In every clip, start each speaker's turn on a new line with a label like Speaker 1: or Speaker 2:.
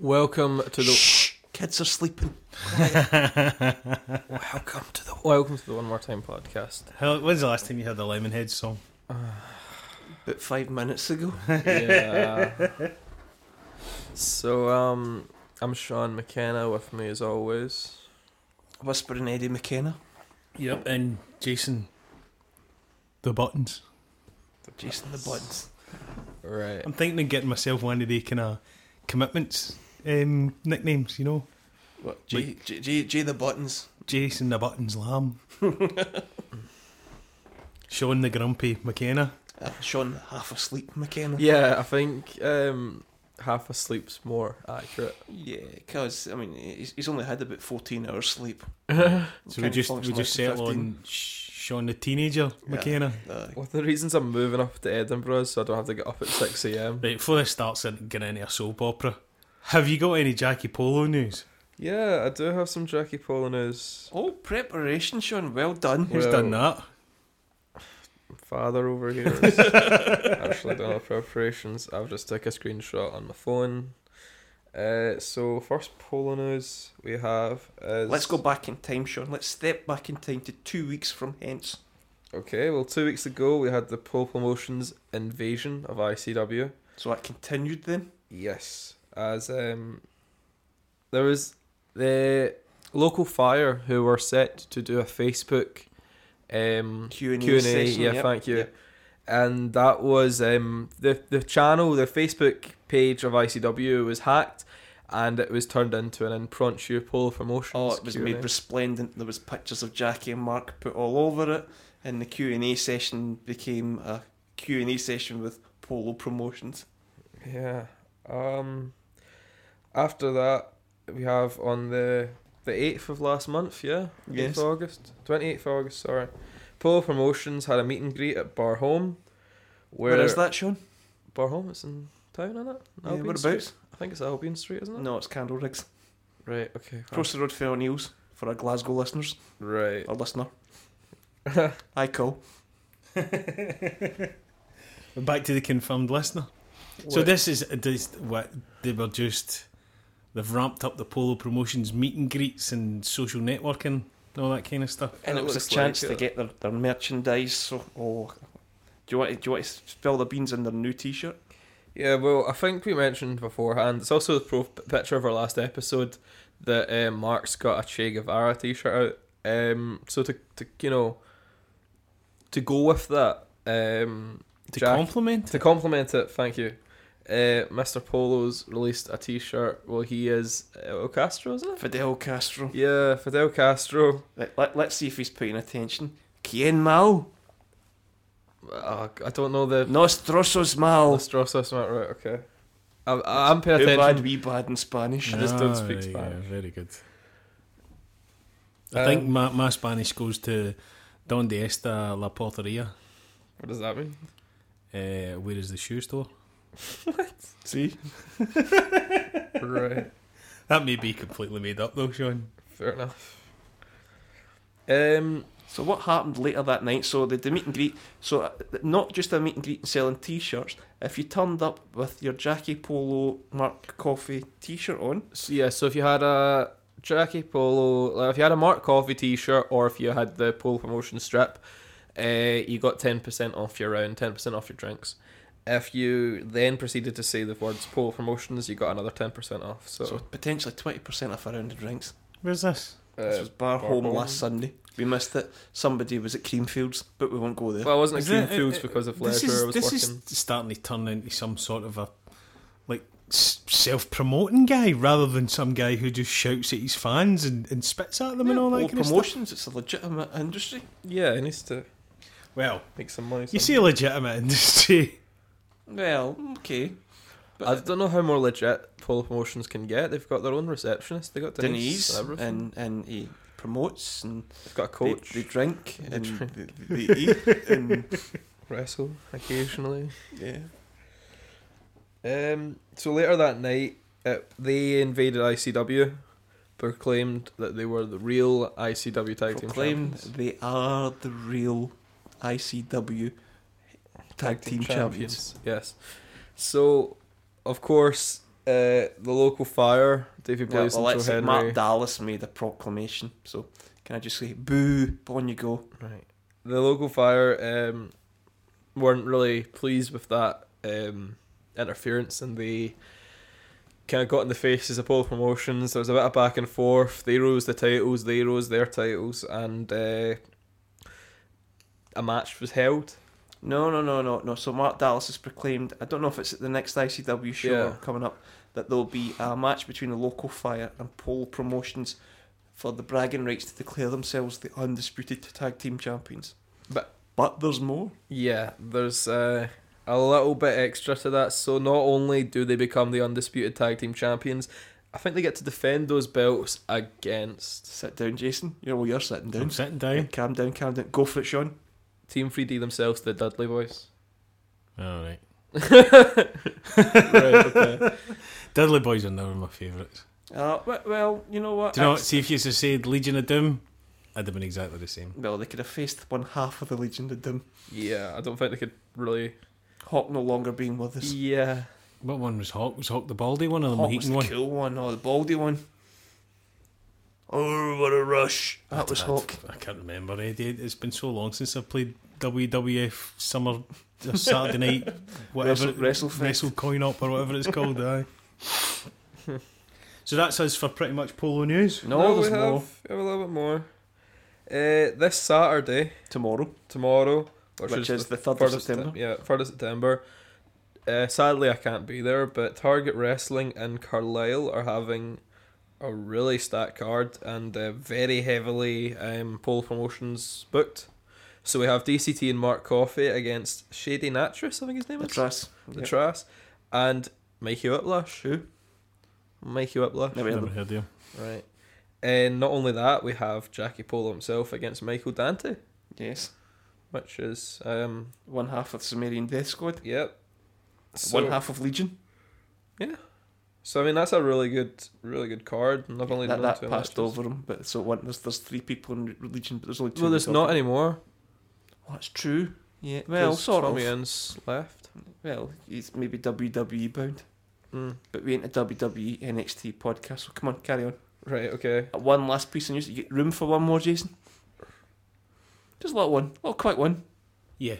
Speaker 1: Welcome to the
Speaker 2: Shh, kids are sleeping.
Speaker 1: welcome to the welcome to the one more time podcast.
Speaker 3: How, when's the last time you heard the Lemonhead song?
Speaker 2: About five minutes ago.
Speaker 1: Yeah. so um, I'm Sean McKenna. With me as always,
Speaker 2: Whispering Eddie McKenna.
Speaker 3: Yep. And Jason, the buttons.
Speaker 2: Jason the Buds.
Speaker 1: right?
Speaker 3: I'm thinking of getting myself one of the kind of commitments um, nicknames. You know,
Speaker 2: What? J, J, J, J the Buttons.
Speaker 3: Jason the buttons lamb. Sean the grumpy McKenna.
Speaker 2: Uh, Sean half asleep McKenna.
Speaker 1: Yeah, I think um, half asleep's more accurate.
Speaker 2: Yeah, because, I mean, he's, he's only had about 14 hours sleep.
Speaker 3: So we just we just settle on Sh- Sean the teenager McKenna.
Speaker 2: Uh,
Speaker 1: One of the reasons I'm moving up to Edinburgh is so I don't have to get up at six a.m.
Speaker 3: Right before this starts in- getting into a soap opera. Have you got any Jackie Polo news?
Speaker 1: Yeah, I do have some Jackie Poloners
Speaker 2: oh, preparation, Sean. Well done.
Speaker 3: Who's
Speaker 1: Well-
Speaker 3: done that?
Speaker 1: father over here. Has actually done all preparations. I've just took a screenshot on my phone. Uh, so first Polo news we have is
Speaker 2: Let's go back in time, Sean. Let's step back in time to two weeks from hence.
Speaker 1: Okay, well, two weeks ago we had the Pole Promotions invasion of ICW.
Speaker 2: So that continued then.
Speaker 1: Yes, as um, there was the local fire who were set to do a Facebook um,
Speaker 2: Q and
Speaker 1: Q
Speaker 2: A
Speaker 1: and A.
Speaker 2: session.
Speaker 1: Yeah,
Speaker 2: yep,
Speaker 1: thank you.
Speaker 2: yep.
Speaker 1: And that was um, the the channel, the Facebook page of ICW was hacked, and it was turned into an impromptu Pole Promotions.
Speaker 2: Oh, it was
Speaker 1: Q&A.
Speaker 2: made resplendent. There was pictures of Jackie and Mark put all over it, and the Q and A session became a Q and A session with Polo Promotions.
Speaker 1: Yeah. Um. After that, we have on the the eighth of last month. Yeah.
Speaker 2: Yes.
Speaker 1: 8th August. Twenty eighth August. Sorry. Polo Promotions had a meet and greet at Barholm. Where,
Speaker 2: Where is that, Sean?
Speaker 1: Barholm. It's in town, isn't it?
Speaker 2: Yeah,
Speaker 1: Albion
Speaker 2: whereabouts?
Speaker 1: Street. I think it's Albion Street, isn't it?
Speaker 2: No, it's Candle Rigs.
Speaker 1: Right. Okay. fine.
Speaker 2: Across the road, Fair News for our Glasgow listeners
Speaker 1: Right.
Speaker 2: or listener. I call.
Speaker 3: Back to the confirmed listener. So
Speaker 1: Wait.
Speaker 3: this is this, what they were just they've ramped up the polo promotions meet and greets and social networking and all that kind of stuff.
Speaker 2: And
Speaker 1: It
Speaker 2: it, was
Speaker 1: looks
Speaker 2: a chance
Speaker 1: like
Speaker 2: to
Speaker 1: it.
Speaker 2: get their, their merchandise. So, oh, do you want to, do you want to spill the beans in their new T-shirt?
Speaker 1: Yeah, well, I think we mentioned beforehand. It's also the pro- picture of our last episode that uh, Mark's got a Che Guevara T-shirt out. Um, so to, to you know, to go with that, um,
Speaker 3: To
Speaker 1: Jack-
Speaker 3: compliment,
Speaker 1: to complement it, thank you. Uh, Mr. Polo's released a T-shirt. Well, he is eh, El Castro, isn't it?
Speaker 2: Fidel Castro.
Speaker 1: Yeah, Fidel Castro.
Speaker 2: Let, let, let's see if he's paying attention. Quien mal?
Speaker 1: Uh, I don't know the
Speaker 2: Nostrosos mal.
Speaker 1: Nostrosos not right. Okay, I, I- I'm paying
Speaker 2: Who bad,
Speaker 1: attention.
Speaker 2: we bad in Spanish.
Speaker 1: I just don't speak
Speaker 3: Ah,
Speaker 1: Spanish.
Speaker 3: very good. I think
Speaker 1: Um,
Speaker 3: my, my Spanish goes to Donde esta la porteria?
Speaker 1: What does that mean?
Speaker 3: Uh, where is the shoe store?
Speaker 2: See?
Speaker 1: right.
Speaker 3: That may be completely made up though, Sean.
Speaker 1: Fair enough. Um,
Speaker 2: So what happened later that night? So the, the meet and greet. So uh, not just a meet and greet and selling T-shirts. If you turned up with your Jackie Polo Mark Coffee T-shirt on,
Speaker 1: so yeah, so if you had a Jackie Polo, like if you had a Mark Coffee T-shirt, or if you had the Polo promotion strip, uh, you got ten percent off your round, ten percent off your drinks. If you then proceeded to say the words Polo promotions, you got another ten percent off. So, uh,
Speaker 2: so, potentially twenty percent off a round of drinks.
Speaker 3: Where's this?
Speaker 2: this
Speaker 1: uh,
Speaker 2: was bar,
Speaker 1: Bar
Speaker 2: home
Speaker 1: Home.
Speaker 2: last Sunday. We missed it. Somebody was at Creamfields, but we won't go there.
Speaker 1: well, I wasn't
Speaker 3: Is
Speaker 1: at
Speaker 3: it-
Speaker 1: Creamfields
Speaker 3: it-
Speaker 1: because of
Speaker 3: this
Speaker 1: leisure.
Speaker 3: is-
Speaker 1: I was
Speaker 3: this
Speaker 1: working.
Speaker 3: is starting to turn into some sort of a like self promoting guy rather than some guy who just shouts at his fans and, and spits at them and all that
Speaker 2: Polo
Speaker 3: kind of
Speaker 2: promotions. It's a legitimate industry.
Speaker 1: Yeah, it needs to
Speaker 3: stuff. Well,
Speaker 1: make some money.
Speaker 3: you
Speaker 1: somehow.
Speaker 3: see a legitimate industry.
Speaker 2: Well, okay.
Speaker 3: uh,
Speaker 1: I don't know how more legit Polo promotions can get. They've got their own receptionist. They got Denise,
Speaker 2: Denise
Speaker 1: and everything.
Speaker 2: and and he promotes and
Speaker 1: They've got a
Speaker 2: they,
Speaker 1: coach.
Speaker 2: they drink
Speaker 1: They
Speaker 2: and
Speaker 1: drink.
Speaker 2: they, they eat and
Speaker 1: wrestle occasionally.
Speaker 2: yeah.
Speaker 1: Um, so later that night, uh, they invaded ICW, proclaimed that they were the real ICW tag team
Speaker 2: Proclaim
Speaker 1: champions.
Speaker 2: they are the real ICW tag, team, champions.
Speaker 1: Yes. So, of course, Uh, the local fire, Davy
Speaker 2: Yeah,
Speaker 1: Blaze
Speaker 2: well,
Speaker 1: and
Speaker 2: let's
Speaker 1: Joe
Speaker 2: say
Speaker 1: Henry.
Speaker 2: Mark Dallas made a proclamation, so can I just say boo? On you go.
Speaker 1: Right. The local fire um, weren't really pleased with that um, interference, and they kind of got in the faces of both promotions. There was a bit of back and forth. They rose the titles, they rose their titles, and uh, a match was held.
Speaker 2: No, no, no, no, no. So Mark Dallas has proclaimed. I don't know if it's at the next ICW show
Speaker 1: Yeah.
Speaker 2: or coming up that there'll be a match between the local fire and Pole Promotions for the bragging rights to declare themselves the undisputed tag team champions.
Speaker 1: But-
Speaker 2: but there's more.
Speaker 1: Yeah, there's uh, a little bit extra to that. So not only do they become the undisputed tag team champions, I think they get to defend those belts against
Speaker 2: Sit down, Jason. You know, well, you're sitting
Speaker 3: I'm
Speaker 2: down.
Speaker 3: sitting down.
Speaker 2: Calm down, calm down. Go for it, Sean.
Speaker 1: Team 3D themselves, the Dudley Boys.
Speaker 3: All right.
Speaker 1: right, okay.
Speaker 3: Diddley Boys are never my favourites.
Speaker 2: Uh, we- well, you know what?
Speaker 3: Do you know what?
Speaker 2: It's-
Speaker 3: See, if you just said Legion of Doom, I'd have been exactly the same.
Speaker 2: Well, they could have faced one half of the Legion of Doom.
Speaker 1: Yeah, I don't think they could really.
Speaker 2: Hawk no longer being with us.
Speaker 1: Yeah.
Speaker 3: What one was Hawk? Was Hawk the Baldy one or the
Speaker 2: Hawk was
Speaker 3: Mohican
Speaker 2: the
Speaker 3: one?
Speaker 2: cool one, or the baldy one. Oh, what a rush! That was
Speaker 3: I-
Speaker 2: Hawk.
Speaker 3: I can't remember. Eddie. It's been so long since I've played WWF Summer or Saturday Night, whatever
Speaker 2: Wrestle- Wrestlefest.
Speaker 3: Wrestle Coin Up or whatever it's called. aye. So that's us for pretty much polo news.
Speaker 1: we
Speaker 2: No, there's
Speaker 1: have,
Speaker 2: more
Speaker 1: we have a little bit more. Uh, this Saturday,
Speaker 2: tomorrow,
Speaker 1: tomorrow,
Speaker 2: which, is the third of
Speaker 1: 3rd
Speaker 2: September.
Speaker 1: Septem- yeah, 3rd of September. Uh, sadly, I can't be there, but Target Wrestling and Carlisle are having a really stacked card and uh, very heavily um, pole promotions booked. So we have DCT and Mark Coffey against Shady Natras, I think his name
Speaker 2: The
Speaker 1: is.
Speaker 2: Trass.
Speaker 1: the
Speaker 2: Yep.
Speaker 1: Trass, and Mikey Whiplash. Who? Mikey Whiplash.
Speaker 2: Never heard
Speaker 3: Never
Speaker 2: of them.
Speaker 3: heard of you.
Speaker 1: Right. And not only that, we have Jackie Polo himself against Michael Dante,
Speaker 2: Yes,
Speaker 1: which is um
Speaker 2: one half of Sumerian Death Squad,
Speaker 1: yep. So,
Speaker 2: one half of Legion.
Speaker 1: So I mean that's a really good, really good card. And I've only
Speaker 2: That,
Speaker 1: done
Speaker 2: that
Speaker 1: two
Speaker 2: passed
Speaker 1: matches.
Speaker 2: over him, but so one, there's there's three people in Legion, but there's only two.
Speaker 1: Well, there's
Speaker 2: in
Speaker 1: not
Speaker 2: total.
Speaker 1: anymore.
Speaker 2: Oh, that's true. Yeah, well,
Speaker 1: 'cause
Speaker 2: sort of.
Speaker 1: Tommy Innes left.
Speaker 2: Well, he's maybe WWE bound,
Speaker 1: Mm.
Speaker 2: but we ain't a E WWE NXT podcast. So come on, carry on.
Speaker 1: Right. Okay.
Speaker 2: Uh, One last piece of news. You get room for one more, Jason? Just a little one, a little quick one.
Speaker 3: Yeah.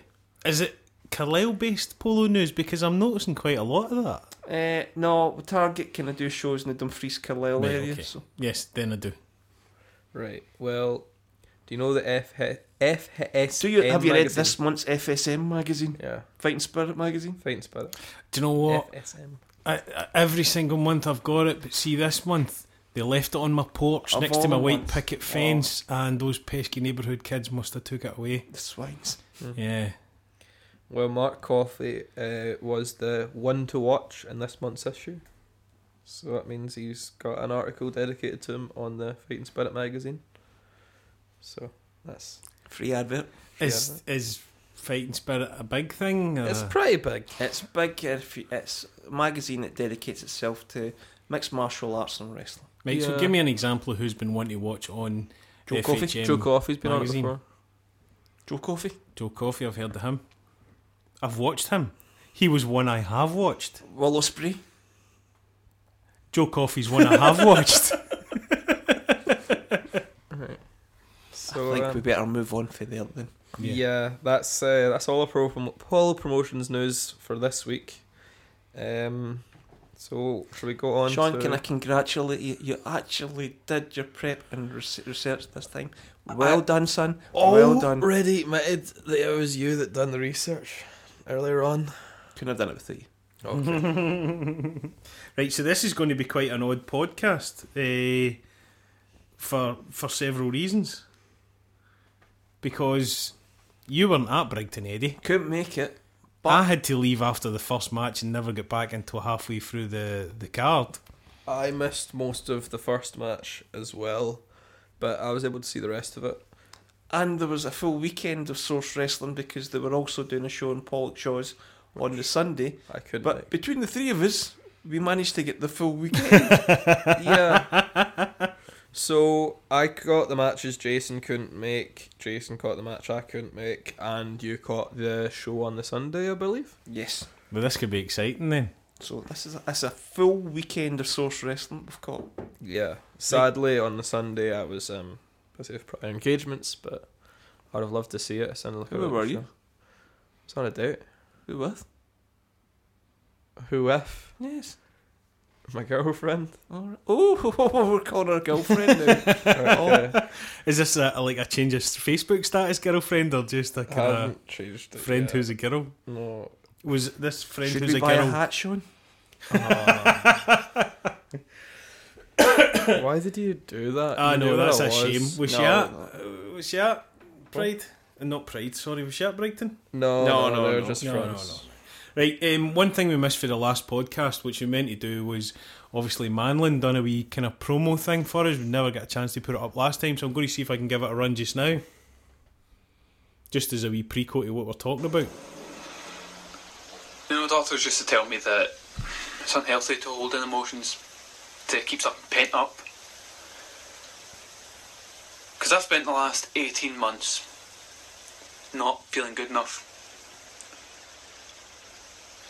Speaker 3: Is it Carlisle based polo news? Because I'm noticing quite a lot of that.
Speaker 2: Uh, no, Target can do shows in the Dumfries Carlisle
Speaker 3: Right,
Speaker 2: area.
Speaker 3: okay.
Speaker 2: So
Speaker 3: Yes, then I do.
Speaker 1: Right. Well, do you know the F FS?
Speaker 2: do you have you read this month's FSM magazine,
Speaker 1: Yeah.
Speaker 2: Fighting Spirit magazine?
Speaker 1: Fighting Spirit.
Speaker 3: Do you know what?
Speaker 1: FSM.
Speaker 3: I, I, every single month I've got it, but see this month they left it on my porch
Speaker 2: Of
Speaker 3: next
Speaker 2: all
Speaker 3: to my
Speaker 2: the
Speaker 3: white
Speaker 2: months. Oh.
Speaker 3: picket fence, and those pesky neighbourhood kids must have took it away.
Speaker 2: The swines.
Speaker 3: Yeah.
Speaker 1: Well, Mark Coffey uh, was the one to watch in this month's issue. So that means he's got an article dedicated to him on the Fighting Spirit magazine. So that's
Speaker 2: Free advert.
Speaker 3: Is is fighting spirit a big thing? Uh,
Speaker 1: it's
Speaker 3: or-
Speaker 1: pretty big.
Speaker 2: It's big. uh, if you- It's a magazine that dedicates itself to mixed martial arts and wrestling.
Speaker 3: Mate, so
Speaker 1: yeah.
Speaker 3: give me an example of who's been wanting to watch on
Speaker 2: Joe
Speaker 3: FHM.
Speaker 2: Coffey.
Speaker 1: Joe Coffey's been
Speaker 3: magazine.
Speaker 1: on it before.
Speaker 2: Joe Coffey.
Speaker 3: Joe Coffey, I've heard of him. I've watched him. He was one I have watched.
Speaker 2: Willow Spree.
Speaker 3: Joe Coffey's one I have watched.
Speaker 1: So
Speaker 2: I think
Speaker 1: uh,
Speaker 2: we better move on for there then.
Speaker 1: yeah. that's uh, that's all the pro Paul promotions news for this week. Um, so shall we go on?
Speaker 2: Sean,
Speaker 1: to...
Speaker 2: can I congratulate you? You actually did your prep and res- research this time. Well
Speaker 1: I- Oh,
Speaker 2: done, son. well done.
Speaker 1: Already admitted that it was you that done the research earlier on.
Speaker 2: Couldn't have done it without you.
Speaker 1: Okay.
Speaker 3: right, so this is going to be quite an odd podcast eh, for for several reasons. Because you weren't at Brigton, Eddie.
Speaker 2: Couldn't make it. But-
Speaker 3: I had to leave after the first match and never get back until halfway through the, the card.
Speaker 1: I missed most of the first match as well, but I was able to see the rest of it.
Speaker 2: And there was a full weekend of Source Wrestling because they were also doing a show in Pollock Shaw's on the Sunday.
Speaker 1: I couldn't.
Speaker 2: But
Speaker 1: make-
Speaker 2: between the three of us, we managed to get the full weekend.
Speaker 1: yeah. So I caught the matches Jason couldn't make. Jason caught the match I couldn't make, and you caught the show on the Sunday, I believe.
Speaker 2: yes.
Speaker 3: Well, this could be exciting then.
Speaker 2: So this is a, it's a full weekend of source wrestling we've got.
Speaker 1: Yeah. Sadly, on the Sunday, I was um, busy with prior engagements, but I'd have loved to see it. It sounded like a
Speaker 2: Who
Speaker 1: really
Speaker 2: were
Speaker 1: good
Speaker 2: you?
Speaker 1: show. It's not a doubt.
Speaker 2: Who with?
Speaker 1: Who if?
Speaker 2: Yes.
Speaker 1: My girlfriend.
Speaker 2: All right. Oh, we're calling her girlfriend now.
Speaker 1: Or, uh,
Speaker 3: Is this a, like a change of Facebook status girlfriend or just a
Speaker 1: I
Speaker 3: kind
Speaker 2: Um,
Speaker 3: of
Speaker 1: haven't changed it
Speaker 3: friend
Speaker 1: yet.
Speaker 3: who's a girl?
Speaker 1: No.
Speaker 3: Was this friend
Speaker 2: Should
Speaker 3: who's
Speaker 2: we
Speaker 3: a
Speaker 2: buy a
Speaker 3: girl?
Speaker 2: hat, Sean?
Speaker 3: Oh.
Speaker 1: Why did you do that?
Speaker 3: Ah,
Speaker 1: You
Speaker 3: no,
Speaker 1: knew
Speaker 3: that's a
Speaker 1: that was.
Speaker 3: shame. Was she
Speaker 2: No,
Speaker 3: at?
Speaker 2: no.
Speaker 3: uh, Was she at Pride? Uh, Not Pride. Sorry, was she at Brighton?
Speaker 1: No, no,
Speaker 2: No, no,
Speaker 1: no. They're
Speaker 2: no.
Speaker 1: just
Speaker 3: No, no,
Speaker 1: friends.
Speaker 3: no. Right. Um, one thing we missed for the last podcast, which we meant to do, was obviously Manlin done a wee kind of promo thing for us. We never got a chance to put it up last time, so I'm going to see if I can give it a run just now. Just as a wee prequel to what we're talking about.
Speaker 4: You know, doctors used to tell me that it's unhealthy to hold in emotions to keep something pent up. Because I've spent the last 18 months not feeling good enough.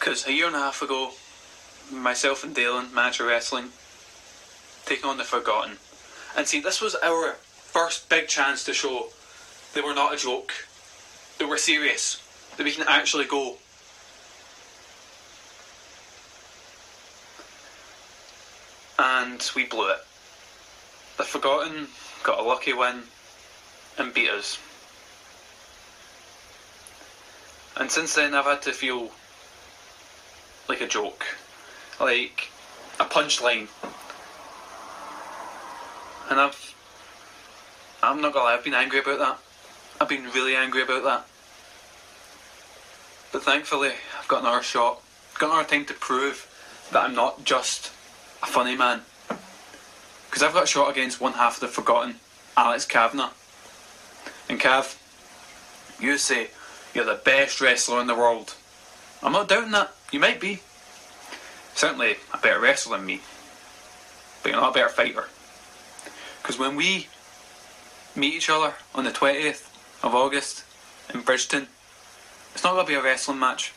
Speaker 4: Because a year and a half ago, myself and Dalen, manager of wrestling, taking on the Forgotten. And see, this was our first big chance to show that we're not a joke, that we're serious, that we can actually go and we blew it. The Forgotten got a lucky win and beat us. And since then, I've had to feel like a joke, like a punchline. And I've, I'm not gonna lie, I've been angry about that. I've been really angry about that. But thankfully, I've got another shot, got another time to prove that I'm not just a funny man. Because I've got a shot against one half of the forgotten, Alex Kavanagh. And Cav, you say you're the best wrestler in the world. I'm not doubting that. You might be. Certainly a better wrestler than me. But you're not a better fighter. Because when we meet each other on the 20th of August in Bridgeton, it's not going to be a wrestling match.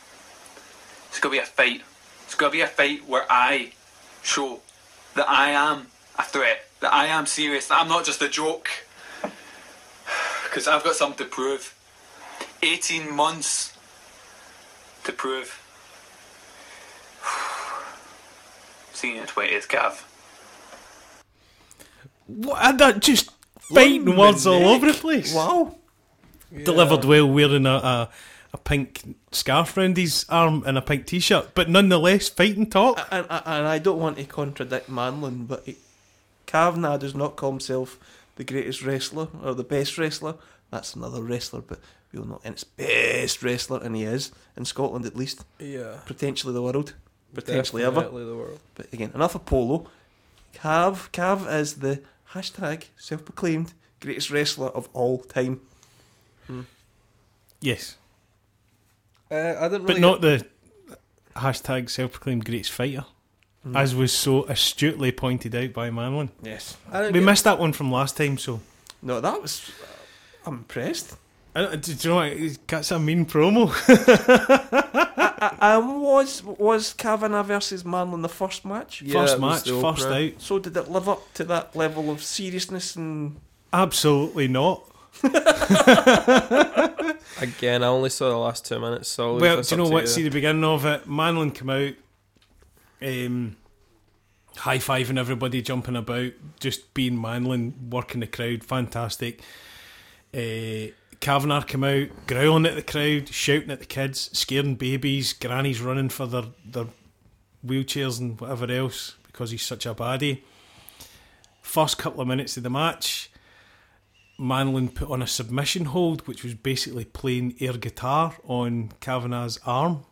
Speaker 4: It's going to be a fight. It's going to be a fight where I show that I am a threat, that I am serious, that I'm not just a joke. Because I've got something to prove. 18 months to prove. See you at 20th, Gav.
Speaker 3: What? And that just fighting words all over the place.
Speaker 2: Wow.
Speaker 3: Delivered well, wearing a, a a pink scarf round his arm and a pink t-shirt, but nonetheless fighting
Speaker 1: Uh,
Speaker 3: talk.
Speaker 2: And, and- and I don't want to contradict Manlin, but he, Kavanagh does not call himself the greatest wrestler or the best wrestler. That's another wrestler, but we'll not. And it's best wrestler, and he is in Scotland at least,
Speaker 1: Yeah.
Speaker 2: potentially the world, potentially ever.
Speaker 1: Definitely the world.
Speaker 2: But again, enough of polo. Cav, Cav is the hashtag self-proclaimed greatest wrestler of all time.
Speaker 3: Yes,
Speaker 1: Uh, I didn't
Speaker 3: but
Speaker 1: really
Speaker 3: not the hashtag self-proclaimed greatest fighter,
Speaker 1: Mm.
Speaker 3: as was so astutely pointed out by Manlin.
Speaker 2: Yes.
Speaker 1: I didn't
Speaker 3: We
Speaker 1: get-
Speaker 3: missed that one from last time, so.
Speaker 2: No, that was. uh, I'm impressed.
Speaker 3: I don't, do you know what? It's got a mean promo.
Speaker 2: Um, was was Kavanagh versus Marlon the first match?
Speaker 1: Yeah,
Speaker 3: first
Speaker 1: it was
Speaker 3: match,
Speaker 1: the
Speaker 3: first
Speaker 1: opener.
Speaker 3: out.
Speaker 2: So did it live up to that level of seriousness and
Speaker 3: Absolutely not.
Speaker 1: Again, I only saw the last two minutes, so I'll leave
Speaker 3: Well,
Speaker 1: this
Speaker 3: do you
Speaker 1: up
Speaker 3: know
Speaker 1: to
Speaker 3: what? See the beginning of it. Manlin come out, um, high fiving everybody, jumping about, just being Manlin, working the crowd, fantastic. Uh, Kavanagh come out, growling at the crowd, shouting at the kids, scaring babies, grannies running for their their wheelchairs and whatever else because he's such a baddie. First couple of minutes of the match, Manlin put on a submission hold, which was basically playing air guitar on Kavanagh's arm,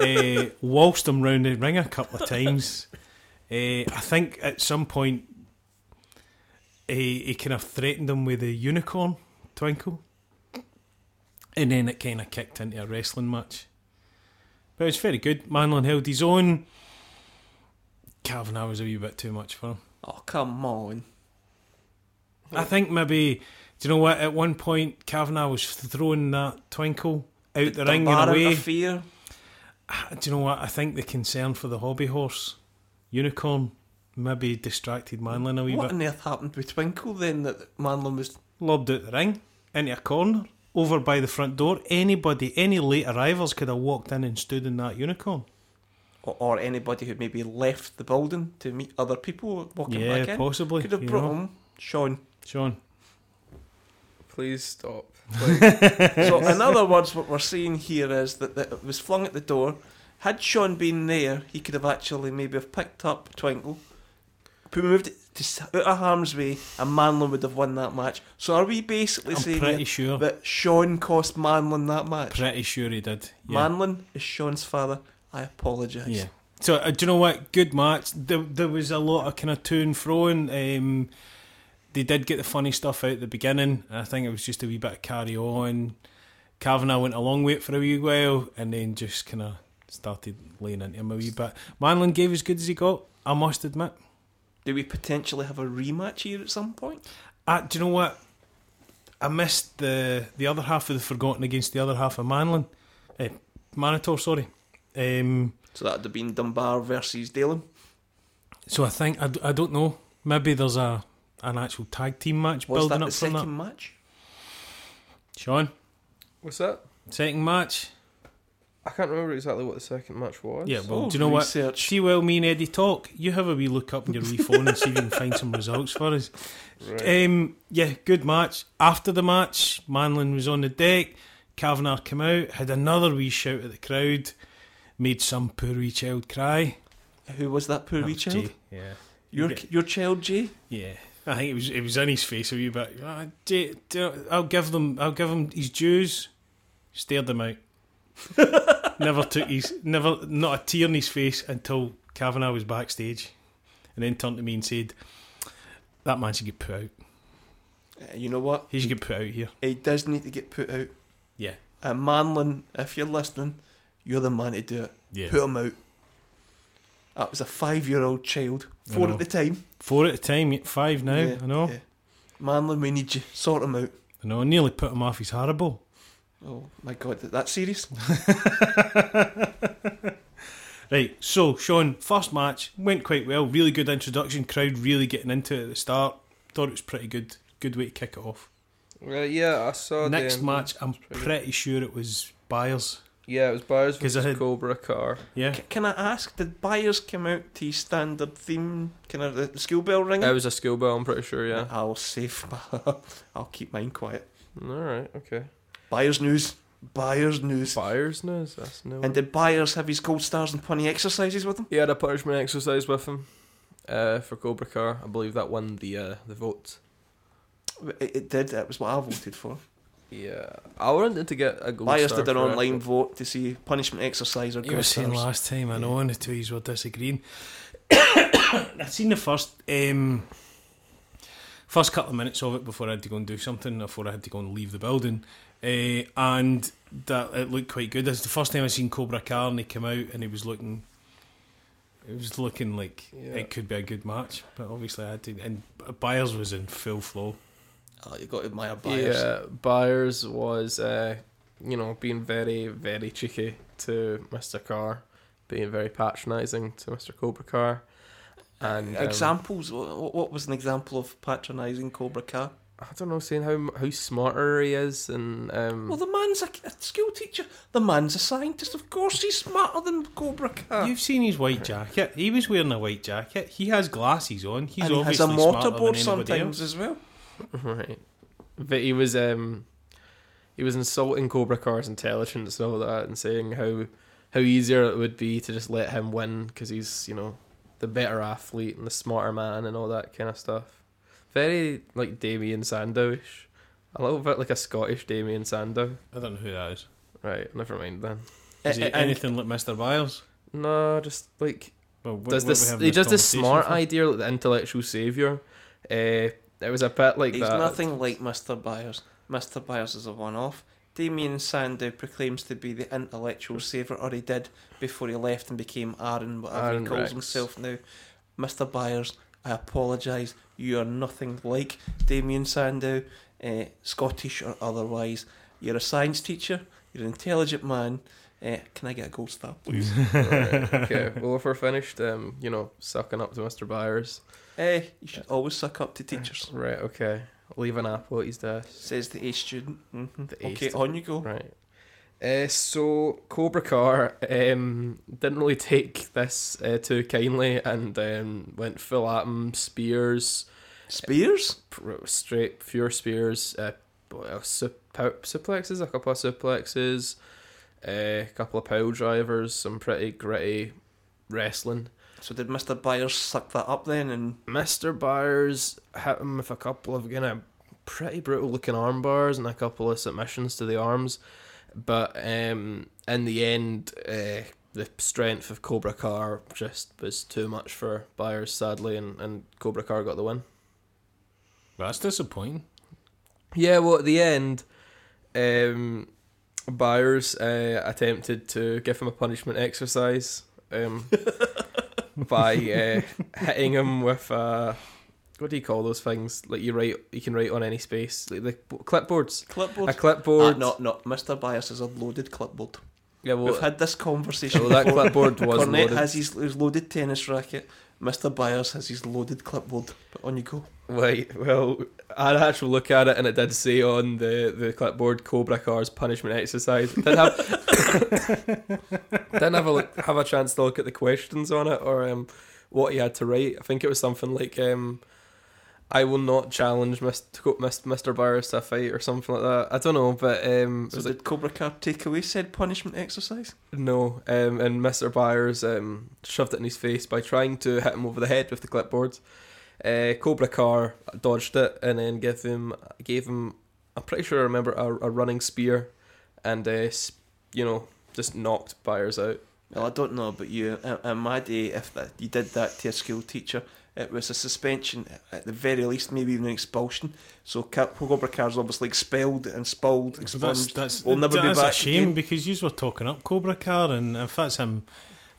Speaker 3: uh, waltzed him round the ring a couple of times. Eh, I think at some point he, he kind of threatened him with a unicorn twinkle, and then it kind of kicked into a wrestling match. But it was very good. Manlin held his own. Kavanagh was a wee bit too much for him.
Speaker 2: oh come on,
Speaker 3: I think maybe. Do you know what? At one point, Kavanagh was throwing that twinkle out the, ring and
Speaker 2: bar out
Speaker 3: away,
Speaker 2: of fear.
Speaker 3: do you know what? I think the concern for the hobby horse, Unicorn, maybe distracted Manlin a wee
Speaker 2: What
Speaker 3: bit.
Speaker 2: on earth happened with Twinkle then that Manlon was
Speaker 3: Lobbed out the ring, into a corner, over by the front door. Anybody, any late arrivals could have walked in and stood in that Unicorn.
Speaker 2: or, or anybody who maybe left the building to meet other people walking
Speaker 3: yeah,
Speaker 2: back in
Speaker 3: possibly.
Speaker 2: could have
Speaker 3: you
Speaker 2: brought
Speaker 3: know.
Speaker 2: him Sean.
Speaker 3: Sean.
Speaker 1: Please stop. Like,
Speaker 2: So in other words, what we're seeing here is that, that it was flung at the door. Had Sean been there, he could have actually maybe have picked up Twinkle, moved it to s- out of harm's way, and Manlon would have won that match. So are we basically
Speaker 3: I'm
Speaker 2: saying
Speaker 3: pretty sure.
Speaker 2: that Sean cost Manlon that match?
Speaker 3: Pretty sure he did. Yeah.
Speaker 2: Manlon is Sean's father. I apologise.
Speaker 3: Yeah. So uh, do you know what? Good match. There, there was a lot of kind of to and fro, and um, they did get the funny stuff out at the beginning. And I think it was just a wee bit of carry on. Kavanaugh went a long way for a wee while, and then just kind of started laying into him a wee bit. Manlin gave as good as he got. I must admit.
Speaker 2: Do we potentially have a rematch here at some point?
Speaker 3: Uh, do you know what? I missed the the other half of the Forgotten against the other half of Manlin, uh, Manitor. Sorry. Um,
Speaker 2: So that would have been Dunbar versus Dalem.
Speaker 3: So I think I, d- I don't know. Maybe there's a an actual tag team match
Speaker 2: Was that
Speaker 3: building
Speaker 2: the
Speaker 3: up from
Speaker 2: second
Speaker 3: that.
Speaker 2: match?
Speaker 3: Sean,
Speaker 1: what's that?
Speaker 3: second match.
Speaker 1: I can't remember exactly what the second match was.
Speaker 3: Yeah, well,
Speaker 2: Oh,
Speaker 3: do you know what?
Speaker 2: research.
Speaker 3: See, well, me and Eddie talk. You have a wee look up in your wee phone and see if you can find some results for us.
Speaker 1: Right.
Speaker 3: Um, yeah, good match. After the match, Manlin was on the deck. Kavanagh came out, had another wee shout at the crowd, made some poor wee child cry.
Speaker 2: Who was that poor
Speaker 3: That
Speaker 2: wee
Speaker 3: was
Speaker 2: child?
Speaker 3: Jay, Yeah.
Speaker 2: Your
Speaker 3: Yeah.
Speaker 2: your child, Jay.
Speaker 3: Yeah, I think it was it was in his face a wee bit. "Ah, do- do- I'll give them, I'll give him his dues. Stared him out. never took his, never not a tear in his face until Kavanagh was backstage, and then turned to me and said, "That man should get put out.
Speaker 2: Uh, you know what?
Speaker 3: He should get put out here."
Speaker 2: He does need to get put out.
Speaker 3: Yeah,
Speaker 2: And Manlin, if you're listening, you're the man to do it.
Speaker 3: yeah.
Speaker 2: Put him out. That was a five-year-old child,
Speaker 3: I
Speaker 2: four
Speaker 3: know.
Speaker 2: at the time.
Speaker 3: Four at a time, yet five now.
Speaker 2: Yeah,
Speaker 3: I know,
Speaker 2: yeah. Manlin, we need you. Sort him out.
Speaker 3: I know. I nearly put him off his Haribo.
Speaker 2: Oh my God, that, that serious?
Speaker 3: Right, so Sean, first match went quite well. Really good introduction. Crowd really getting into it at the start. Thought it was pretty good. Good way to kick it off.
Speaker 1: Well, Uh, yeah, I saw
Speaker 3: Next
Speaker 1: the,
Speaker 3: match, I'm
Speaker 1: pretty good.
Speaker 3: pretty sure it was Byers.
Speaker 1: Yeah, it was Byers
Speaker 3: 'Cause I
Speaker 1: versus
Speaker 3: had-
Speaker 1: Cobra Car.
Speaker 3: Yeah,
Speaker 2: C- can I ask? Did buyers come out to his standard theme? Kind of the the school bell ringing?
Speaker 1: It was a school bell, I'm pretty sure. Yeah.
Speaker 2: I'll save. My, I'll keep mine quiet.
Speaker 1: All right. Okay.
Speaker 2: Buyers news. Buyers news.
Speaker 1: Byers knows that's no.
Speaker 2: And did Byers have his gold stars and punny exercises with him?
Speaker 1: He had a punishment exercise with him uh, for Cobra Car. I believe that won the uh, the vote.
Speaker 2: It, it did. That was what I voted for.
Speaker 1: Yeah, uh, I wanted to get a gold
Speaker 2: Byers
Speaker 1: star
Speaker 2: did an
Speaker 1: for it,
Speaker 2: online
Speaker 1: but-
Speaker 2: vote to see punishment exercise or
Speaker 3: you were
Speaker 2: gold
Speaker 3: saying
Speaker 2: stars.
Speaker 3: last time. I know, and the two of you were disagreeing. I seen the first um, first couple of minutes of it before I had to go and do something. Before I had to go and leave the building, uh, and that it looked quite good. It's the first time I seen Cobra Car, and he came out and he was looking. It was looking like
Speaker 1: Yeah.
Speaker 3: it could be a good match, but obviously I had to. And Byers was in full flow.
Speaker 2: Oh, you got to admire Byers.
Speaker 1: Yeah, uh, Byers was, uh, you know, being very, very cheeky to Mr. Carr, being very patronising to Mr. Cobra Carr, and um,
Speaker 2: Examples. What, what was an example of patronising Cobra Car?
Speaker 1: I don't know, saying how how smarter he is, and um,
Speaker 2: Well, the man's a, a school teacher. The man's a scientist. Of course, he's smarter than Cobra Car.
Speaker 3: You've seen his white jacket. He was wearing a white jacket. He has glasses on. He's
Speaker 2: and he has a
Speaker 3: obviously smarter than
Speaker 2: mortarboard
Speaker 3: anybody
Speaker 2: sometimes
Speaker 3: else.
Speaker 2: as well.
Speaker 1: Right. But he was um he was insulting Cobra Car's intelligence and all that and saying how how easier it would be to just let him win because he's, you know, the better athlete and the smarter man and all that kind of stuff. Very like Damien Sandowish. A little bit like a Scottish Damien Sandow.
Speaker 3: I don't know who that is.
Speaker 1: Right, never mind then.
Speaker 3: Is he
Speaker 2: A- a- and-
Speaker 3: anything like Mr. Biles?
Speaker 1: No, just like
Speaker 3: Well, wh-
Speaker 1: does
Speaker 3: what
Speaker 1: this
Speaker 3: we have
Speaker 1: he does this
Speaker 3: conversation
Speaker 1: smart
Speaker 3: for?
Speaker 1: idea like the intellectual saviour. Uh, it was a bit like
Speaker 2: He's
Speaker 1: that.
Speaker 2: nothing like Mr. Byers. Mr. Byers is a one off. Damien Sandow proclaims to be the intellectual saviour, or he did before he left and became Aaron, whatever
Speaker 1: Aaron
Speaker 2: he calls
Speaker 1: Rex.
Speaker 2: himself now. Mr. Byers, I apologise. You are nothing like Damien Sandow, eh, Scottish or otherwise. You're a science teacher, you're an intelligent man, Eh, can I get a gold star, please?
Speaker 1: Right, okay. Well, if we're finished, um, you know, sucking up to Mr. Byers.
Speaker 2: eh, you should always suck up to teachers,
Speaker 1: Right. Okay. Leave an apple at his desk.
Speaker 2: says the A student. hmm
Speaker 1: The A
Speaker 2: Okay,
Speaker 1: student.
Speaker 2: on you go.
Speaker 1: Right. Uh, so Cobra Car um, didn't really take this uh, too kindly and um, went full at him, spears,
Speaker 2: Spears?
Speaker 1: pr- straight pure spears, uh, what else? Su- pow- suplexes, a couple of suplexes, uh, a couple of power drivers, some pretty gritty wrestling.
Speaker 2: So did Mr. Byers suck that up then? And
Speaker 1: Mister Byers hit him with a couple of kind of pretty brutal looking arm bars and a couple of submissions to the arms, but um, in the end, uh, the strength of Cobra Car just was too much for Byers, sadly, and, and Cobra Car got the win.
Speaker 3: That's disappointing.
Speaker 1: Yeah, well, at the end, um, Byers uh, attempted to give him a punishment exercise um, by uh, hitting him with uh, what do you call those things? Like you write, you can write on any space, like the b- clipboards.
Speaker 2: clipboard?
Speaker 1: A clipboard.
Speaker 2: Ah, no, no. Mr. Byers is a loaded clipboard.
Speaker 1: Yeah, well,
Speaker 2: We've had this conversation
Speaker 1: well, that
Speaker 2: before.
Speaker 1: clipboard was
Speaker 2: Cornet
Speaker 1: loaded.
Speaker 2: has his, his loaded tennis racket. Mr. Byers has his loaded clipboard. But on you go.
Speaker 1: Right. Well, I had an actual look at it, and it did say on the, the clipboard Cobra Car's punishment exercise. It Didn't have didn't have a look, have a chance to look at the questions on it or um, what he had to write. I think it was something like um, "I will not challenge Mister Byers to a fight" or something like that. I don't know, but um, it
Speaker 2: So
Speaker 1: was
Speaker 2: did
Speaker 1: like
Speaker 2: Cobra Kai take away said punishment exercise?
Speaker 1: no, um, and Mister Byers um, shoved it in his face by trying to hit him over the head with the clipboard. Uh, Cobra Car dodged it and then gave him gave him. I'm pretty sure I remember a, a running spear, and uh, s- you know just knocked Byers out.
Speaker 2: Well, I don't know about you. In- In my day, if that, you did that to a school teacher, it was a suspension, at the very least, maybe even an expulsion. So Ca- Cobra Kai's obviously expelled and spilled,
Speaker 3: So that's
Speaker 2: expunged.
Speaker 3: that's,
Speaker 2: We'll never be
Speaker 3: that's
Speaker 2: back
Speaker 3: a shame
Speaker 2: again.
Speaker 3: because you were talking up Cobra Car, and if that's him,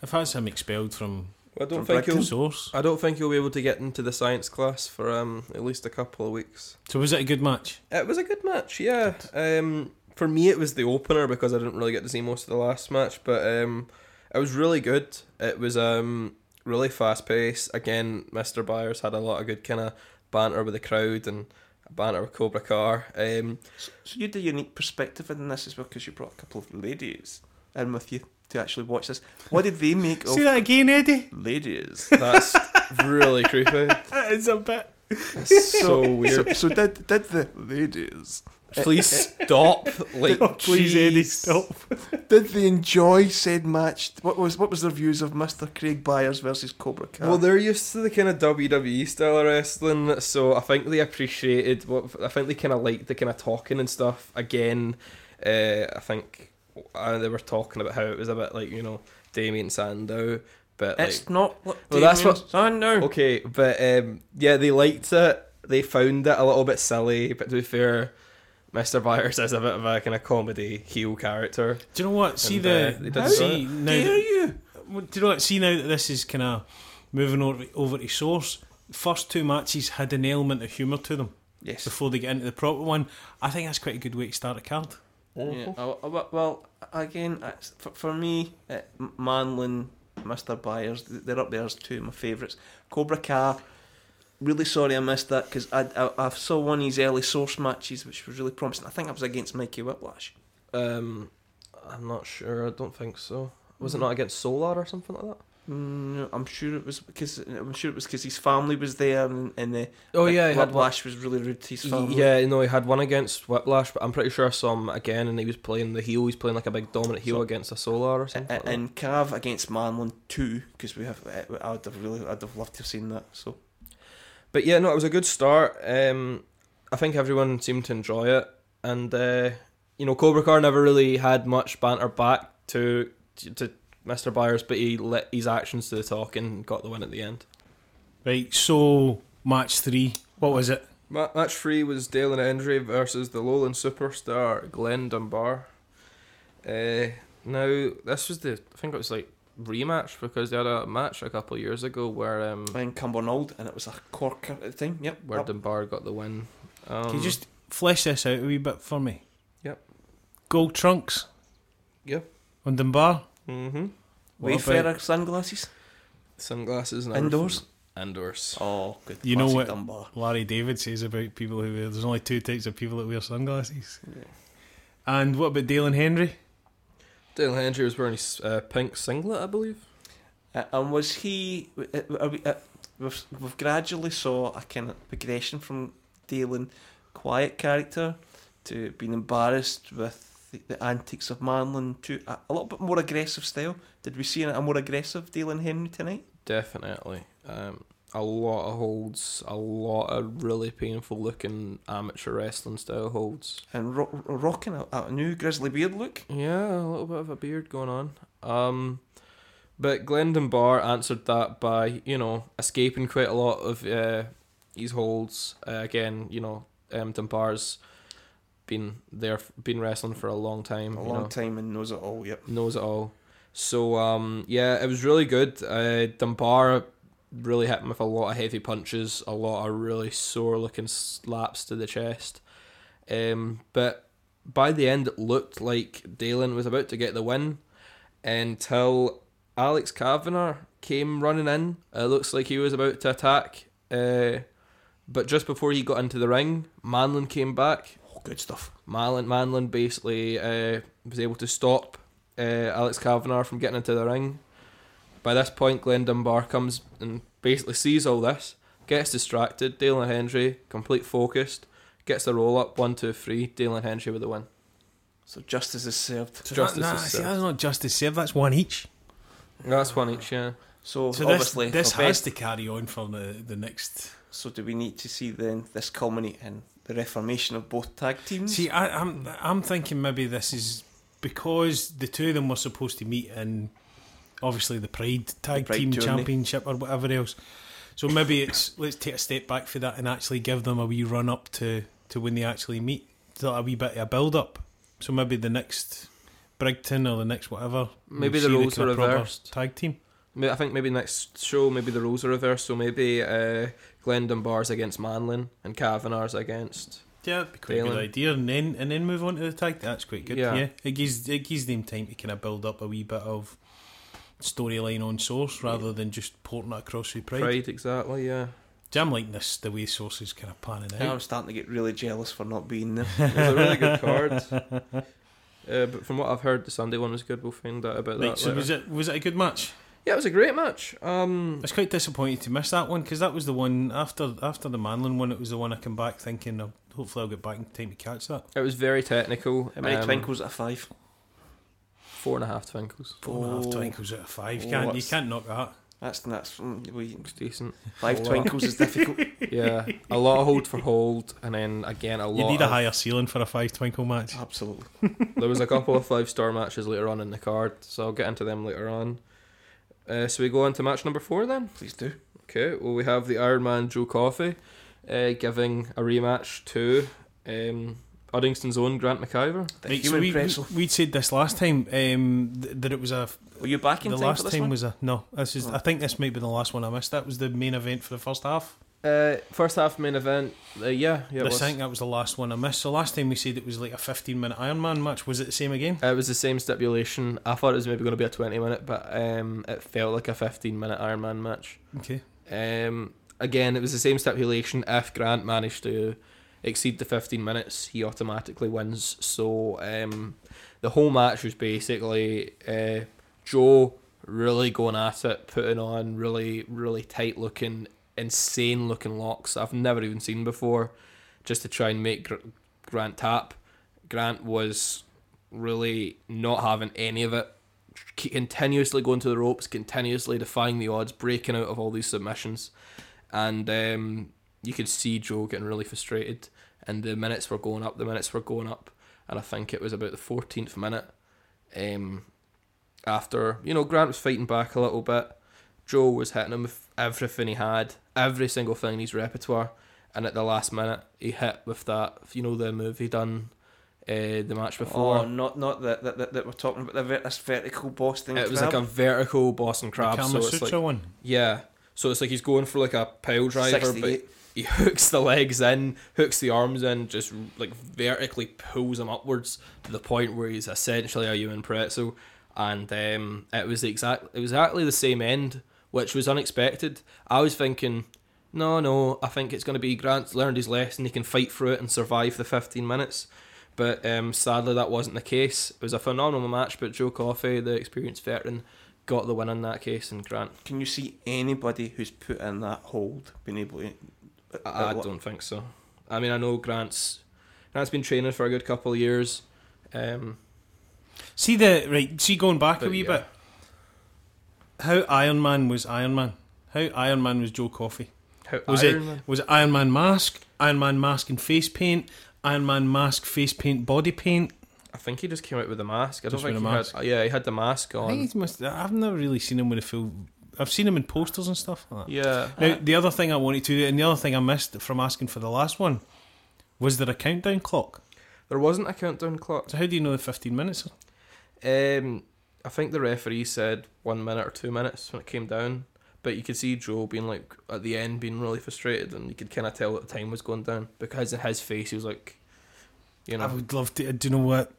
Speaker 3: if that's him expelled from
Speaker 1: I don't
Speaker 2: From
Speaker 1: think
Speaker 2: Brigton?
Speaker 1: he'll.
Speaker 3: source.
Speaker 1: I don't think he'll be able to get into the science class for um at least a couple of weeks.
Speaker 3: So was it a good match?
Speaker 1: It was a good match, yeah. Um, for me, it was the opener because I didn't really get to see most of the last match, but um, it was really good. It was um really fast paced. Again, Mister Byers had a lot of good kind of banter with the crowd and banter with Cobra Car. Um,
Speaker 2: So, so you had a unique perspective in this as well because you brought a couple of ladies in with you to actually watch this. What did they make of
Speaker 3: See that again, Eddie?
Speaker 2: ladies?
Speaker 1: that's really creepy.
Speaker 3: That is a bit.
Speaker 1: It's so
Speaker 2: So,
Speaker 1: weird.
Speaker 2: so did did the ladies?
Speaker 1: Please stop. Like,
Speaker 3: Oh, please, Eddie,
Speaker 1: jeez.
Speaker 3: stop.
Speaker 2: eh, Did they enjoy said match? What was what was their views of Mr. Craig Byers versus Cobra Kai?
Speaker 1: Well, they're used to the kind of WWE E style of wrestling, so I think they appreciated what I think they kind of liked the kind of talking and stuff. Again, uh, I think uh, they were talking about how it was a bit like you know Damien Sandow, but like,
Speaker 2: it's not. What
Speaker 1: Well, that's what-
Speaker 2: I know.
Speaker 1: okay, but um, yeah, they liked it. They found it a little bit silly, but to be fair, Mister Byers is a bit of a kind of comedy heel character.
Speaker 3: Do you know what? See
Speaker 1: And,
Speaker 3: the
Speaker 1: uh, they did
Speaker 3: see now.
Speaker 2: Dare
Speaker 3: that-
Speaker 2: you?
Speaker 3: Well, Do you know what? See now that this is kind of moving over over to source. First two matches had an element of humour to them
Speaker 2: Yes.
Speaker 3: before they get into the proper one. I think that's quite a good way to start a card.
Speaker 2: Yeah. Oh, oh, Well, well, again, it's- for, for me, uh, M- Manlin, Mr. Byers, th- they're up there as two of my favourites. Cobra Kai, really sorry I missed that because I, I, I saw one of his early source matches, which was really promising. I think I was against Mikey Whiplash.
Speaker 1: Um, I'm not sure. I don't think so. Was it not against Solar or something like that?
Speaker 2: Mm, I'm sure it was because I'm sure it was because his family was there and, and the
Speaker 1: Oh yeah, he had one.
Speaker 2: Whiplash was really rude to his
Speaker 1: Y-
Speaker 2: family.
Speaker 1: Yeah, no, he had one against Whiplash, but I'm pretty sure I saw him again, and he was playing the heel. He's playing like a big dominant heel
Speaker 2: So-
Speaker 1: against a Solar or something.
Speaker 2: A-
Speaker 1: like that.
Speaker 2: And Cav against Manlin too, because we have. uh, I would have really, I'd have loved to have seen that. So
Speaker 1: But yeah, no, it was a good start. Um, I think everyone seemed to enjoy it, and uh, you know, Cobra Car never really had much banter back to to Mr. Byers, but he let his actions to the talk and got the win at the end.
Speaker 3: Right. So match three. What was it?
Speaker 1: Ma- match three was Dale and Hendry versus the Lowland superstar Glenn Dunbar. Uh, now this was the I think it was like rematch because they had a match a couple of years ago where um
Speaker 2: playing Cumbernauld, and it was a corker at the time. Yep.
Speaker 1: where
Speaker 2: up.
Speaker 1: Dunbar got the win. Um,
Speaker 3: Can you just flesh this out a wee bit for me?
Speaker 1: Yep.
Speaker 3: Gold trunks.
Speaker 1: Yep.
Speaker 3: on Dunbar.
Speaker 2: Mm-hmm.
Speaker 3: What about-
Speaker 2: Wayfarer sunglasses.
Speaker 1: Sunglasses and
Speaker 2: Indoors.
Speaker 1: Indoors.
Speaker 2: Oh, good.
Speaker 3: You know
Speaker 2: classic
Speaker 3: what-
Speaker 2: Dunbar.
Speaker 3: Larry David says about people who wear. There's only two types of people that wear sunglasses. And what about Dale and Henry?
Speaker 1: Dale Hendry was wearing his uh, pink singlet, I believe.
Speaker 2: Uh, and was he? w- uh, Are we, uh, we've, we've gradually saw a kind of progression from Dalen, quiet character, to being embarrassed with the, the antics of Marlon to a, a little bit more aggressive style. Did we see a, a more aggressive Dalen Henry tonight?
Speaker 1: Definitely. Um, a lot of holds, a lot of really painful looking amateur wrestling style holds.
Speaker 2: And ro- ro- rocking a, a new grizzly beard look.
Speaker 1: Yeah, a little bit of a beard going on. Um, but Glendon Barr answered that by you know escaping quite a lot of uh, his holds. Uh, again, you know, um, Dunbar's been there, been wrestling for a long time.
Speaker 2: A
Speaker 1: you
Speaker 2: long
Speaker 1: know.
Speaker 2: time and knows it all. Yep.
Speaker 1: knows it all. So um, yeah, it was really good. Uh, Dunbar really hit him with a lot of heavy punches, a lot of really sore looking slaps to the chest. Um, but by the end, it looked like Dalen was about to get the win until Alex Kavanagh came running in. It looks like he was about to attack. Uh, but just before he got into the ring, Manlin came back
Speaker 2: Oh, good stuff.
Speaker 1: Marlon Manlon basically uh, was able to stop uh, Alex Kavanagh from getting into the ring. By this point, Glenn Dunbar comes and basically sees all this, gets distracted. Dale and Hendry, complete focused, gets the roll up one, two, three. Dale and Hendry with the win.
Speaker 2: So justice is served.
Speaker 3: So
Speaker 1: Justice
Speaker 3: that- nah,
Speaker 1: is
Speaker 3: see,
Speaker 1: served.
Speaker 3: that's not justice served. That's one each.
Speaker 1: That's one each, yeah.
Speaker 2: So,
Speaker 3: So this,
Speaker 2: obviously,
Speaker 3: this
Speaker 2: for
Speaker 3: has
Speaker 2: best-
Speaker 3: to carry on for the, the next.
Speaker 2: so do we need to see then this culminate in the reformation of both tag teams?
Speaker 3: See, I, I'm I'm thinking maybe this is because the two of them were supposed to meet in obviously the Pride Tag
Speaker 2: Pride
Speaker 3: Team
Speaker 2: Tour, innit?
Speaker 3: Championship or whatever else. So maybe it's let's take a step back for that and actually give them a wee run up to, to when they actually meet. So a wee bit of a build up. So maybe the next Brigton or the next whatever.
Speaker 1: Maybe the
Speaker 3: we'll see
Speaker 1: roles
Speaker 3: kinda
Speaker 1: are
Speaker 3: proper
Speaker 1: reversed.
Speaker 3: Tag team.
Speaker 1: Ma- I think maybe next show, maybe the roles are reversed. So maybe uh, Glenn Dunbar's against Manlon and Kavanagh's against.
Speaker 3: Yeah, that'd be quite a good
Speaker 1: Dalen.
Speaker 3: idea, and then and then move on to the tag. That's quite good.
Speaker 1: Yeah.
Speaker 3: Yeah, it gives it gives them time to kind of build up a wee bit of storyline on Source rather than just porting it across with Pride.
Speaker 1: Pride, exactly, yeah.
Speaker 3: See, I'm liking this the way Source is kind of planning
Speaker 2: Now I'm
Speaker 3: out.
Speaker 2: starting to get really jealous for not being there.
Speaker 1: It was a really good card. Uh, but from what I've heard, the Sunday one was good. We'll find out about
Speaker 3: Right,
Speaker 1: that.
Speaker 3: so
Speaker 1: later.
Speaker 3: was it was it a good match?
Speaker 1: Yeah, it was a great match. Um,
Speaker 3: I was quite disappointed to miss that one because that was the one after after the Manlin one. It was the one I came back thinking, oh, hopefully I'll get back in time to catch that.
Speaker 1: it was very technical.
Speaker 2: How many
Speaker 1: um,
Speaker 2: twinkles at a five?
Speaker 1: Four and a half twinkles.
Speaker 3: Four and a half
Speaker 2: Oh.
Speaker 3: twinkles out of five.
Speaker 2: Oh,
Speaker 3: can't you
Speaker 2: that's-
Speaker 3: can't knock that?
Speaker 2: That's that's mm, we,
Speaker 1: It's decent.
Speaker 2: five
Speaker 1: Oh, wow.
Speaker 2: twinkles is difficult.
Speaker 1: Yeah, a lot of hold for hold, and then again a lot.
Speaker 3: You need a
Speaker 1: of-
Speaker 3: higher ceiling for a five twinkle match.
Speaker 2: Absolutely.
Speaker 1: There was a couple of five star matches later on in the card, so I'll get into them later on. Uh, so we go on to match number four then.
Speaker 2: Please do.
Speaker 1: Okay, well we have the Iron Man Joe Coffey, uh, giving a rematch to um, Uddingston's own Grant McIver.
Speaker 2: The
Speaker 3: Right, so
Speaker 2: human
Speaker 3: we,
Speaker 2: pretzel.
Speaker 3: we, would said this last time um, th- that it was a.
Speaker 2: Were you back in
Speaker 3: the
Speaker 2: time
Speaker 3: last
Speaker 2: for this
Speaker 3: time
Speaker 2: one? Oh.
Speaker 3: was a no. This is. I think this might be the last one I missed. That was the main event for the first half.
Speaker 1: Uh, first half main event. Uh, yeah, yeah. It
Speaker 3: This-
Speaker 1: was.
Speaker 3: I think that was the last one I missed. So last time we said it was like a 15 minute Iron Man match. Was it the same again?
Speaker 1: Uh, It was the same stipulation. I thought it was maybe going to be a 20 minute, but um, it felt like a 15 minute Iron Man match.
Speaker 3: Okay.
Speaker 1: Um, again, it was the same stipulation. If Grant managed to exceed the 15 minutes, he automatically wins. So um, the whole match was basically uh, Joe really going at it, putting on really, really tight looking, insane looking locks I've never even seen before, just to try and make Gr- Grant tap. Grant was really not having any of it. c- Continuously going to the ropes, continuously defying the odds, breaking out of all these submissions, and um, you could see Joe getting really frustrated. And the minutes were going up, the minutes were going up, and I think it was about the fourteenth minute. Um, after you know, Grant was fighting back a little bit. Joe was hitting him with everything he had, every single thing in his repertoire, and at the last minute he hit with that. You know the move he done, uh, the match before.
Speaker 2: Oh, not not that that, that, that we're talking about the ver- this vertical Boston
Speaker 1: It was
Speaker 2: crab.
Speaker 1: like a vertical Boston crab,
Speaker 3: the
Speaker 1: so
Speaker 3: Kama
Speaker 1: it's
Speaker 3: Sutra
Speaker 1: like
Speaker 3: one.
Speaker 1: yeah, so it's like he's going for like a pile driver, but
Speaker 2: 68.
Speaker 1: he hooks the legs in, hooks the arms in, just like vertically pulls him upwards to the point where he's essentially a human pretzel. and um, it was the exact it was exactly the same end, which was unexpected. I was thinking, no, no, I think it's going to be Grant's learned his lesson. He can fight through it and survive the fifteen minutes. But um, sadly, that wasn't the case. It was a phenomenal match, but Joe Coffey, the experienced veteran, got the win in that case, and Grant.
Speaker 2: Can you see anybody who's put in that hold being able to?
Speaker 1: I, I
Speaker 2: uh, what-
Speaker 1: don't think so. I mean, I know Grant's Grant's been training for a good couple of years. Um,
Speaker 3: See the right. See going back a
Speaker 1: But
Speaker 3: wee
Speaker 1: yeah.
Speaker 3: bit. How Iron Man was Iron Man. How Iron Man was Joe Coffey.
Speaker 1: how,
Speaker 3: Was
Speaker 1: Iron
Speaker 3: it
Speaker 1: Man?
Speaker 3: was it Iron Man mask? Iron Man mask and face paint. Iron Man mask, face paint, body paint.
Speaker 1: I think he just came out with the mask. I don't
Speaker 3: Just with
Speaker 1: think he
Speaker 3: a
Speaker 1: had. Yeah, he had the mask
Speaker 3: I
Speaker 1: on.
Speaker 3: think he must. I've never really seen him with a full. I've seen him in posters and stuff like that.
Speaker 1: Yeah.
Speaker 3: Now the other thing I wanted to, and the other thing I missed from asking for the last one, was there a countdown clock?
Speaker 1: There wasn't a countdown clock.
Speaker 3: So how do you know the fifteen minutes?
Speaker 1: Um, I think the referee said one minute or two minutes when it came down, but you could see Joe being like at the end being really frustrated, and you could kind of tell that the time was going down because in his face he was like, you know,
Speaker 3: I would love to. Do you know what?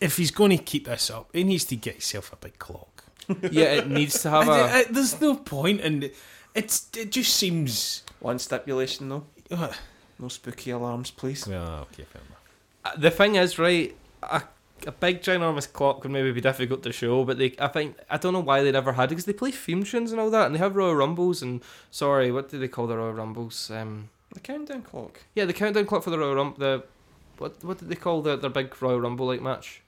Speaker 3: If he's going to keep this up, he needs to get himself a big clock.
Speaker 1: yeah, it needs to have
Speaker 3: I-
Speaker 1: a.
Speaker 3: I- there's no point, and it's it just seems.
Speaker 2: One stipulation though,
Speaker 3: Uh,
Speaker 2: no spooky alarms, please.
Speaker 3: well, okay, fair enough.
Speaker 1: Uh, The thing is, right, a, a big ginormous clock would maybe be difficult to show, but they, I think, I don't know why they never had it because they play theme tunes and all that, and they have Royal Rumbles and sorry, what do they call the Royal Rumbles? Um,
Speaker 2: The countdown clock.
Speaker 1: yeah, the countdown clock for the Royal Rumble. The what what did they call the, their big Royal Rumble like match?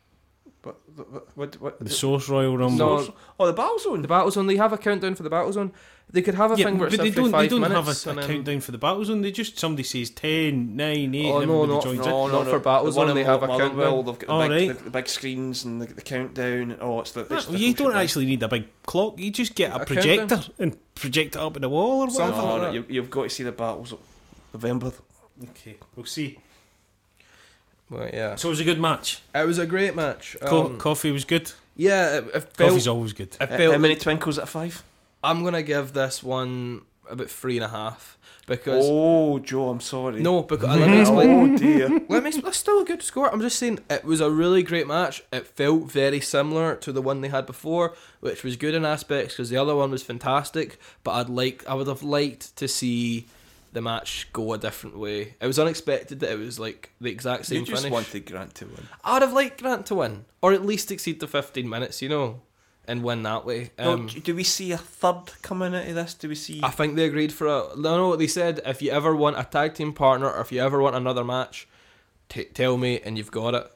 Speaker 2: But what? What? what
Speaker 3: The Source Royal Rumble.
Speaker 1: No,
Speaker 2: oh, the battle zone.
Speaker 1: The battle zone. They have a countdown for the battle zone. They could have a
Speaker 3: yeah,
Speaker 1: thing where
Speaker 3: but
Speaker 1: it's
Speaker 3: they
Speaker 1: every
Speaker 3: don't. They
Speaker 1: five
Speaker 3: don't have
Speaker 1: minutes.
Speaker 3: a, a
Speaker 1: and then-
Speaker 3: countdown for the battle zone. They just somebody says 10, 9, 8,
Speaker 1: Oh,
Speaker 3: and
Speaker 1: no,
Speaker 3: everybody
Speaker 1: not-
Speaker 3: joins
Speaker 1: no.
Speaker 3: it.
Speaker 1: not for Battlezone,
Speaker 2: The one in
Speaker 1: they have a
Speaker 2: Motherwell,
Speaker 1: countdown.
Speaker 2: They've got the,
Speaker 3: Oh,
Speaker 2: big,
Speaker 3: right.
Speaker 2: the, the big screens and the, the countdown. And, oh, it's the. It's
Speaker 3: Well,
Speaker 2: the
Speaker 3: you
Speaker 2: full
Speaker 3: don't
Speaker 2: shebang.
Speaker 3: actually need a big clock. You just get a,
Speaker 1: A
Speaker 3: projector
Speaker 1: countdown.
Speaker 3: and project it up in the wall or whatever.
Speaker 1: Something
Speaker 2: No,
Speaker 1: like
Speaker 2: no,
Speaker 1: that.
Speaker 2: you, you've got to see the battles. November.
Speaker 3: Okay, we'll see.
Speaker 1: Well, yeah,
Speaker 3: So it was a good match.
Speaker 1: it was a great match.
Speaker 3: Co-
Speaker 1: Um,
Speaker 3: coffee was good.
Speaker 1: yeah, it, it
Speaker 3: Coffee's
Speaker 1: felt.
Speaker 3: always good.
Speaker 1: It
Speaker 2: How-
Speaker 1: felt
Speaker 2: How many twinkles at a five?
Speaker 1: I'm gonna give this one about three and a half because
Speaker 2: Oh, Joe, I'm sorry.
Speaker 1: no, because let me explain.
Speaker 2: Oh dear.
Speaker 1: Let me. That's still a good score. I'm just saying it was a really great match. It felt very similar to the one they had before, which was good in aspects because the other one was fantastic. But I'd like, I would have liked to see the match go a different way. It was unexpected that it was like the exact same
Speaker 2: You just
Speaker 1: finish.
Speaker 2: wanted Grant to win.
Speaker 1: I'd have liked Grant to win, or at least exceed the 15 minutes, you know, and win that way.
Speaker 2: No,
Speaker 1: Um,
Speaker 2: do do we see a third coming out of this? Do we see?
Speaker 1: I think they agreed for a. No, no, they said if you ever want a tag team partner or if you ever want another match, t- tell me and you've got it.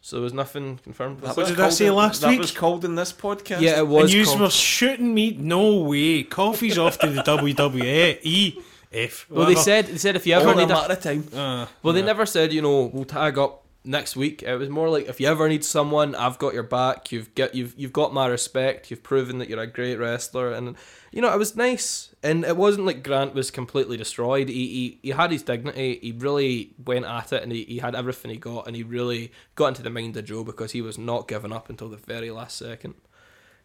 Speaker 1: So there was nothing confirmed. with
Speaker 2: That was
Speaker 1: that.
Speaker 3: did I
Speaker 2: called
Speaker 3: say
Speaker 2: in-
Speaker 3: last
Speaker 2: that
Speaker 3: week?
Speaker 2: was called in this podcast.
Speaker 1: Yeah, it
Speaker 3: And
Speaker 1: was.
Speaker 3: you
Speaker 1: called-
Speaker 3: were shooting me? No way. Coffee's off to the WWE. E. F.
Speaker 1: well, they said they said if you
Speaker 2: All
Speaker 1: ever
Speaker 2: in a
Speaker 1: need a,
Speaker 2: matter of time.
Speaker 3: Uh,
Speaker 1: well, they
Speaker 3: yeah.
Speaker 1: never said you know we'll tag up next week. It was more like if you ever need someone, I've got your back. You've get you've you've got my respect. You've proven that you're a great wrestler, and you know it was nice. And it wasn't like Grant was completely destroyed. He he, he had his dignity. He really went at it, and he, he had everything he got, and he really got into the mind of Joe because he was not giving up until the very last second.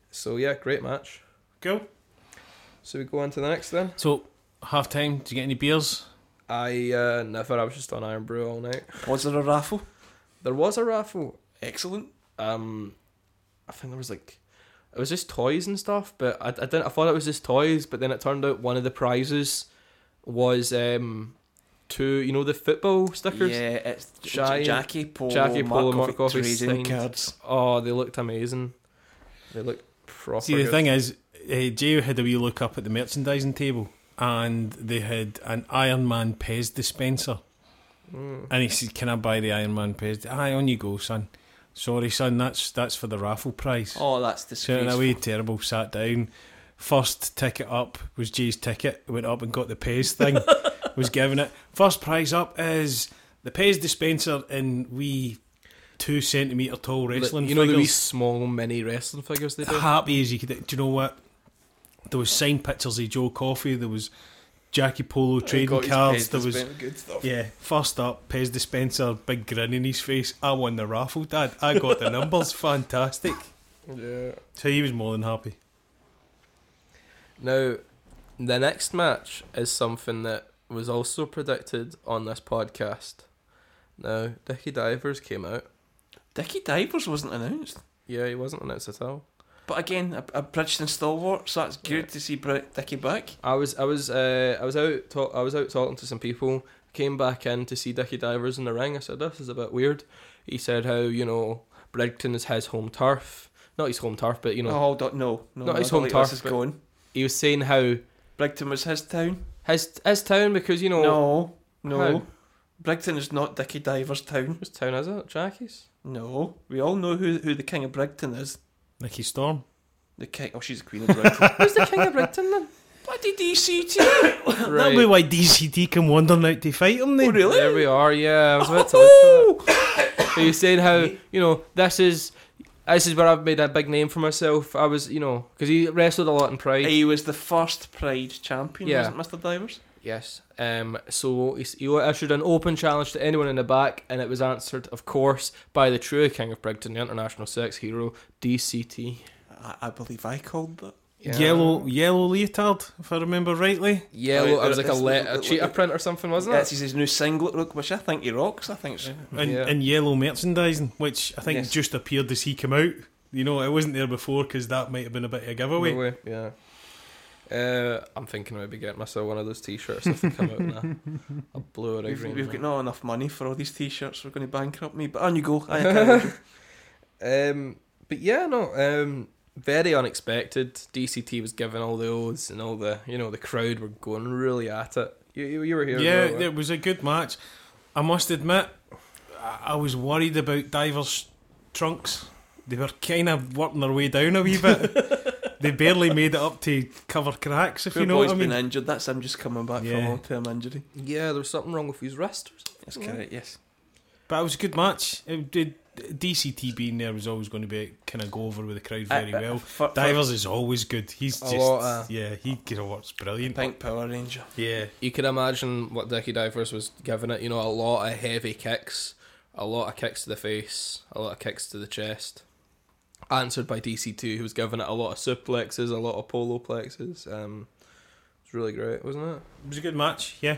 Speaker 1: So yeah, great match.
Speaker 3: Go.
Speaker 1: So we go on to the next then.
Speaker 3: So, half time, did you get any beers?
Speaker 1: I uh, never. I was just on Iron Brew all night.
Speaker 2: Was there a raffle?
Speaker 1: There was a raffle.
Speaker 2: Excellent.
Speaker 1: Um, I think there was like, it was just toys and stuff. But I, I didn't. I thought it was just toys. But then it turned out one of the prizes was um, two. You know the football stickers.
Speaker 2: Yeah, it's J-
Speaker 1: Giant-
Speaker 2: Jackie Polo,
Speaker 1: Jackie Polo,
Speaker 2: Mark
Speaker 1: Mark Coffey
Speaker 2: trading
Speaker 1: signed.
Speaker 2: cards.
Speaker 1: Oh, they looked amazing. They looked proper.
Speaker 3: See, the
Speaker 1: good.
Speaker 3: thing is, uh, Jay had a wee look up at the merchandising table and they had an Iron Man Pez dispenser.
Speaker 1: Hmm.
Speaker 3: And he said, Can I buy the Iron Man Pez? Aye, on you go, son. Sorry, son, that's that's for the raffle prize.
Speaker 2: Oh, that's
Speaker 3: So in a
Speaker 2: disgraceful.
Speaker 3: wee terrible sat down. First ticket up was Jay's ticket. Went up and got the Pez thing. was given it. First prize up is the Pez dispenser in wee two centimeter tall wrestling
Speaker 1: you know the wee
Speaker 3: figures. Ah,
Speaker 1: small mini wrestling figures they do.
Speaker 3: Happy as you could. Do you know what? There was signed pictures of Joe Coffey. There was Jackie Polo trading
Speaker 2: Got his
Speaker 3: cards.
Speaker 2: page
Speaker 3: There was
Speaker 2: dispensed good stuff.
Speaker 3: yeah. First up, Pez dispenser. Big grin in his face. I won the raffle, Dad. I got the numbers. Fantastic.
Speaker 1: yeah.
Speaker 3: So he was more than happy.
Speaker 1: Now, the next match is something that was also predicted on this podcast. Now, Dickie Divers came out.
Speaker 2: Dickie Divers wasn't announced.
Speaker 1: Yeah, he wasn't announced at all.
Speaker 2: But again, a, a Bridgeton stalwart, so that's good to see Br- Dickie back.
Speaker 1: I was I was uh, I was out talk, I was out talking to some people. Came back in to see Dickie Divers in the ring. I said this is a bit weird. He said how you know Bridgeton is his home turf, not his home turf, but you
Speaker 2: No,
Speaker 1: know
Speaker 2: hold on, no, no,
Speaker 1: Not
Speaker 2: no,
Speaker 1: his
Speaker 2: I don't
Speaker 1: home
Speaker 2: think
Speaker 1: turf,
Speaker 2: This is
Speaker 1: but-
Speaker 2: going.
Speaker 1: he was saying how
Speaker 2: Brigton was his town.
Speaker 1: his his town because you know
Speaker 2: No, no.
Speaker 1: How?
Speaker 2: Brigton is not Dickie Diver's town.
Speaker 1: whose town is it? Jackie's.
Speaker 2: No, we all know who who the king of Brigton is.
Speaker 3: Nicky Storm.
Speaker 2: The king. Oh, she's the queen of Brigton.
Speaker 1: Who's the king of Bridgeton then?
Speaker 2: Bloody DCT.
Speaker 3: That'll be why DCT come wandering out to fight him then.
Speaker 2: really?
Speaker 1: There we are. Yeah, I was about to look
Speaker 2: Oh,
Speaker 1: at that. He was saying how you know this is this is where I've made a big name for myself. I was you know because he wrestled a lot in Pride.
Speaker 2: he was the first Pride champion,
Speaker 1: Yeah.
Speaker 2: wasn't Mr. Divers?
Speaker 1: Yes. Um. So he, s- he issued an open challenge to anyone in the back, and it was answered, of course, by the true king of Brigton, the international sex hero, DCT.
Speaker 2: I, I believe I called that.
Speaker 3: Yellow, yellow leotard, if I remember rightly.
Speaker 1: Yellow.
Speaker 2: Right,
Speaker 1: it was like a,
Speaker 2: that's
Speaker 1: le-
Speaker 2: the-
Speaker 1: a
Speaker 2: the-
Speaker 1: cheetah
Speaker 2: the-
Speaker 1: print or something, wasn't
Speaker 2: That's
Speaker 1: it?
Speaker 2: his, his new singlet look, which I think he rocks. I think it's
Speaker 3: and,
Speaker 1: Yeah.
Speaker 3: and yellow merchandising, which I think
Speaker 2: Yes.
Speaker 3: just appeared as he came out. You know, it wasn't there before because that might have been a bit of a
Speaker 1: No
Speaker 3: giveaway.
Speaker 1: way, Yeah. Uh, I'm thinking maybe getting myself one of those T-shirts if they come out in a, a blue or a
Speaker 2: We've,
Speaker 1: green.
Speaker 2: we've got
Speaker 1: one.
Speaker 2: not enough money for all these t-shirts. We're going to bankrupt me. But on you go. I can't
Speaker 1: Um, but yeah, no. Um, very unexpected. DCT was given all the odes and all the, you know, the crowd were going really at it. You, you, you were here. as
Speaker 3: Yeah,
Speaker 1: well, weren't you?
Speaker 3: it was a good match. I must admit, I I was worried about Divers' trunks. They were kind of working their way down a wee bit. they barely made it up to cover cracks, if
Speaker 2: Poor
Speaker 3: you know
Speaker 2: boy's
Speaker 3: what I mean.
Speaker 2: been injured. That's him just coming back from a
Speaker 3: Yeah.
Speaker 2: long-term injury.
Speaker 1: Yeah, there was something wrong with his wrist. Or something.
Speaker 2: That's
Speaker 1: Yeah.
Speaker 2: correct. Yes.
Speaker 3: But it was a good match. It did. DCT being there was always going to be kind of go over with the crowd very
Speaker 2: Uh, uh,
Speaker 3: well.
Speaker 2: for- for-
Speaker 3: Divers is always good. He's
Speaker 1: A
Speaker 3: just
Speaker 1: lot of-
Speaker 3: yeah, he you know, works brilliant.
Speaker 2: Pink Power Ranger.
Speaker 3: Yeah,
Speaker 1: You could imagine what Dickie Divers was giving it. You know, a lot of heavy kicks, a lot of kicks to the face, a lot of kicks to the chest. Answered by DC2, who was giving it a lot of suplexes, a lot of polo plexes. Um, it was really great, wasn't it?
Speaker 3: it was a good match. Yeah,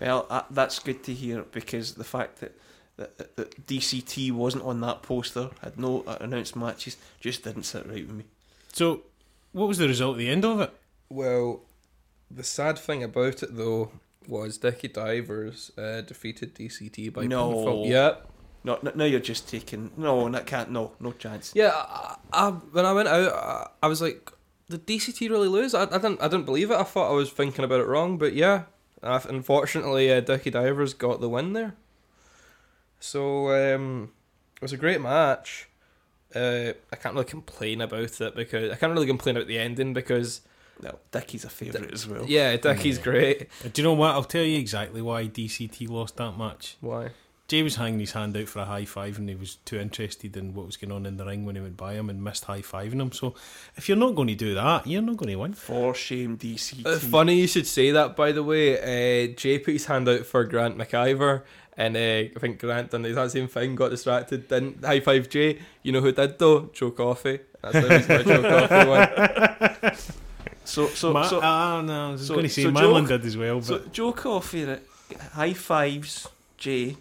Speaker 2: Well, uh, that's good to hear because the fact that, that, that DCT wasn't on that poster, had no uh, announced matches, just didn't sit right with me.
Speaker 3: So, what was the result at the end of it?
Speaker 1: Well, the sad thing about it though was Dickie Divers uh, defeated DCT by
Speaker 2: No.
Speaker 1: pinfall. Yep.
Speaker 2: No, no, no, you're just taking no, and that can't. No, no chance.
Speaker 1: Yeah, I, I, when I went out, I, I was like, "Did DCT really lose?" I, I didn't, I didn't believe it. I thought I was thinking about it wrong, but yeah, uh, unfortunately, uh, Dickie Divers got the win there. So um, it was a great match. Uh, I can't really complain about it because I can't really complain about the ending because
Speaker 2: No, Dickie's a favourite as well.
Speaker 1: yeah, Dickie's great.
Speaker 3: Uh, Do you know what? I'll tell you exactly why DCT lost that match.
Speaker 1: Why?
Speaker 3: Jay was hanging his hand out for a high five, and he was too interested in what was going on in the ring when he went by him and missed high fiving him. So, if you're not going to do that, you're not going to win.
Speaker 2: For shame, DCT.
Speaker 1: Uh, funny you should say that, by the way. Uh, Jay put his hand out for Grant McIver, and uh, I think Grant done the exact same thing, got distracted, didn't high five Jay. You know who did though? Joe Coffey. That's how he's got a Joe Coffey one.
Speaker 2: So, so,
Speaker 3: Ma-
Speaker 2: so,
Speaker 3: ah, no, I was
Speaker 2: so-
Speaker 3: going to say
Speaker 2: so
Speaker 3: Marlon
Speaker 2: Joe-
Speaker 3: did as well, but
Speaker 2: so Joe Coffey right, high fives Jay.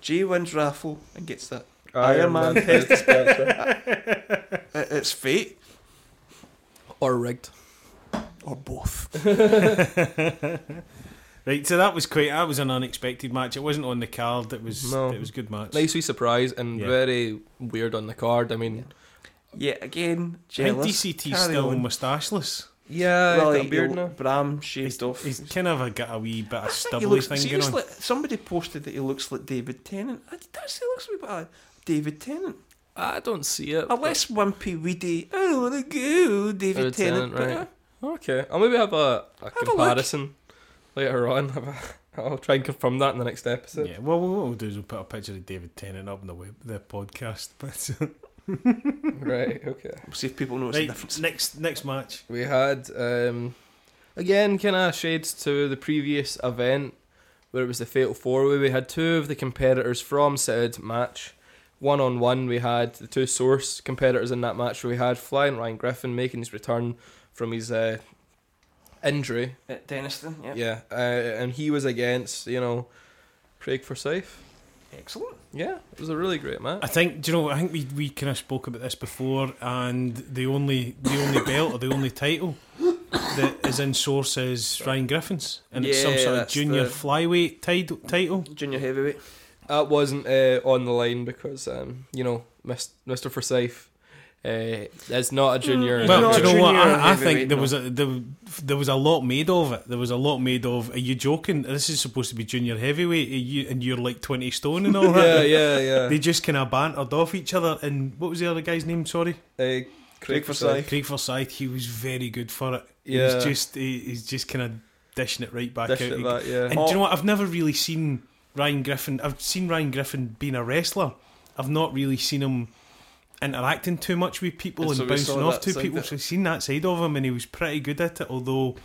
Speaker 2: Jay wins raffle and gets that. Iron Man.
Speaker 1: face dispenser.
Speaker 2: It- It's fate
Speaker 1: or rigged.
Speaker 2: or both.
Speaker 3: right. So that was quite. That was an unexpected match. It wasn't on the card. It was.
Speaker 1: No.
Speaker 3: It was a good match.
Speaker 1: Nice wee surprise and
Speaker 3: Yeah.
Speaker 1: very weird on the card. I mean,
Speaker 2: Yeah, again,
Speaker 3: And
Speaker 2: jealous.
Speaker 3: DCT
Speaker 2: Carry
Speaker 3: still
Speaker 2: on.
Speaker 3: moustacheless.
Speaker 1: yeah,
Speaker 2: Well,
Speaker 1: he's got
Speaker 2: he-
Speaker 1: a beard now.
Speaker 2: he'll- Bram shaved
Speaker 3: He's,
Speaker 2: off.
Speaker 3: he's kind of a, got a wee bit of
Speaker 2: I think he
Speaker 3: stubbly
Speaker 2: looks,
Speaker 3: thing going on.
Speaker 2: seriously, somebody posted that he looks like David Tennant. I that's he looks a wee bit like David Tennant.
Speaker 1: I don't see it.
Speaker 2: A
Speaker 1: but-
Speaker 2: less wimpy, weedy. I don't want to go, David,
Speaker 1: David
Speaker 2: Tennant.
Speaker 1: Tennant, right. Okay, I'll maybe have a, a
Speaker 2: a look.
Speaker 1: comparison later on. Have a, I'll try and confirm that in the next episode.
Speaker 3: Yeah, well, what we'll do is we'll put a picture of David Tennant up on the web, the podcast. But
Speaker 1: Right, okay.
Speaker 2: But we'll see if people notice the difference.
Speaker 3: right, next next match,
Speaker 1: We had um, again kind of shades to the previous event where it was the fatal four way. We had two of the competitors from said match. One on one, we had the two source competitors in that match. We had Flying Ryan Griffin making his return from his uh, injury.
Speaker 2: Uh, Denniston, yeah.
Speaker 1: Yeah, uh, and he was against you know Craig Forsyth.
Speaker 2: Excellent.
Speaker 1: Yeah, it was a really great
Speaker 3: I
Speaker 1: match.
Speaker 3: think do you know? I think we, we kind of spoke about this before, and the only the only belt or the only title that is in source is Ryan Griffin's, and it's some
Speaker 1: Yeah,
Speaker 3: sort of
Speaker 1: that's
Speaker 3: junior
Speaker 1: the-
Speaker 3: flyweight title. title.
Speaker 2: Junior heavyweight.
Speaker 1: That wasn't uh, on the line because um, you know, Mis- Mr. Forsyth uh, is not a junior.
Speaker 3: Hmm. Well,
Speaker 2: not
Speaker 3: do you know what?
Speaker 2: junior
Speaker 3: I, I
Speaker 2: heavyweight,
Speaker 3: think there
Speaker 2: no.
Speaker 3: was a there, there was a lot made of it. There was a lot made of. Are you joking? This is supposed to be junior heavyweight, are you, and you're like twenty stone and all
Speaker 1: yeah,
Speaker 3: that.
Speaker 1: yeah, yeah.
Speaker 3: They just kind of bantered off each other. And what was the other guy's name? Sorry.
Speaker 1: Uh,
Speaker 2: Craig
Speaker 1: Craig
Speaker 2: Forsyth.
Speaker 1: Forsyth.
Speaker 3: Craig Forsyth, he was very good for it. He
Speaker 1: Yeah.
Speaker 3: was just he, he's just kind of dishing it right back
Speaker 1: Dished
Speaker 3: out.
Speaker 1: it back, Oh. yeah.
Speaker 3: And do you know what? I've never really seen Ryan Griffin. I've seen Ryan Griffin being a wrestler. I've not really seen him interacting too much with people
Speaker 2: And
Speaker 3: and,
Speaker 2: so we
Speaker 3: bouncing
Speaker 2: saw
Speaker 3: off
Speaker 2: that
Speaker 3: two
Speaker 2: side
Speaker 3: people.
Speaker 2: that-
Speaker 3: So I've seen that side of him, and he was pretty good at it. Although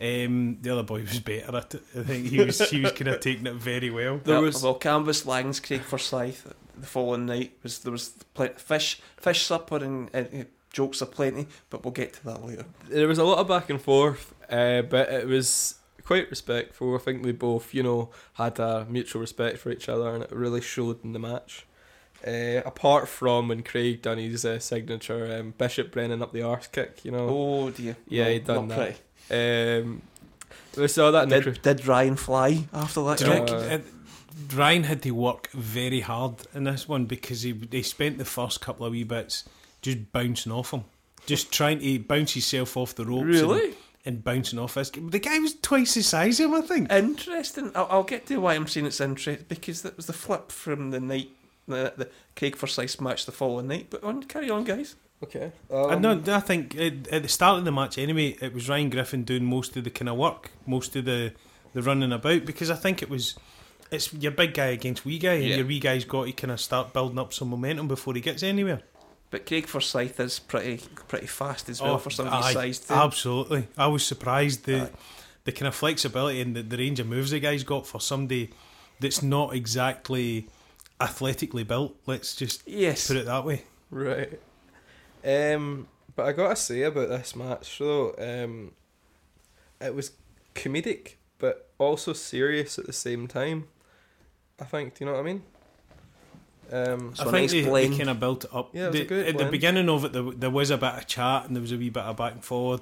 Speaker 3: um, the other boy was better at it. I think he was he was kind of taking it very well.
Speaker 1: There
Speaker 2: There
Speaker 1: was-
Speaker 2: was well canvas langs Craig Forsyth the following night was there was pl- fish fish supper and, and uh, jokes aplenty, but we'll get to that later.
Speaker 1: There was a lot of back and forth, uh, but it was quite respectful. I think they both, you know, had a mutual respect for each other, and it really showed in the match. Uh, apart from when Craig done his uh, signature um, Bishop Brennan up the arse kick, you know.
Speaker 2: Oh dear,
Speaker 1: Yeah,
Speaker 2: No,
Speaker 1: he done
Speaker 2: not
Speaker 1: that. Um, we saw that in the
Speaker 2: Pretty. Did, did Ryan fly after that?
Speaker 3: Do you know,
Speaker 2: kick?
Speaker 1: Uh,
Speaker 3: uh, Ryan had to work very hard in this one because he they spent the first couple of wee bits just bouncing off him, just trying to bounce himself off the ropes. And,
Speaker 2: Really
Speaker 3: and bouncing off this. The guy was twice the size of him, I think.
Speaker 2: interesting. I'll, I'll get to why I'm saying it's interesting because that was the flip from the night the, the Craig Forsyth match the following night. But on carry on, guys.
Speaker 1: Okay.
Speaker 3: I
Speaker 1: Um,
Speaker 3: no, I think at, at the start of the match, anyway, it was Ryan Griffin doing most of the kind of work, most of the, the running about, because I think it was it's your big guy against wee guy, and
Speaker 1: Yeah.
Speaker 3: your wee guy's got to kind of start building up some momentum before he gets anywhere.
Speaker 2: But Craig Forsyth is pretty pretty fast as well for somebody
Speaker 3: Oh, aye,
Speaker 2: his size. too.
Speaker 3: Absolutely. I was surprised the
Speaker 2: Aye.
Speaker 3: the kind of flexibility and the, the range of moves the guy's got for somebody that's not exactly athletically built. Let's just
Speaker 2: yes.
Speaker 3: put it that way.
Speaker 1: Right. Um, but I gotta say about this match though, um, it was comedic but also serious at the same time. I think. Do you know what I mean? Um,
Speaker 2: So
Speaker 3: I
Speaker 2: a
Speaker 3: think
Speaker 2: nice
Speaker 3: they, they
Speaker 2: blend.
Speaker 3: kind of built it up.
Speaker 1: Yeah, it was a
Speaker 3: They-
Speaker 1: good
Speaker 3: at the
Speaker 1: blend.
Speaker 3: beginning of it, there, there was a bit of chat and there was a wee bit of back and forward.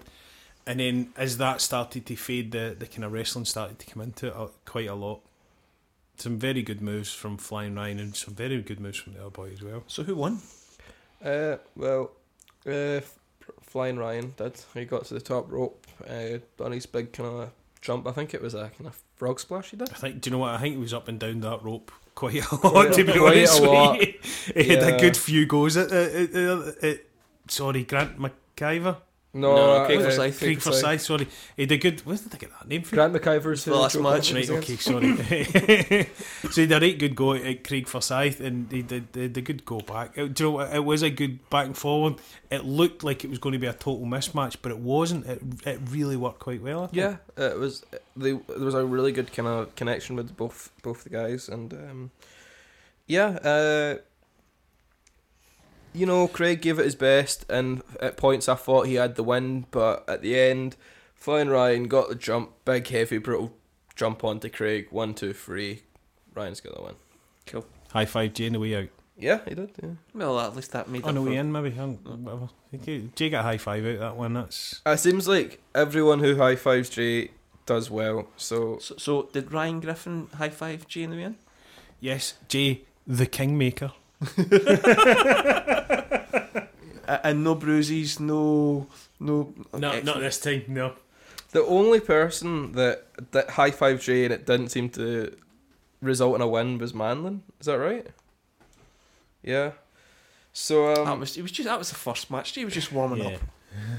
Speaker 3: And then as that started to fade, the, the kind of wrestling started to come into it uh, quite a lot. Some very good moves from Flying Ryan and some very good moves from the other boy as well.
Speaker 2: So who won?
Speaker 1: uh, well, uh, F- Flying Ryan did. He got to the top rope, uh, done his big kind of jump. I think it was a kind of frog splash he did.
Speaker 3: I think, do you know what? I think he was up and down that rope quite a lot, to be
Speaker 1: Quite a
Speaker 3: honest
Speaker 1: lot.
Speaker 3: with you. He had
Speaker 1: Yeah.
Speaker 3: a good few Uh, goes at, at, at, at, at uh, sorry, Grant McIver.
Speaker 1: No,
Speaker 2: No,
Speaker 1: uh,
Speaker 2: Craig
Speaker 1: uh,
Speaker 2: Forsyth.
Speaker 3: Craig Forsyth, sorry. He had a good, where did I get that name from?
Speaker 1: Grant McIver's uh,
Speaker 2: The last match,
Speaker 3: Right, okay, sorry. so he had a right good go at Craig Forsyth, and he did, did a good go back. It, do you know, what? it was a good back and forward. It looked like it was going to be a total mismatch, but it wasn't. It, it really worked quite well. I think.
Speaker 1: Yeah, it was. They, there was a really good kind of connection with both both the guys, and um, yeah, uh, you know, Craig gave it his best, and at points I thought he had the win, but at the end, Flying Ryan got the jump, big heavy brutal jump onto Craig, one two three, Ryan's got the win.
Speaker 3: High five Jay on the way out.
Speaker 1: Yeah, he did. Yeah.
Speaker 2: Well, at least that made
Speaker 3: On
Speaker 2: up
Speaker 3: the
Speaker 2: for-
Speaker 3: way Oh, in, maybe. I don't- Whatever. Jay got a high five out of that one. That's
Speaker 1: It seems like everyone who high fives Jay does well. So
Speaker 2: So, so did Ryan Griffin high five G in the end?
Speaker 3: Yes, Jay, the Kingmaker.
Speaker 2: Uh, and no bruises, no, no.
Speaker 3: this time, no.
Speaker 1: The only person that that high five Jay and it didn't seem to result in a win was Manlin. Is that right? Yeah. So
Speaker 2: that
Speaker 1: um,
Speaker 2: was it. Was just that was the first match. He was just warming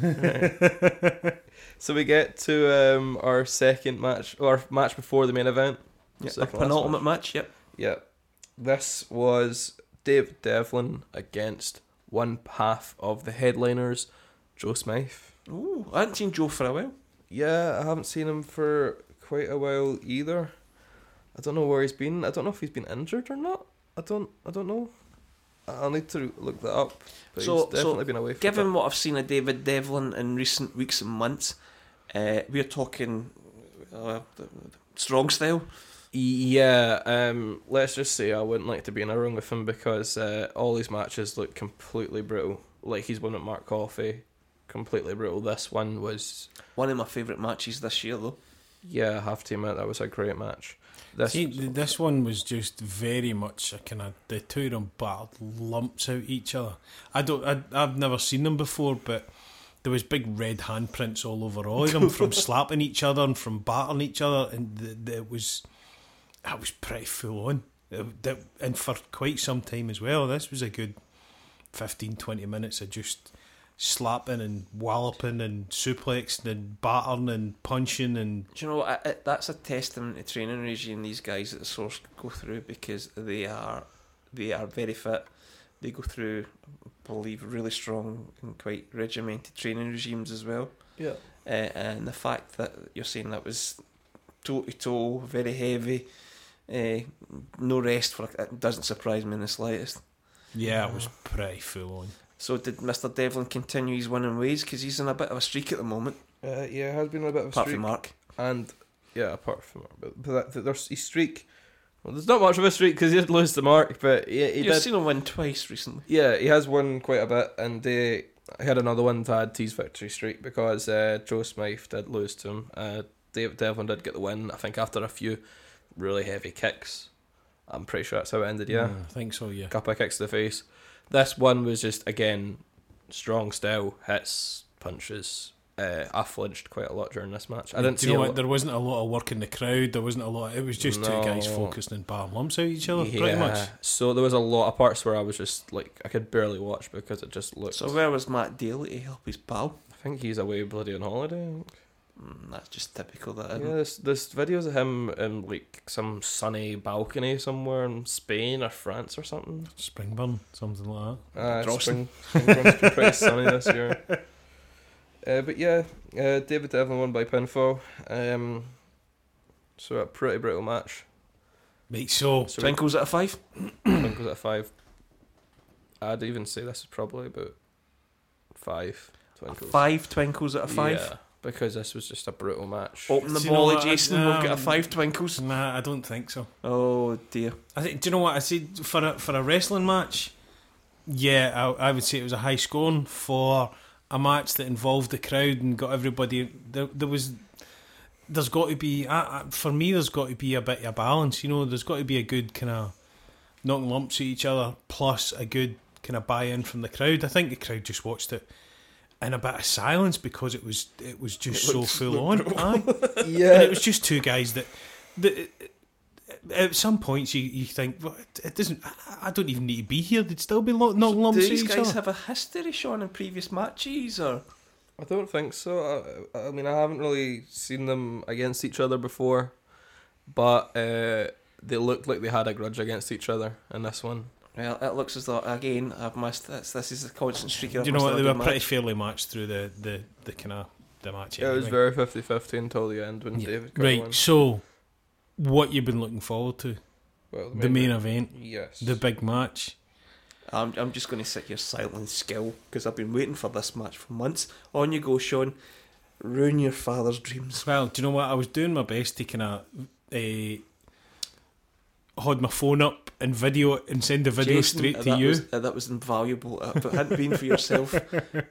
Speaker 3: Yeah.
Speaker 2: up.
Speaker 1: so we get to um, our second match or match before the main event.
Speaker 2: Yeah, a
Speaker 1: Second last
Speaker 2: penultimate match. Yep.
Speaker 1: Yeah. This was Dave Devlin against one half of the headliners, Joe Smythe.
Speaker 2: Ooh, I hadn't seen Joe for a while.
Speaker 1: Yeah, I haven't seen him for quite a while either. I don't know where he's been. I don't know if he's been injured or not. I don't. I don't know. I'll need to look that up. But
Speaker 2: So-
Speaker 1: he's definitely
Speaker 2: so
Speaker 1: been away. For a
Speaker 2: Given
Speaker 1: bit.
Speaker 2: what I've seen of David Devlin in recent weeks and months, uh, we're talking uh, the- the strong style.
Speaker 1: Yeah, um, let's just say I wouldn't like to be in a room with him because uh, all his matches look completely brutal. Like he's won at Mark Coffey, completely brutal. This one was,
Speaker 2: One of my favourite matches this year, though.
Speaker 1: yeah, I have to admit that was a great match. This,
Speaker 3: See, th- this one was just very much a kind of the two of them battled lumps out each other. I don't, I, I've never seen them before, but there was big red handprints all over all of them from slapping each other and from battling each other, and th- th- it was, that was pretty full on. It- that- and for quite some time as well. This was a good 15, 20 minutes of just slapping and walloping and suplexing and battering and punching and
Speaker 2: Do you know what? I- I- That's a testament to training regime these guys at the source go through because they are they are very fit. They go through, I believe, really strong and quite regimented training regimes as well.
Speaker 1: yeah,
Speaker 2: Uh, and the fact that you're saying that was toe to toe, very heavy, uh, no rest for it doesn't surprise me in the slightest.
Speaker 3: yeah, it was pretty full on.
Speaker 2: So did Mr. Devlin continue his winning ways because he's in a bit of a streak at the moment,
Speaker 1: uh, yeah, it has been a bit of a
Speaker 2: apart
Speaker 1: streak.
Speaker 2: from Mark.
Speaker 1: and yeah, apart from but, but that, that there's his streak. Well, there's not much of a streak because he did lose the mark, but he, he
Speaker 2: You've
Speaker 1: did.
Speaker 2: seen him win twice recently.
Speaker 1: Yeah, he has won quite a bit, and uh, he had another one to add to his victory streak because uh, Joe Smythe did lose to him. Uh, Dave Devlin did get the win, I think, after a few really heavy kicks. I'm pretty sure that's how it ended, yeah.
Speaker 3: Mm, I think so. Yeah.
Speaker 1: Couple of kicks to the face. This one was just, again, strong still, hits, punches. Uh, I flinched quite a lot during this match. I didn't
Speaker 3: Do
Speaker 1: see
Speaker 3: you know
Speaker 1: a
Speaker 3: what?
Speaker 1: lot-
Speaker 3: There wasn't a lot of work in the crowd. There wasn't a lot. It was just
Speaker 1: No.
Speaker 3: two guys focusing and bar lumps out each other, pretty much.
Speaker 1: So there was a lot of parts where I was just like I could barely watch because it just looked.
Speaker 2: So where was Matt Daly to help his pal?
Speaker 1: I think he's away bloody on holiday. I think.
Speaker 2: Mm, that's just typical. That
Speaker 1: Yeah,
Speaker 2: isn't it?
Speaker 1: there's, there's videos of him in like some sunny balcony somewhere in Spain or France or something.
Speaker 3: Springburn, something like
Speaker 1: Uh,
Speaker 2: Drossen.
Speaker 1: spring, spring's been pretty sunny this year. Uh, but yeah, uh, David Devlin won by pinfall. Um, so a pretty brutal match.
Speaker 3: that. Right, so
Speaker 1: So we
Speaker 2: Twinkles at a five.
Speaker 1: think was at five. I'd even say this is probably about five. Twinkles.
Speaker 2: Five twinkles at a five.
Speaker 1: Yeah, because this was just a brutal match.
Speaker 2: Open the
Speaker 3: Do you know
Speaker 2: ball,
Speaker 3: what, I-
Speaker 2: Jason. we'll get a
Speaker 3: um,
Speaker 2: five twinkles.
Speaker 3: nah, I don't think so.
Speaker 2: Oh dear.
Speaker 3: I think. Do you know what I said for a, for a wrestling match? Yeah, I, I would say it was a high scoring for a match that involved the crowd and got everybody. There, there was. There's got to be I, I, for me. There's got to be a bit of a balance. You know, there's got to be a good kind of knocking lumps at each other, plus a good kind of buy in from the crowd. I think the crowd just watched it in a bit of silence because it was it was just so full on. Aye.
Speaker 1: yeah,
Speaker 3: And it was just two guys that, that uh, at some points you, you think well, it- it doesn't. I- I don't even need to be here. They'd still be lo- not
Speaker 2: Do
Speaker 3: lumps at
Speaker 2: these
Speaker 3: each
Speaker 2: guys
Speaker 3: other.
Speaker 2: have a history, Sean, in previous matches? Or
Speaker 1: I don't think so. I, I mean, I haven't really seen them against each other before, but uh, they looked like they had a grudge against each other in this one.
Speaker 2: well, it looks as though again I've missed this. This is a constant streak.
Speaker 3: Do you know what? They were pretty fairly matched through the the, the kind of the match.
Speaker 1: It was
Speaker 3: anyway.
Speaker 1: very 50 50 until the end when
Speaker 3: Yeah.
Speaker 1: David got
Speaker 3: right.
Speaker 1: one.
Speaker 3: So, what you've been looking forward to?
Speaker 1: Well,
Speaker 3: The main event,
Speaker 1: Yes.
Speaker 3: the big match.
Speaker 2: I'm, I'm just going to sit here silent and skill because I've been waiting for this match for months. On you go, Sean. Ruin your father's dreams.
Speaker 3: Well, do you know what? I was doing my best to kind of uh, hold my phone up and video it and send the video
Speaker 2: Jason,
Speaker 3: straight to
Speaker 2: that
Speaker 3: you.
Speaker 2: Was, uh, that was invaluable. Uh, If it hadn't been for yourself,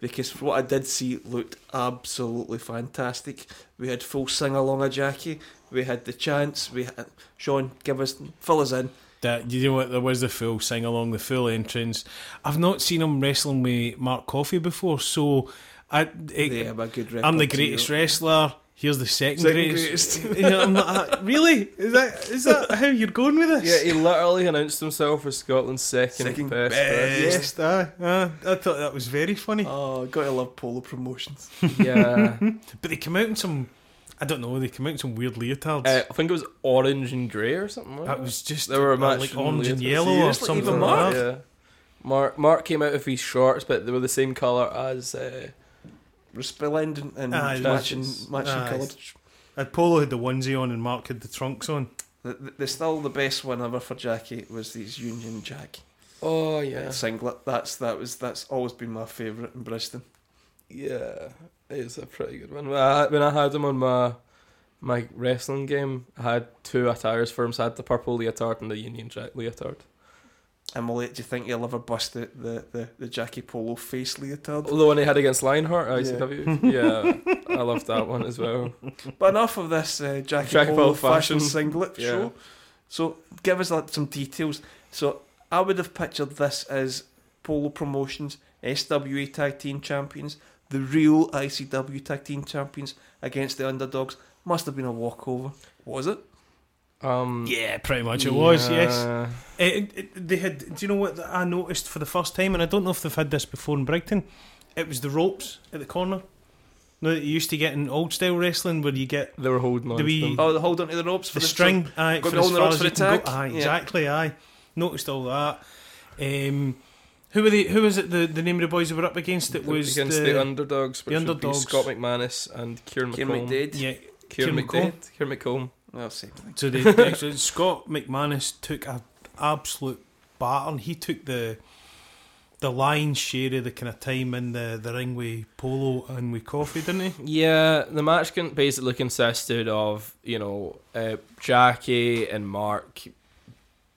Speaker 2: because what I did see looked absolutely fantastic. We had full sing along a Jackie. We had the chance. We had, Sean, give us fill us in.
Speaker 3: That you know what there was the full sing along, the full entrance. I've not seen him wrestling with Mark Coffey before, so I
Speaker 2: They
Speaker 3: it,
Speaker 2: have a good record.
Speaker 3: I'm the greatest wrestler. Here's the second,
Speaker 2: Second
Speaker 3: greatest. You know, I'm not- I- really? Is that is that how you're going with
Speaker 1: yeah,
Speaker 3: this?
Speaker 1: he literally announced himself as Scotland's second,
Speaker 2: Second
Speaker 1: best.
Speaker 2: best.
Speaker 3: yes, aye, aye. I thought that was very funny.
Speaker 2: Oh, gotta love polo promotions.
Speaker 1: best. Yeah.
Speaker 3: But they come out in some, I don't know, they come out in some weird leotards.
Speaker 1: Uh, I think it was orange and grey or something. Like
Speaker 3: that was just
Speaker 1: They were a
Speaker 3: uh,
Speaker 1: match
Speaker 3: like
Speaker 1: in
Speaker 3: orange and
Speaker 1: leotards.
Speaker 3: yellow or
Speaker 2: Seriously,
Speaker 3: something.
Speaker 2: even
Speaker 3: like
Speaker 2: Mark?
Speaker 3: that.
Speaker 1: Yeah. Mark Mark came out of his shorts, but they were the same colour as. Uh,
Speaker 2: Respellend and, and
Speaker 3: Aye,
Speaker 2: matching
Speaker 1: that's-
Speaker 2: matching
Speaker 3: aye.
Speaker 2: coloured.
Speaker 3: And Polo had the onesie on and Mark had the trunks on.
Speaker 2: The, the, the still the best one ever for Jackie was these Union Jack
Speaker 1: oh, yeah.
Speaker 2: singlet. That's that was that's always been my favourite in Bristol.
Speaker 1: Yeah, it's a pretty good one. When I, when I had him on my my wrestling game had two attires for him. So I had the purple leotard and the Union Jack leotard.
Speaker 2: And Molly, do you think you'll ever bust the, the, the, the Jackie Polo face leotard?
Speaker 1: The one he had against Lionheart, at ICW. Yeah, I loved that one as well.
Speaker 2: But enough of this uh, Jackie,
Speaker 1: Jackie Polo
Speaker 2: Polo, fashion,
Speaker 1: fashion.
Speaker 2: singlet
Speaker 1: Yeah.
Speaker 2: show. So give us like, some details. So I would have pictured this as Polo Promotions, SWA Tag Team Champions, the real ICW Tag Team Champions against the underdogs. Must have been a walkover. Was it?
Speaker 1: Um,
Speaker 3: Yeah, pretty much it was. Yes,
Speaker 1: yeah.
Speaker 3: It- it- Eh, they had. Do you know what that I noticed for the first time? And I don't know if they've had this before in Brigton. It was the ropes at the corner. No, that you used to get in old style wrestling where you get
Speaker 1: They were holding on.
Speaker 3: Do we-
Speaker 1: to them.
Speaker 2: Oh, the hold on to the ropes for
Speaker 3: the string. Aye,
Speaker 2: got
Speaker 3: for
Speaker 2: the
Speaker 3: as
Speaker 2: old
Speaker 3: far
Speaker 2: ropes
Speaker 3: as
Speaker 2: for
Speaker 3: you
Speaker 2: the
Speaker 3: can go.
Speaker 2: tag.
Speaker 3: Aye,
Speaker 2: Yeah.
Speaker 3: exactly. Aye, noticed all that. Um, who were they? Who was it? The the name of the boys they were up against? It was
Speaker 1: against the, underdogs, which
Speaker 3: the
Speaker 1: would be
Speaker 3: underdogs.
Speaker 1: Scott McManus and Kieran
Speaker 2: Kieran
Speaker 1: McComb.
Speaker 2: McDade.
Speaker 3: yeah.
Speaker 1: Kieran
Speaker 3: Kieran
Speaker 1: McDade. Kieran McComb.
Speaker 2: Oh, same thing.
Speaker 3: So they, they actually, Scott McManus took a absolute baton. He took the the lion's share of the kind of time in the, the ring with Polo and with Coffee, didn't he?
Speaker 1: Yeah, the match con- basically consisted of you know uh, Jackie and Mark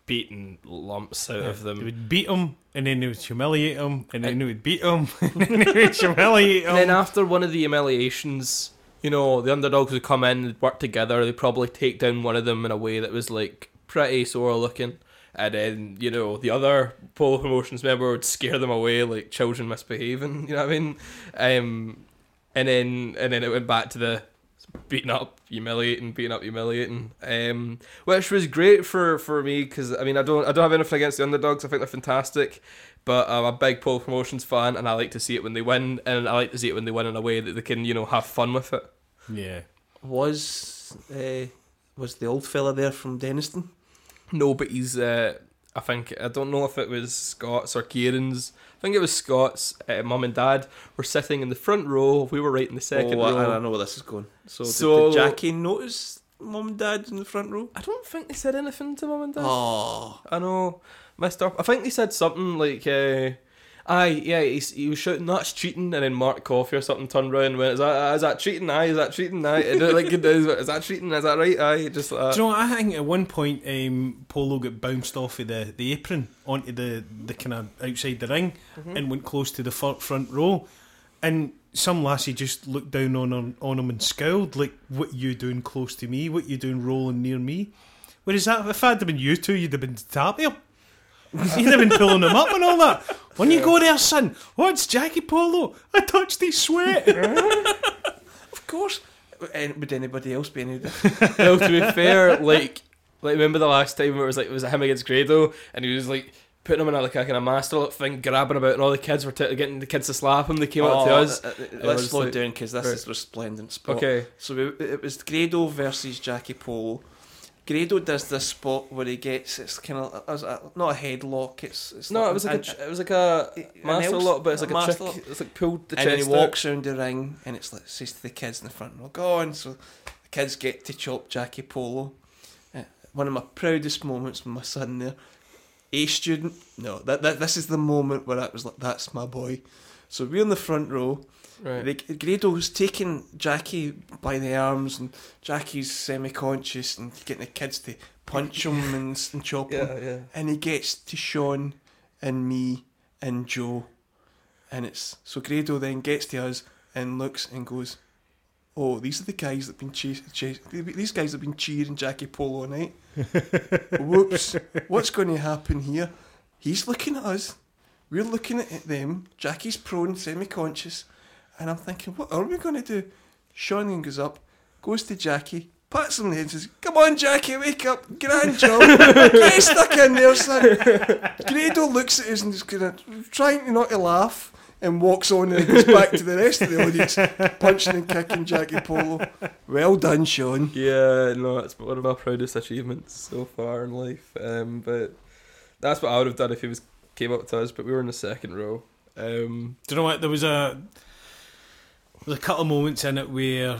Speaker 1: beating lumps out of
Speaker 3: They
Speaker 1: them.
Speaker 3: would beat him, and then they would humiliate him, and then they would beat him, and then they would humiliate him.
Speaker 1: And then after one of the humiliations, you know the underdogs would come in, they'd work together, they'd probably take down one of them in a way that was like pretty sore looking. And then, you know, the other Polo Promotions member would scare them away like children misbehaving, you know what I mean? Um, and then and then it went back to the beating up, humiliating, beating up, humiliating, um, which was great for for me because I mean I don't I don't have anything against the underdogs. I think they're fantastic, but I'm a big Pole Promotions fan and I like to see it when they win, and I like to see it when they win in a way that they can you know have fun with it.
Speaker 3: yeah,
Speaker 2: Was uh, was the old fella there from Deniston?
Speaker 1: No, but he's uh, I think I don't know if it was Scott's or Kieran's. I think it was Scott's. Uh, Mum and Dad were sitting in the front row. We were right in the second
Speaker 2: oh, I-
Speaker 1: row.
Speaker 2: I know where this is going. So, did-
Speaker 1: So-
Speaker 2: did Jackie notice mum and dad in the front row?
Speaker 1: I don't think they said anything to Mum and Dad.
Speaker 2: Oh,
Speaker 1: I know, messed up. I think they said something like, uh, "Aye, yeah, he's, he was shouting that's cheating," and then Mark Coffey or something turned round and went, "Is that is that cheating? Aye, is that cheating? Aye, And they're like it is, is that cheating? Is that right? Aye, just uh, like that.
Speaker 3: Do you know what? I think at one point um, Polo got bounced off of the, the apron onto the, the kind of outside the ring and went close to the front, front row. And some lassie just looked down on, on, on him and scowled, like, What you doing close to me? What you doing rolling near me? Whereas that, if I'd have been you two, you'd have been tapping him. You'd have been pulling him up and all that. When you go there, son, oh, it's Jackie Polo. I touched his sweat.
Speaker 2: of course. And would anybody else be any different?
Speaker 1: well, to be fair, like like remember the last time where it was like it was him against Grado, and he was like. Putting him in a, like a kind of master look thing, grabbing about, and all the kids were t- getting the kids to slap him. They came up to
Speaker 2: Oh,
Speaker 1: us.
Speaker 2: uh, uh,
Speaker 1: It
Speaker 2: let's
Speaker 1: was
Speaker 2: slow
Speaker 1: like-
Speaker 2: down because this
Speaker 1: Right.
Speaker 2: is resplendent spot.
Speaker 1: Okay,
Speaker 2: So we, it was Grado versus Jackie Polo. Grado does this spot where he gets it's kind of it was a- not a headlock. It's, it's
Speaker 1: no,
Speaker 2: like
Speaker 1: it was
Speaker 2: an-
Speaker 1: like a, it was like a
Speaker 2: an
Speaker 1: master
Speaker 2: else-
Speaker 1: lock, but it's like a
Speaker 2: master
Speaker 1: chick.
Speaker 2: lock.
Speaker 1: It's like pulled the
Speaker 2: and then
Speaker 1: chest.
Speaker 2: he
Speaker 1: out.
Speaker 2: walks round the ring and it's like says to the kids in the front row, go on. So the kids get to chop Jackie Polo. Uh, one of my proudest moments with my son there. A student, no, that, that this is the moment where I was like, that's my boy. So we're in the front row.
Speaker 1: Right.
Speaker 2: The, Grado's taking Jackie by the arms and Jackie's semi-conscious and getting the kids to punch him and, and chop him
Speaker 1: Yeah, yeah.
Speaker 2: and he gets to Sean and me and Joe, and it's so Grado then gets to us and looks and goes, "Oh, these are the guys that've been chas chas- these guys have been cheering Jackie Polo all night." Whoops! What's going to happen here? He's looking at us, we're looking at them. Jackie's prone, semi-conscious, and I'm thinking, "What are we going to do?" Sean then goes up, goes to Jackie. Pats him on the head and says, Come on, Jackie, wake up, grand job. Get stuck in there, son. Grado looks at us and is kind of trying not to laugh and walks on and goes back to the rest of the audience, punching and kicking Jackie Polo. Well done, Sean.
Speaker 1: Yeah, no, it's one of my proudest achievements so far in life. Um, but that's what I would have done if he was came up to us. But we were in the second row. Um,
Speaker 3: Do you know what? There was a there was a couple of moments in it where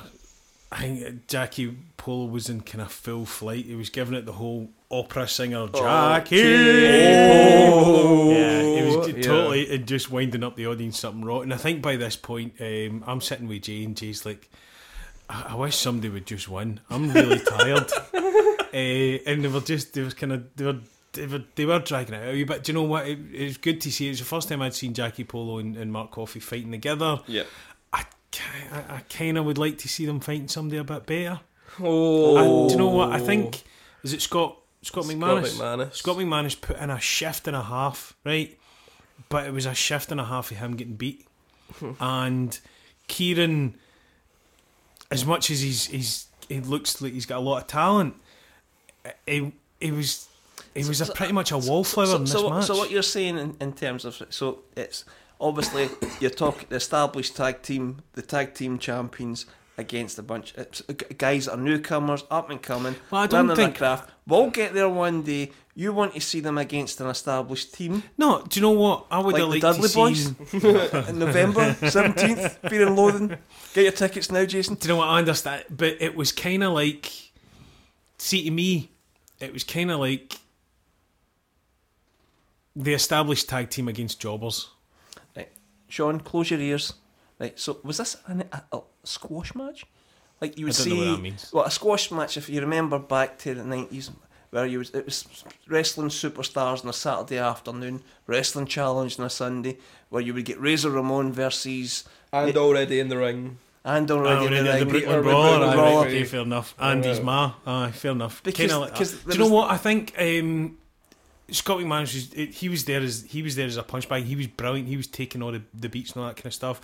Speaker 3: I think Jackie Polo was in kind of full flight. He was giving it the whole opera singer Jackie.
Speaker 1: Polo.
Speaker 3: Oh, Yeah, he was
Speaker 1: Oh. Yeah.
Speaker 3: totally and just winding up the audience something rotten. I think by this point, um, I'm sitting with Jay and Jay's like. I, I wish somebody would just win. I'm really tired. Eh, and they were just they were kind of they were. They were, they were dragging it out a wee bit. Do you know what? It, it was good to see. It was the first time I'd seen Jackie Polo and, and Mark Coffey fighting together.
Speaker 1: Yep.
Speaker 3: I, ki- I, I kind of would like to see them fighting somebody a bit better. I-
Speaker 1: Oh,
Speaker 3: do you know what? I think is it Scott Scott McManus.
Speaker 1: McManus.
Speaker 3: Scott McManus put in a shift and a half, right? But it was a shift and a half of him getting beat, and Kieran, as much as he's he's he looks like he's got a lot of talent, he he was he was a pretty much a wallflower
Speaker 2: so,
Speaker 3: in this
Speaker 2: so, what-
Speaker 3: match.
Speaker 2: so what you're saying in, in terms of so it's obviously you're talking the established tag team, the tag team champions against a bunch of it's g- guys that are newcomers, up and coming,
Speaker 3: Well, I
Speaker 2: learning
Speaker 3: don't
Speaker 2: their
Speaker 3: think-
Speaker 2: craft. We'll get there one day. You want to see them against an established team
Speaker 3: no, do you know what? I would
Speaker 2: like
Speaker 3: have
Speaker 2: the
Speaker 3: liked
Speaker 2: Dudley
Speaker 3: to see.
Speaker 2: Boys in November seventeenth, being in Lothian. Get your tickets now, Jason.
Speaker 3: Do you know what I understand? But it was kind of like, see to me, it was kind of like the established tag team against jobbers.
Speaker 2: Right, Sean, close your ears. Right, so was this an, a, a squash match? Like you would
Speaker 3: I don't
Speaker 2: see,
Speaker 3: know what that means.
Speaker 2: well, a squash match if you remember back to the nineties, where you was it was wrestling superstars on a Saturday afternoon, wrestling challenge on a Sunday, where you would get Razor Ramon versus
Speaker 1: and already in the ring.
Speaker 2: and
Speaker 3: I
Speaker 2: already
Speaker 3: already
Speaker 2: in the
Speaker 3: had Oh, the
Speaker 2: ring,
Speaker 3: Brooklyn
Speaker 1: Brooklyn
Speaker 3: Brawler. aye,
Speaker 1: Brawler.
Speaker 3: right, okay, fair enough. Andy's ma. Aye, fair enough.
Speaker 2: Because-
Speaker 3: Kind of like that.
Speaker 2: because
Speaker 3: Do
Speaker 2: there
Speaker 3: you know
Speaker 2: was-
Speaker 3: what? I think um, Scotty Manns was it- he was there as he was there as a punchbag. He was brilliant. He was taking all the, the beats and all that kind of stuff.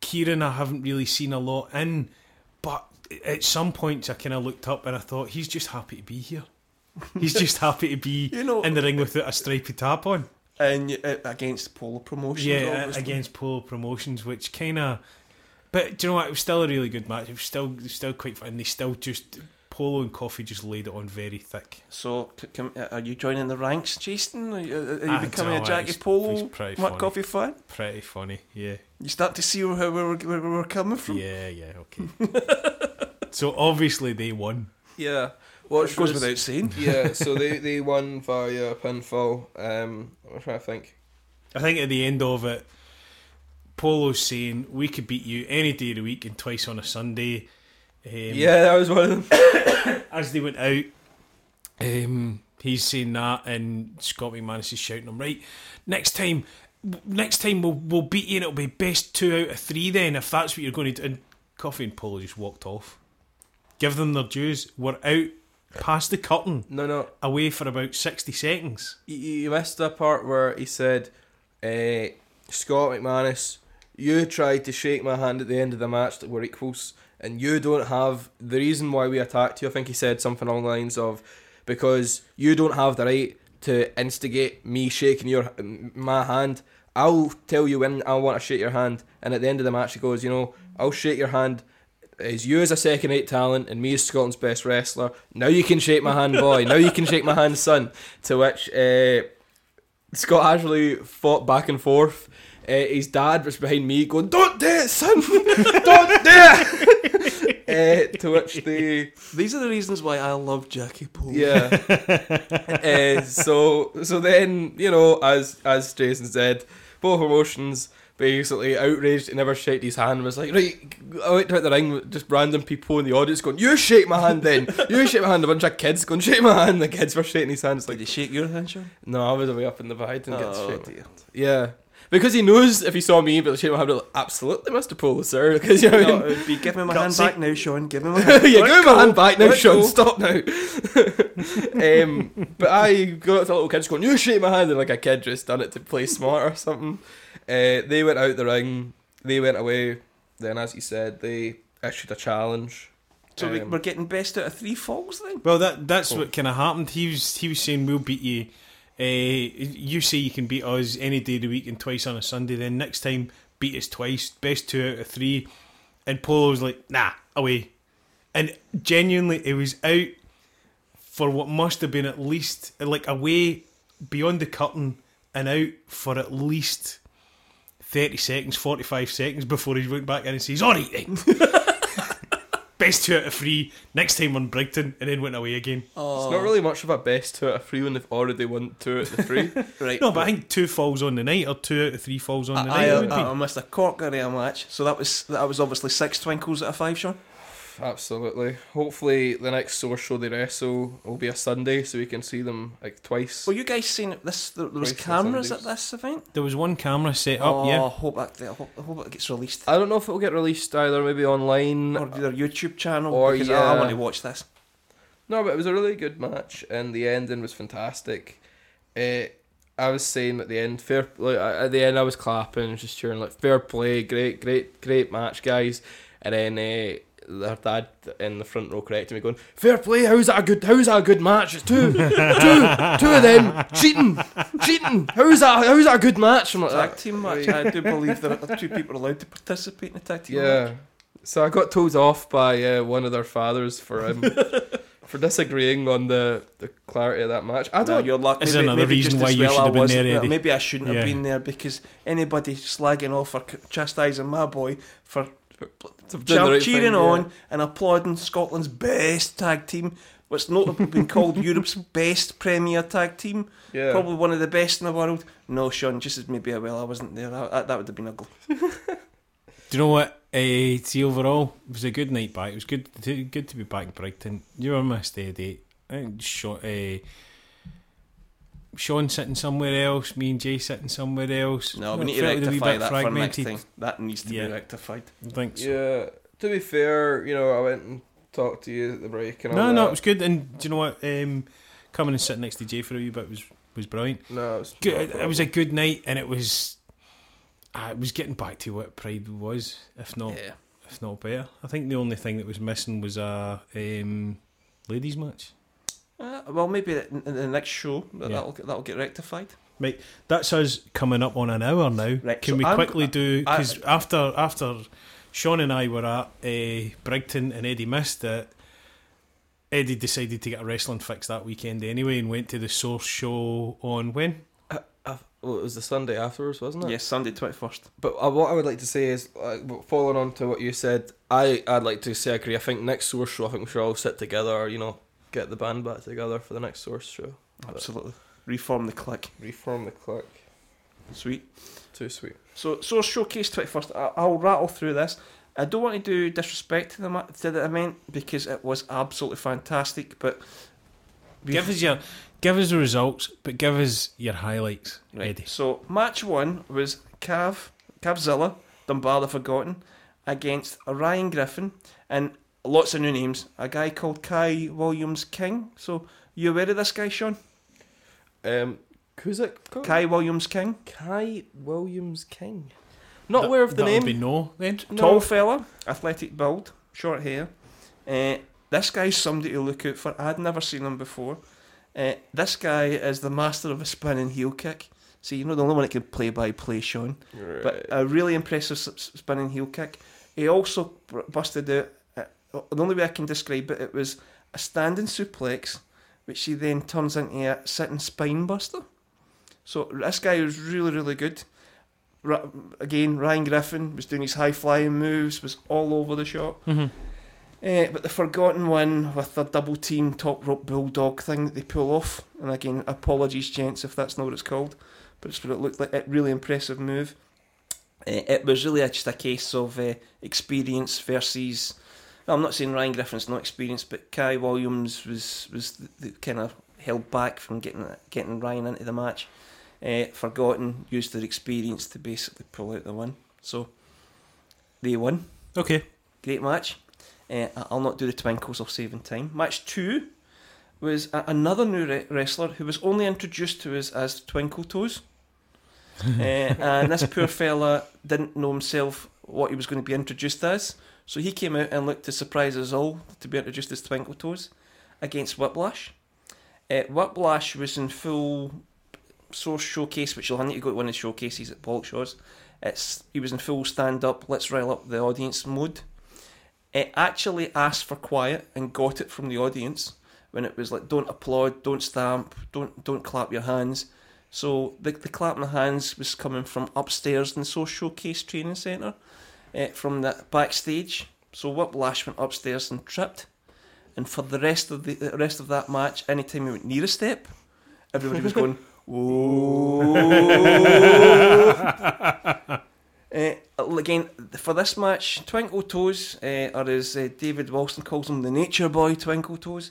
Speaker 3: Kieran, I haven't really seen a lot in, but at some points I kind of looked up and I thought he's just happy to be here. He's just happy to be
Speaker 2: You know-
Speaker 3: in the ring without a stripy tap on.
Speaker 2: and you- uh, against Polo Promotions.
Speaker 3: Yeah,
Speaker 2: obviously.
Speaker 3: against Polo Promotions, which kind of. But do you know what? It was still a really good match. It was still it was still quite fun. They still just Polo and Coffee just laid it on very thick.
Speaker 2: So, c- com- uh, are you joining the ranks, Jason? Are you, uh, are you
Speaker 3: Ah,
Speaker 2: becoming
Speaker 3: no,
Speaker 2: a Jackie
Speaker 3: he's- he's
Speaker 2: Polo,
Speaker 3: pretty
Speaker 2: Matt
Speaker 3: funny.
Speaker 2: Coffee fan?
Speaker 3: Pretty funny. Yeah,
Speaker 2: You start to see where we were, where we were coming from.
Speaker 3: yeah, yeah. Okay. so obviously they won.
Speaker 1: Yeah. What
Speaker 2: It goes without saying.
Speaker 1: yeah, so they, they won via pinfall. Um, I'm trying to think.
Speaker 3: I think at the end of it, Polo's saying we could beat you any day of the week and twice on a Sunday. Um,
Speaker 1: Yeah, that was one of them.
Speaker 3: as they went out, um, he's saying that, and Scott McManus is shouting him, right, next time, w- next time we'll, we'll beat you, and it'll be best two out of three then, if that's what you're going to do. And Coffee and Polo just walked off. Give them their dues. We're out past the curtain,
Speaker 1: No, no,
Speaker 3: away for about 60 seconds.
Speaker 1: you, you missed a part where he said, eh, Scott McManus, you tried to shake my hand at the end of the match that we're equals, and you don't have the reason why we attacked you. I think he said something along the lines of, because you don't have the right to instigate me shaking your m- my hand. I'll tell you when I want to shake your hand, and at the end of the match, he goes, you know, I'll shake your hand. Is you as a second eight talent and me as Scotland's best wrestler. Now you can shake my hand, boy. Now you can shake my hand, son. To which uh, Scott actually fought back and forth. Uh, his dad was behind me going, Don't do it, son! Don't do it! uh, to which they.
Speaker 2: These are the reasons why I love Jackie Polo.
Speaker 1: Yeah. uh, so so then, you know, as as Jason said, both emotions basically outraged and never shake his hand was like, Right, I went out the ring with just random people in the audience going, You shake my hand then. You shake my hand, a bunch of kids going, Shake my hand the kids were shaking his hand. It's
Speaker 2: Did
Speaker 1: like
Speaker 2: you shake your hand, Sean?
Speaker 1: No, I was way up in the back, I didn't get to
Speaker 2: Oh,
Speaker 1: shake my
Speaker 2: dear.
Speaker 1: yeah. Because he knows if he saw me, but Shane Mohammed, like, absolutely must have pulled, sir. Because you know, what I
Speaker 2: No,
Speaker 1: mean?
Speaker 2: it would be, give me my hand
Speaker 3: Gutsy.
Speaker 2: back now, Sean. Give me my hand.
Speaker 1: yeah,
Speaker 2: Let
Speaker 1: give him
Speaker 2: go.
Speaker 1: a hand back now,
Speaker 2: Let
Speaker 1: Sean.
Speaker 2: go.
Speaker 1: Stop now. um, but I got to little kids going, "You shake my hand," and like a kid just done it to play smart or something. Uh, they went out the ring. They went away. Then, as he said, they issued a challenge.
Speaker 2: So we,
Speaker 1: Um,
Speaker 2: we're getting best out of three falls then.
Speaker 3: Well, that that's
Speaker 1: Cool.
Speaker 3: what kind of happened. He was he was saying we'll beat you. Uh, you say you can beat us any day of the week and twice on a Sunday. Then next time, beat us twice, best two out of three. And Polo was like, "Nah, away." And genuinely, it was out for what must have been at least like away beyond the curtain and out for at least thirty seconds, forty-five seconds before he went back in and says, "All right, then." eh, best two out of three next time on Brigton, and then went away again.
Speaker 1: It's not really much of a best two out of three when they've already won two out of the three.
Speaker 2: Right.
Speaker 3: No, but I think two falls on the night, or two out of three falls on the
Speaker 2: I, um,
Speaker 3: night. it would
Speaker 2: I,
Speaker 3: be.
Speaker 2: I missed a corker in a match, so that was that was obviously six twinkles at a five, Sean.
Speaker 1: Absolutely. Hopefully, the next source show they wrestle will be a Sunday, so we can see them like twice.
Speaker 2: Were you guys seeing this? There, there was
Speaker 1: Twice on
Speaker 2: cameras at
Speaker 1: Sundays.
Speaker 2: this event.
Speaker 3: there was one camera set up.
Speaker 2: oh, I
Speaker 3: Yeah,
Speaker 2: hope that I hope, I hope it gets released
Speaker 1: I don't know if it'll get released either, maybe online.
Speaker 2: or their YouTube channel
Speaker 1: Or,
Speaker 2: because I,
Speaker 1: yeah.
Speaker 2: want to watch this.
Speaker 1: No, but it was a really good match, and the ending was fantastic. Uh, I was saying at the end, fair. Like, I- at the end, I was clapping, just cheering, like fair play, great, great, great match, guys. And then uh, her dad in the front row corrected me, going, "Fair play, how's that a good? How's that a good match? It's two, two, two of them cheating, cheating. How's that? How's that a good match?" I'm like, "Ah,
Speaker 2: Tag
Speaker 1: "That-
Speaker 2: team match. I do believe there are two people allowed to participate in a tag team. match.
Speaker 1: Yeah. So I got told off by uh, one of their fathers for um, for disagreeing on the, the clarity of that match. I
Speaker 2: No,
Speaker 1: don't.
Speaker 2: you're lucky.
Speaker 3: This is
Speaker 2: maybe,
Speaker 3: another
Speaker 2: maybe
Speaker 3: reason
Speaker 2: just
Speaker 3: why
Speaker 2: as
Speaker 3: you
Speaker 2: well
Speaker 3: should
Speaker 2: I
Speaker 3: have been
Speaker 2: wasn't
Speaker 3: there, Eddie.
Speaker 2: Maybe I shouldn't
Speaker 3: Yeah.
Speaker 2: have been there because anybody slagging off or c- chastising my boy for
Speaker 1: doing the
Speaker 2: Champ
Speaker 1: right
Speaker 2: cheering
Speaker 1: thing, yeah.
Speaker 2: on and applauding Scotland's best tag team, what's notably been called Europe's best premier tag team,
Speaker 1: Yeah.
Speaker 2: probably one of the best in the world. No, Sean, just as maybe I well I wasn't there. That, that would have been ugly.
Speaker 3: do you know what? Uh, see, overall, it was a good night back. It was good, to, good to be back in Brigton. You were my steady. I think Sean, uh, Sean sitting somewhere else, me and Jay sitting somewhere else.
Speaker 2: No,
Speaker 3: It
Speaker 2: we need to
Speaker 3: felt a wee
Speaker 2: rectify
Speaker 3: bit
Speaker 2: that for next
Speaker 3: fragmented.
Speaker 2: thing. That needs to
Speaker 3: Yeah.
Speaker 2: be rectified.
Speaker 3: I think so.
Speaker 1: Yeah. To be fair, you know, I went and talked to you at the break and all
Speaker 3: No, no,
Speaker 1: that.
Speaker 3: it was good. And do you know what? Um, coming and sitting next to Jay for a wee bit was was brilliant.
Speaker 1: no, it was
Speaker 3: Good. It was a good night, and it was. Uh, it was getting back to what Pride was, if not,
Speaker 2: Yeah.
Speaker 3: if not better. I think the only thing that was missing was a um, ladies match.
Speaker 2: Uh, well, maybe in in the next show that
Speaker 3: Yeah.
Speaker 2: that'll get, that'll get rectified.
Speaker 3: Right, that's us coming up on an hour now.
Speaker 2: Right,
Speaker 3: Can
Speaker 2: so
Speaker 3: we
Speaker 2: I'm-
Speaker 3: quickly do
Speaker 2: I-
Speaker 3: because after after Sean and I were at uh, Brigton and Eddie missed it. Eddie decided to get a wrestling fix that weekend anyway and went to the Source show on when
Speaker 1: Well, it was the Sunday afterwards, wasn't it?
Speaker 2: Yes, Sunday twenty first.
Speaker 1: But uh, what I would like to say is, uh, following on to what you said, I I'd like to say I agree. I think next source show, I think we should all sit together. You know, get the band back together for the next source show.
Speaker 2: Absolutely. Reform the click.
Speaker 1: Reform the clique.
Speaker 2: Sweet.
Speaker 1: Too sweet.
Speaker 2: So, so showcase twenty first. I'll rattle through this. I don't want to do disrespect to the ma- to the event because it was absolutely fantastic. But we-
Speaker 3: give us your give us the results, but give us your highlights,
Speaker 2: Right.
Speaker 3: Eddie.
Speaker 2: So match one was Cav Cavzilla Dunbar the Forgotten against Ryan Griffin and lots of new names. A guy called Kai Williams King. So you aware of this guy, Sean?
Speaker 1: Um, who's it? called?
Speaker 2: Kai Williams King,
Speaker 1: Kai Williams King. Not
Speaker 3: That-
Speaker 1: aware of the
Speaker 3: that'll
Speaker 1: name.
Speaker 3: Be no, then
Speaker 1: No.
Speaker 2: tall fella, athletic build, short hair. Uh, this guy's somebody to look out for. I'd never seen him before. Uh, this guy is the master of a spinning heel kick. See, you're not the only one that can play by play, Sean.
Speaker 1: Right.
Speaker 2: but a really impressive s- s- spinning heel kick. He also br- busted out. Uh, the only way I can describe it, it was a standing suplex, which he then turns into a sitting spine buster. So this guy was really, really good. Ra- again, Ryan Griffin was doing his high flying moves, was all over the shop. Eh, but the forgotten one with the double team top rope bulldog thing that they pull off, and again, apologies, gents, if that's not what it's called, but it's what it looked like. A really impressive move. Eh, it was really just a case of uh, experience versus. I'm not saying Ryan Griffin's not experienced, but Kai Williams was was the, the kind of held back from getting getting Ryan into the match. Uh, forgotten used their experience to basically pull out the win. So they won.
Speaker 3: Okay.
Speaker 2: Great match. Uh, I- I'll not do the twinkles, I'll save in time. Match two was a- another new re- wrestler who was only introduced to us as Twinkle Toes. Uh, and this poor fella didn't know himself what he was going to be introduced as. So he came out and looked to surprise us all to be introduced as Twinkle Toes against Whiplash. Uh, Whiplash was in full source showcase, which you'll need to go to one of the showcases at Bolshaws. It's he was in full stand up, let's rile up the audience mode. It actually asked for quiet and got it from the audience when it was like don't applaud, don't stamp, don't don't clap your hands. So the the clapping of hands was coming from upstairs in the source showcase training centre, eh, from the backstage. So Whiplash went upstairs and tripped, and for the rest of the, the rest of that match, anytime he went near a step, everybody was going whoa. Uh, again, for this match, Twinkle Toes, uh, or as uh, David Wilson calls him, the Nature Boy Twinkle Toes.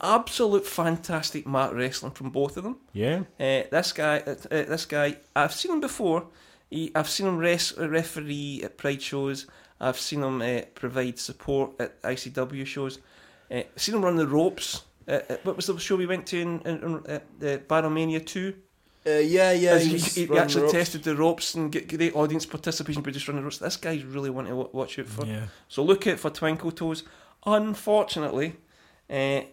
Speaker 2: Absolute fantastic mat wrestling from both of them.
Speaker 3: Yeah.
Speaker 2: Uh, this guy, uh, uh, this guy, I've seen him before. He, I've seen him res- uh, referee at Pride shows. I've seen him uh, provide support at ICW shows. Uh, seen him run the ropes. Uh, uh, what was the show we went to in, in, in uh, uh, Baromania 2?
Speaker 5: Uh, yeah, yeah.
Speaker 2: As he,
Speaker 5: he's
Speaker 2: he- he
Speaker 5: running
Speaker 2: actually
Speaker 5: ropes.
Speaker 2: tested the ropes and get great audience participation by just running the ropes. This guy's really one to wa- watch out for.
Speaker 3: Yeah.
Speaker 2: So look out for Twinkle Toes. Unfortunately, eh,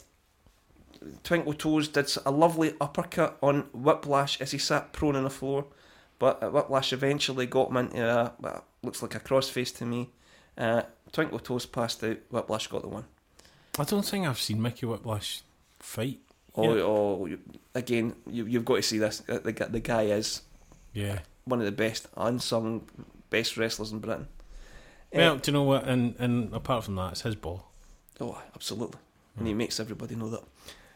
Speaker 2: Twinkle Toes did s- a lovely uppercut on Whiplash as he sat prone on the floor, but uh, Whiplash eventually got him into a well, looks like a crossface to me. Uh, Twinkle Toes passed out. Whiplash got the one.
Speaker 3: I don't think I've seen Mickey Whiplash fight.
Speaker 2: Oh,
Speaker 3: Yeah.
Speaker 2: oh you, again, you, you've got to see this. Uh, The, gu- the guy is
Speaker 3: Yeah.
Speaker 2: one of the best unsung best wrestlers in Britain. Eh,
Speaker 3: Well, do you know what? And and apart from that, it's his ball.
Speaker 2: Oh, aye, absolutely. And he makes everybody know that.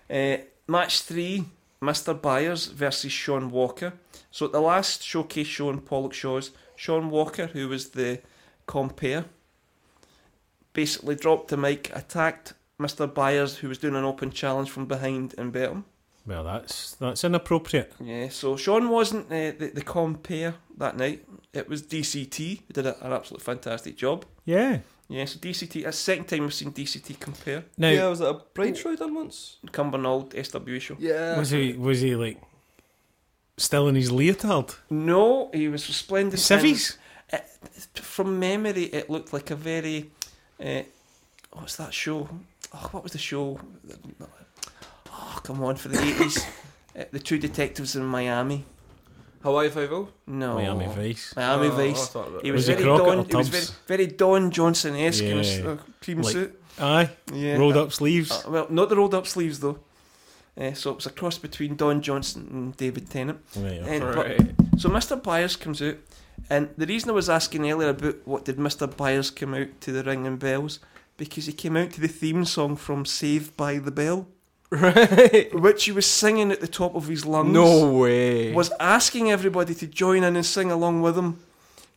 Speaker 2: Uh, match three, Mr. Byers versus Sean Walker. So at the last showcase show in Pollock Shaw's, Sean Walker, who was the compare, basically dropped the mic, attacked Mr. Byers, who was doing an open challenge from behind and beat him.
Speaker 3: Well, that's that's inappropriate.
Speaker 2: Yeah, so Sean wasn't uh, the, the compare that night. It was DCT, who did a, an absolute fantastic job.
Speaker 3: Yeah.
Speaker 2: Yeah, so DCT, that's the second time we've seen DCT compare.
Speaker 3: Now,
Speaker 5: yeah, was it a bride shroud on once?
Speaker 2: Cumbernauld, SW show.
Speaker 5: Yeah.
Speaker 3: was he was he like still in his leotard?
Speaker 2: No, he was resplendent. in-
Speaker 3: Civvies?
Speaker 2: it- from memory, it looked like a very. Uh, what's that show? Oh, what was the show? Oh, come on, for the 80s. uh, the Two Detectives in Miami.
Speaker 1: Hawaii Five O.
Speaker 2: No.
Speaker 3: Miami Vice. Oh,
Speaker 2: Miami
Speaker 5: Oh,
Speaker 2: Vice. He was,
Speaker 3: Was it
Speaker 2: very
Speaker 3: Crockett or
Speaker 2: Don. He was very,
Speaker 3: Tubbs?
Speaker 2: very Don Johnson esque in his
Speaker 3: Yeah.
Speaker 2: uh, cream
Speaker 3: Like-
Speaker 2: suit.
Speaker 3: Aye.
Speaker 2: Yeah.
Speaker 3: Rolled up sleeves.
Speaker 1: Oh.
Speaker 2: Uh, well, not the rolled up sleeves though. Uh, so it was a cross between Don Johnson and David Tennant.
Speaker 1: Eh.
Speaker 3: Right, okay.
Speaker 2: And- but-
Speaker 1: Right.
Speaker 2: So Mr. Byers comes out, and the reason I was asking earlier about what did Mr. Byers come out to the ring and bells, because he came out to the theme song from Saved by the Bell,
Speaker 1: Right.
Speaker 2: which he was singing at the top of his lungs.
Speaker 1: No way.
Speaker 2: was asking everybody to join in and sing along with him.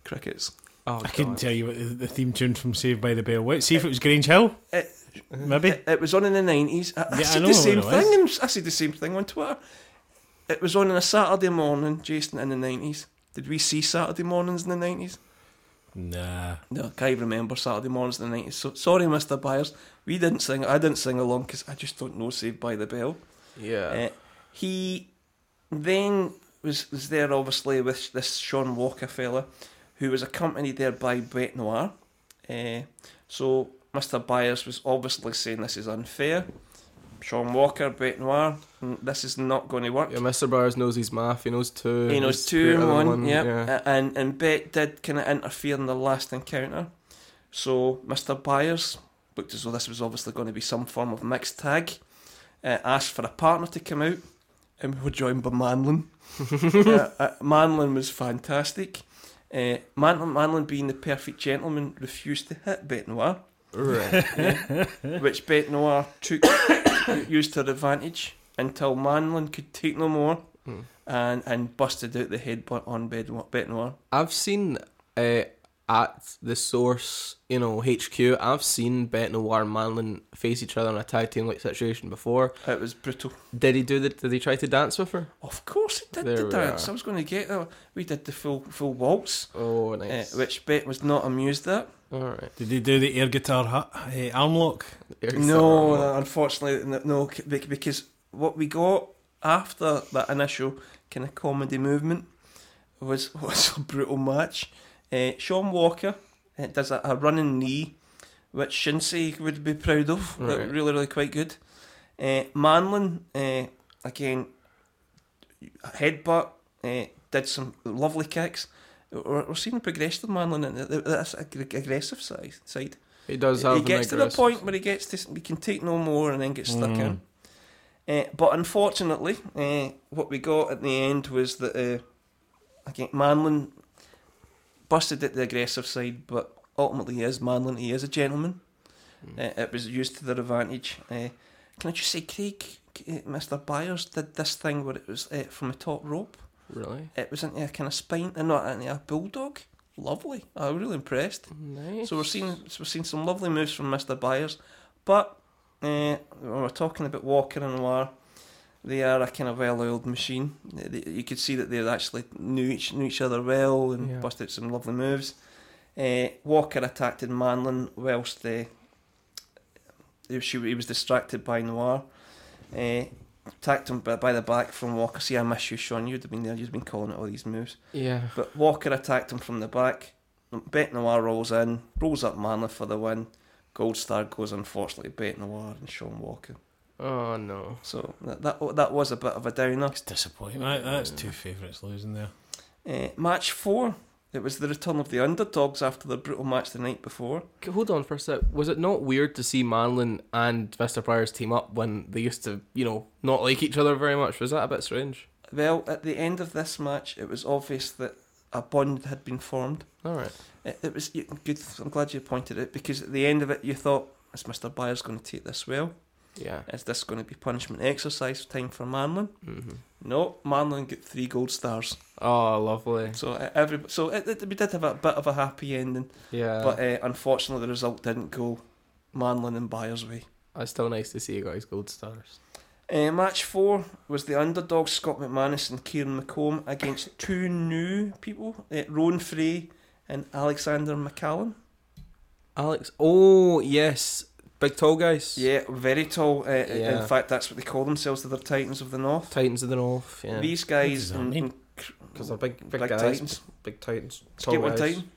Speaker 2: Crickets.
Speaker 1: oh,
Speaker 3: I couldn't
Speaker 1: God.
Speaker 3: tell you what the, the theme tune from Saved by the Bell was. See if it was Grange Hill.
Speaker 2: It-
Speaker 1: Uh-huh.
Speaker 3: Maybe.
Speaker 2: It, it was on in the nineties. I, I
Speaker 3: Yeah, I
Speaker 2: said
Speaker 3: know
Speaker 2: the
Speaker 3: what
Speaker 2: same
Speaker 3: it was.
Speaker 2: thing. And I said the same thing on Twitter. It was on on a Saturday morning, Jason, in the nineties. Did we see Saturday mornings in the nineties?
Speaker 3: Nah.
Speaker 2: No, I can't remember Saturday mornings in the 90s. So, sorry, Mr. Byers. We didn't sing, I didn't sing along because I just don't know Saved by the Bell.
Speaker 1: Yeah.
Speaker 2: Uh, he then was, was there, obviously, with this Sean Walker fella, who was accompanied there by Bret Noir. Uh, so Mr. Byers was obviously saying this is unfair. Sean Walker, Bret Noir, mm, this is not going to work.
Speaker 5: Yeah, Mr. Byers knows his math. He knows two.
Speaker 2: He knows
Speaker 5: he's
Speaker 2: two
Speaker 5: greater
Speaker 2: and
Speaker 5: than
Speaker 2: one,
Speaker 5: Yeah.
Speaker 2: yep. A- And and Bet did kind of interfere in the last encounter. So Mr. Byers looked as though this was obviously going to be some form of mixed tag. Uh, asked for a partner to come out, and we were joined by Manlin. uh, uh, Manlin was fantastic. Uh, Man- Manlin, being the perfect gentleman, refused to hit Bet Noir,
Speaker 1: Right.
Speaker 2: which Bet Noir took used to her advantage until Manlin could take no more
Speaker 5: Hmm.
Speaker 2: and and busted out the headbutt on Bed Bet Noir.
Speaker 5: I've seen uh, at the source, you know, HQ. I've seen Bet Noir and Manlin face each other in a tag team like situation before.
Speaker 2: It was brutal.
Speaker 5: Did he do that? Did he try to dance with her?
Speaker 2: Of course, it did
Speaker 5: There
Speaker 2: the
Speaker 5: we
Speaker 2: dance.
Speaker 5: are.
Speaker 2: I was going to get that. We did the full full waltz,
Speaker 5: Oh,
Speaker 2: uh,
Speaker 5: nice.
Speaker 2: which Bet was not amused at.
Speaker 5: All right.
Speaker 3: Did he do the air guitar ha- eh, arm lock?
Speaker 2: No, uh, unfortunately, no, no, c- bec- because what we got after that initial kind of comedy movement was was a brutal match. Uh, Sean Walker uh, does a, a running knee, which Shinsei would be proud of. Looked
Speaker 5: Right.
Speaker 2: Really, really quite good. Uh, Manlin, uh, again, headbutt, uh, did some lovely kicks. We're, we're seeing the progression of Manlin, and th- th- that's a gr- aggressive side. side.
Speaker 5: He does have.
Speaker 2: He gets
Speaker 5: an
Speaker 2: to the
Speaker 5: aggressive-
Speaker 2: point where he gets to we can take no more and then get stuck in. Uh, but unfortunately, uh, what we got at the end was eh, that uh, again Manlin busted at the aggressive side, but ultimately he is Manlin, he is a gentleman. Uh, it was used to their advantage. Uh, can I just say, Craig, uh, Mr. Byers did this thing where it was uh, from the top rope.
Speaker 1: Really?
Speaker 2: It was into a kind of spine, and not into a bulldog. Lovely. I was really impressed.
Speaker 1: Nice.
Speaker 2: So we're seeing so we're seeing some lovely moves from Mr. Byers, but uh, when we're talking about Walker and Noir, they are a kind of well-oiled machine. They- they- You could see that they actually knew each knew each other well and
Speaker 1: Yeah.
Speaker 2: busted some lovely moves. Uh, Walker attacked Manlin whilst uh, he- she, he was distracted by Noir. Uh, attacked him by, by the back from Walker. See, I miss you, Sean. You'd have been there. You'd have been calling it all these moves.
Speaker 1: Yeah.
Speaker 2: But Walker attacked him from the back. Bet Noir rolls in, rolls up Manley for the win. Gold Star goes unfortunately Bet Noir and Sean Walker.
Speaker 1: Oh no.
Speaker 2: So that oh, that, that was a bit of a downer.
Speaker 3: It's disappointing. That, that's two favourites losing there.
Speaker 2: Eh, match four. It was the return of the underdogs after their brutal match the night before.
Speaker 1: C- Hold on for a sec. Was it not weird to see Marlon and Mr. Pryor's team up when they used to, you know, not like each other very much? Was that a bit strange?
Speaker 2: Well, at the end of this match, it was obvious that a bond had been formed.
Speaker 1: All right.
Speaker 2: It, it was you- good. I'm glad you pointed it because at the end of it, you thought, "Is Mr. Byers going to take this well?
Speaker 1: Yeah.
Speaker 2: Is this going to be punishment exercise time for Manlin?"
Speaker 1: hmm
Speaker 2: No, Marlon got three gold stars.
Speaker 1: Oh, lovely.
Speaker 2: So uh, every so it, it, we did have a bit of a happy ending,
Speaker 1: Yeah.
Speaker 2: but uh, unfortunately the result didn't go Marlon and Byers' way.
Speaker 1: it's still nice to see you guys gold stars.
Speaker 2: Uh, match four was the underdog Scott McManus and Kieran McComb against two new people, uh, Rowan Frey and Alexander McCallum.
Speaker 1: Alex. Oh yes, big tall guys.
Speaker 2: Yeah, very tall. Uh,
Speaker 1: Yeah.
Speaker 2: In fact, that's what they call themselves. They're the Titans of the North.
Speaker 1: Titans of the North. Yeah.
Speaker 2: These guys
Speaker 3: What does that
Speaker 2: in-
Speaker 3: mean?
Speaker 2: in-
Speaker 1: Because they're big, big,
Speaker 2: like
Speaker 1: guys.
Speaker 2: Titans.
Speaker 1: Big Titans. tall guys.
Speaker 2: Skateboard Titan.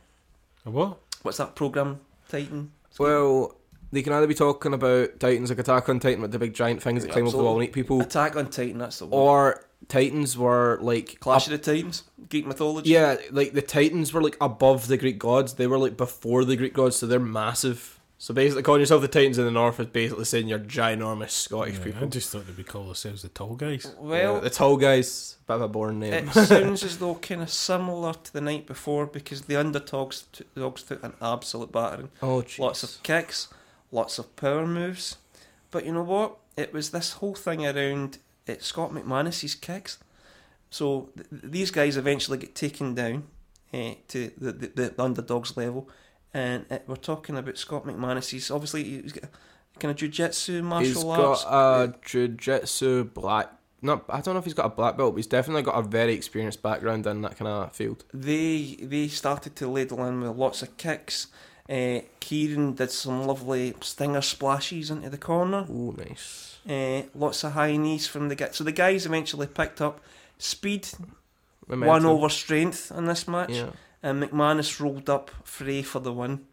Speaker 3: A what?
Speaker 2: What's that program? Titan.
Speaker 1: Well, they can either be talking about Titans like Attack on Titan with the big giant things that
Speaker 2: Yeah,
Speaker 1: climb over the wall and eat people,
Speaker 2: Attack on Titan. That's the one.
Speaker 1: or Titans were like
Speaker 2: Clash
Speaker 1: up-
Speaker 2: of the Titans, Greek mythology.
Speaker 1: yeah, like the Titans were like above the Greek gods. They were like before the Greek gods, so they're massive. So basically, calling yourself the Titans of the North is basically saying you're ginormous Scottish
Speaker 3: Yeah, I
Speaker 1: people.
Speaker 3: just thought they'd be called themselves the tall guys.
Speaker 1: Yeah,
Speaker 2: Well,
Speaker 1: the tall guys, bit of a boring name.
Speaker 2: it sounds as though kind of similar to the night before because the underdogs t- dogs took an absolute battering.
Speaker 1: oh, jeez.
Speaker 2: Lots of kicks, lots of power moves, but you know what? It was this whole thing around it, Scott McManus's kicks. So th- th- these guys eventually get taken down eh, to the, the, the underdogs level, and eh, we're talking about Scott McManus's. Obviously, he's got kind of jujitsu, martial
Speaker 1: He's
Speaker 2: arts.
Speaker 1: got a jujitsu black. No, I don't know if he's got a black belt, but he's definitely got a very experienced background in that kind of field.
Speaker 2: they they started to ladle in with lots of kicks. Uh, Kieran did some lovely stinger splashes into the corner.
Speaker 1: Oh, nice.
Speaker 2: Uh, lots of high knees from the guy. So the guys eventually picked up speed,
Speaker 1: Momentum.
Speaker 2: won over strength in this match,
Speaker 1: Yeah.
Speaker 2: and McManus rolled up Frey for the win.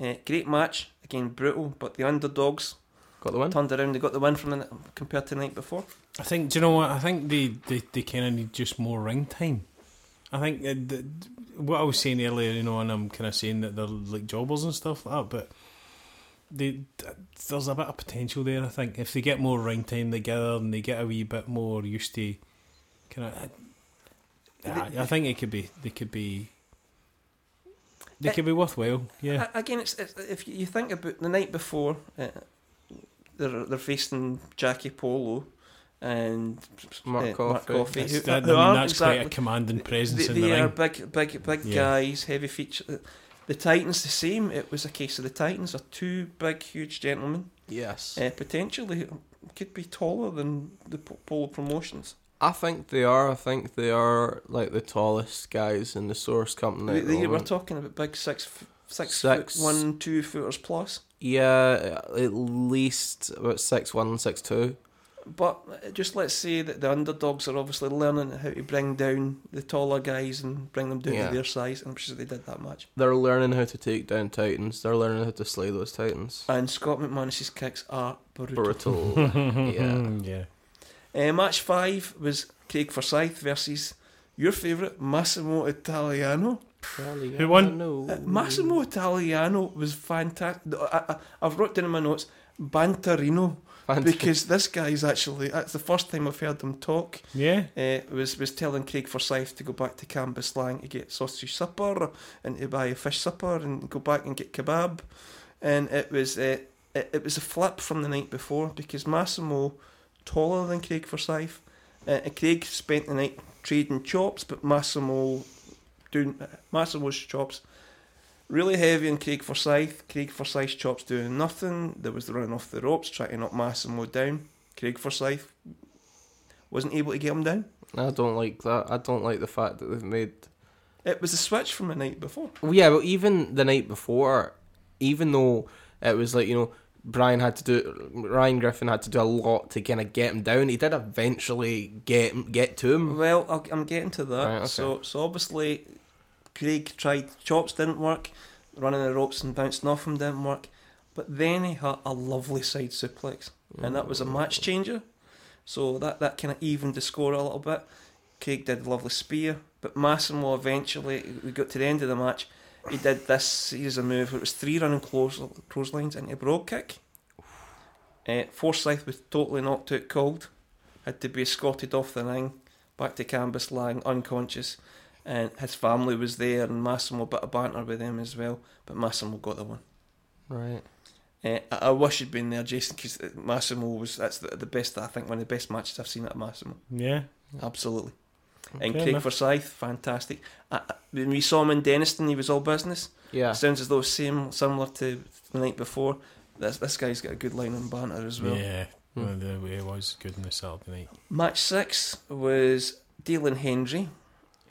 Speaker 2: Uh, great match, again brutal, but the underdogs
Speaker 1: Got the win.
Speaker 2: turned around. They got the win from the, n- compared to the night before.
Speaker 3: I think. Do you know what? I think they they, they kind of need just more ring time. I think that, that, what I was saying earlier, you know, and I'm kind of saying that they're like jobbers and stuff like that, but they, th- there's a bit of potential there. I think if they get more ring time together and they get a wee bit more used to kind of, I, I think it could be they could be they could be worthwhile. Yeah,
Speaker 2: A- Again, it's, it's if you think about the night before, uh, they're they're facing Jackie Polo and
Speaker 1: Mark
Speaker 2: uh,
Speaker 1: Coffey.
Speaker 2: Coffey,
Speaker 3: that's,
Speaker 2: who-
Speaker 3: that, I
Speaker 2: who
Speaker 3: mean,
Speaker 2: aren't
Speaker 3: that's quite a
Speaker 2: exactly-
Speaker 3: commanding
Speaker 2: they,
Speaker 3: presence in the
Speaker 2: they
Speaker 3: ring.
Speaker 2: are big, big, big
Speaker 3: Yeah.
Speaker 2: guys, heavy feature. The Titans the same. It was a case of the Titans are two big, huge gentlemen.
Speaker 1: Yes.
Speaker 2: Uh, potentially could be taller than the Po- Polo promotions.
Speaker 1: I think they are. I think they are like the tallest guys in the source company.
Speaker 2: We,
Speaker 1: at the
Speaker 2: they, we're
Speaker 1: moment.
Speaker 2: talking about big six, f- six,
Speaker 1: Six.
Speaker 2: foot one, two footers plus.
Speaker 1: yeah, at least about six one, six two.
Speaker 2: But uh, just let's say that the underdogs are obviously learning how to bring down the taller guys and bring them down
Speaker 1: Yeah.
Speaker 2: to their size, and which is they did that much.
Speaker 1: They're learning how to take down titans. They're learning how to slay those titans.
Speaker 2: And Scott McManus's kicks are brutal.
Speaker 1: Brutal. yeah.
Speaker 3: yeah.
Speaker 2: Uh, match five was Craig Forsyth versus your favourite Massimo Italiano.
Speaker 1: Who
Speaker 3: won?
Speaker 2: Uh, Massimo Italiano was fantastic. I, I, I've wrote down in my notes Bantarino.
Speaker 5: Fantastic.
Speaker 2: because this guy is actually that's the first time I've heard him talk.
Speaker 3: Yeah.
Speaker 2: Uh, was was telling Craig Forsyth to go back to Canberra slang to get sausage supper and to buy a fish supper and go back and get kebab, and it was uh, it, it was a flip from the night before because Massimo taller than Craig Forsyth, uh, and Craig spent the night trading chops, but Massimo doing eh, Massimo's chops really heavy on Craig Forsyth. Craig Forsyth's chops doing nothing. There was the running off the ropes, trying to knock Massimo down. Craig Forsyth wasn't able to get him down.
Speaker 5: I don't like that. I don't like the fact that they've made.
Speaker 2: It was a switch from the night before.
Speaker 5: Well, yeah, well, even the night before, even though it was like you know Brian had to do Ryan Griffin had to do a lot to kind of get him down. He did eventually get get to him.
Speaker 2: Well, I'll, I'm getting to that.
Speaker 5: Hmm. Right, okay.
Speaker 2: So, so obviously, Craig tried chops didn't work, running the ropes and bouncing off him didn't work, but then he had a lovely side suplex, and that was a match changer. So that that kind of evened the score a little bit. Craig did a lovely spear, but Massimo eventually we got to the end of the match. He did this series of moves. It was three running close clotheslines and a broad kick. Uh, Forsyth was totally knocked out cold. Had to be escorted off the ring back to Canvas lying unconscious. And his family was there, and Massimo bit of banter with them as well. But Massimo got the one.
Speaker 5: Right.
Speaker 2: Uh, I, I wish he'd been there, Jason, because Massimo was that's the, the best I think one of the best matches I've seen at Massimo.
Speaker 3: Yeah.
Speaker 2: Absolutely. and
Speaker 3: fair
Speaker 2: Craig
Speaker 3: enough.
Speaker 2: Forsyth, fantastic. I, I- when we saw him in Deniston, he was all business.
Speaker 5: Yeah.
Speaker 2: Sounds as though same similar to the night before. This this guy's got a good line on banter as well. Hmm.
Speaker 3: Yeah. Well, the way it was good on the Saturday night.
Speaker 2: Match six was Dylan Henry,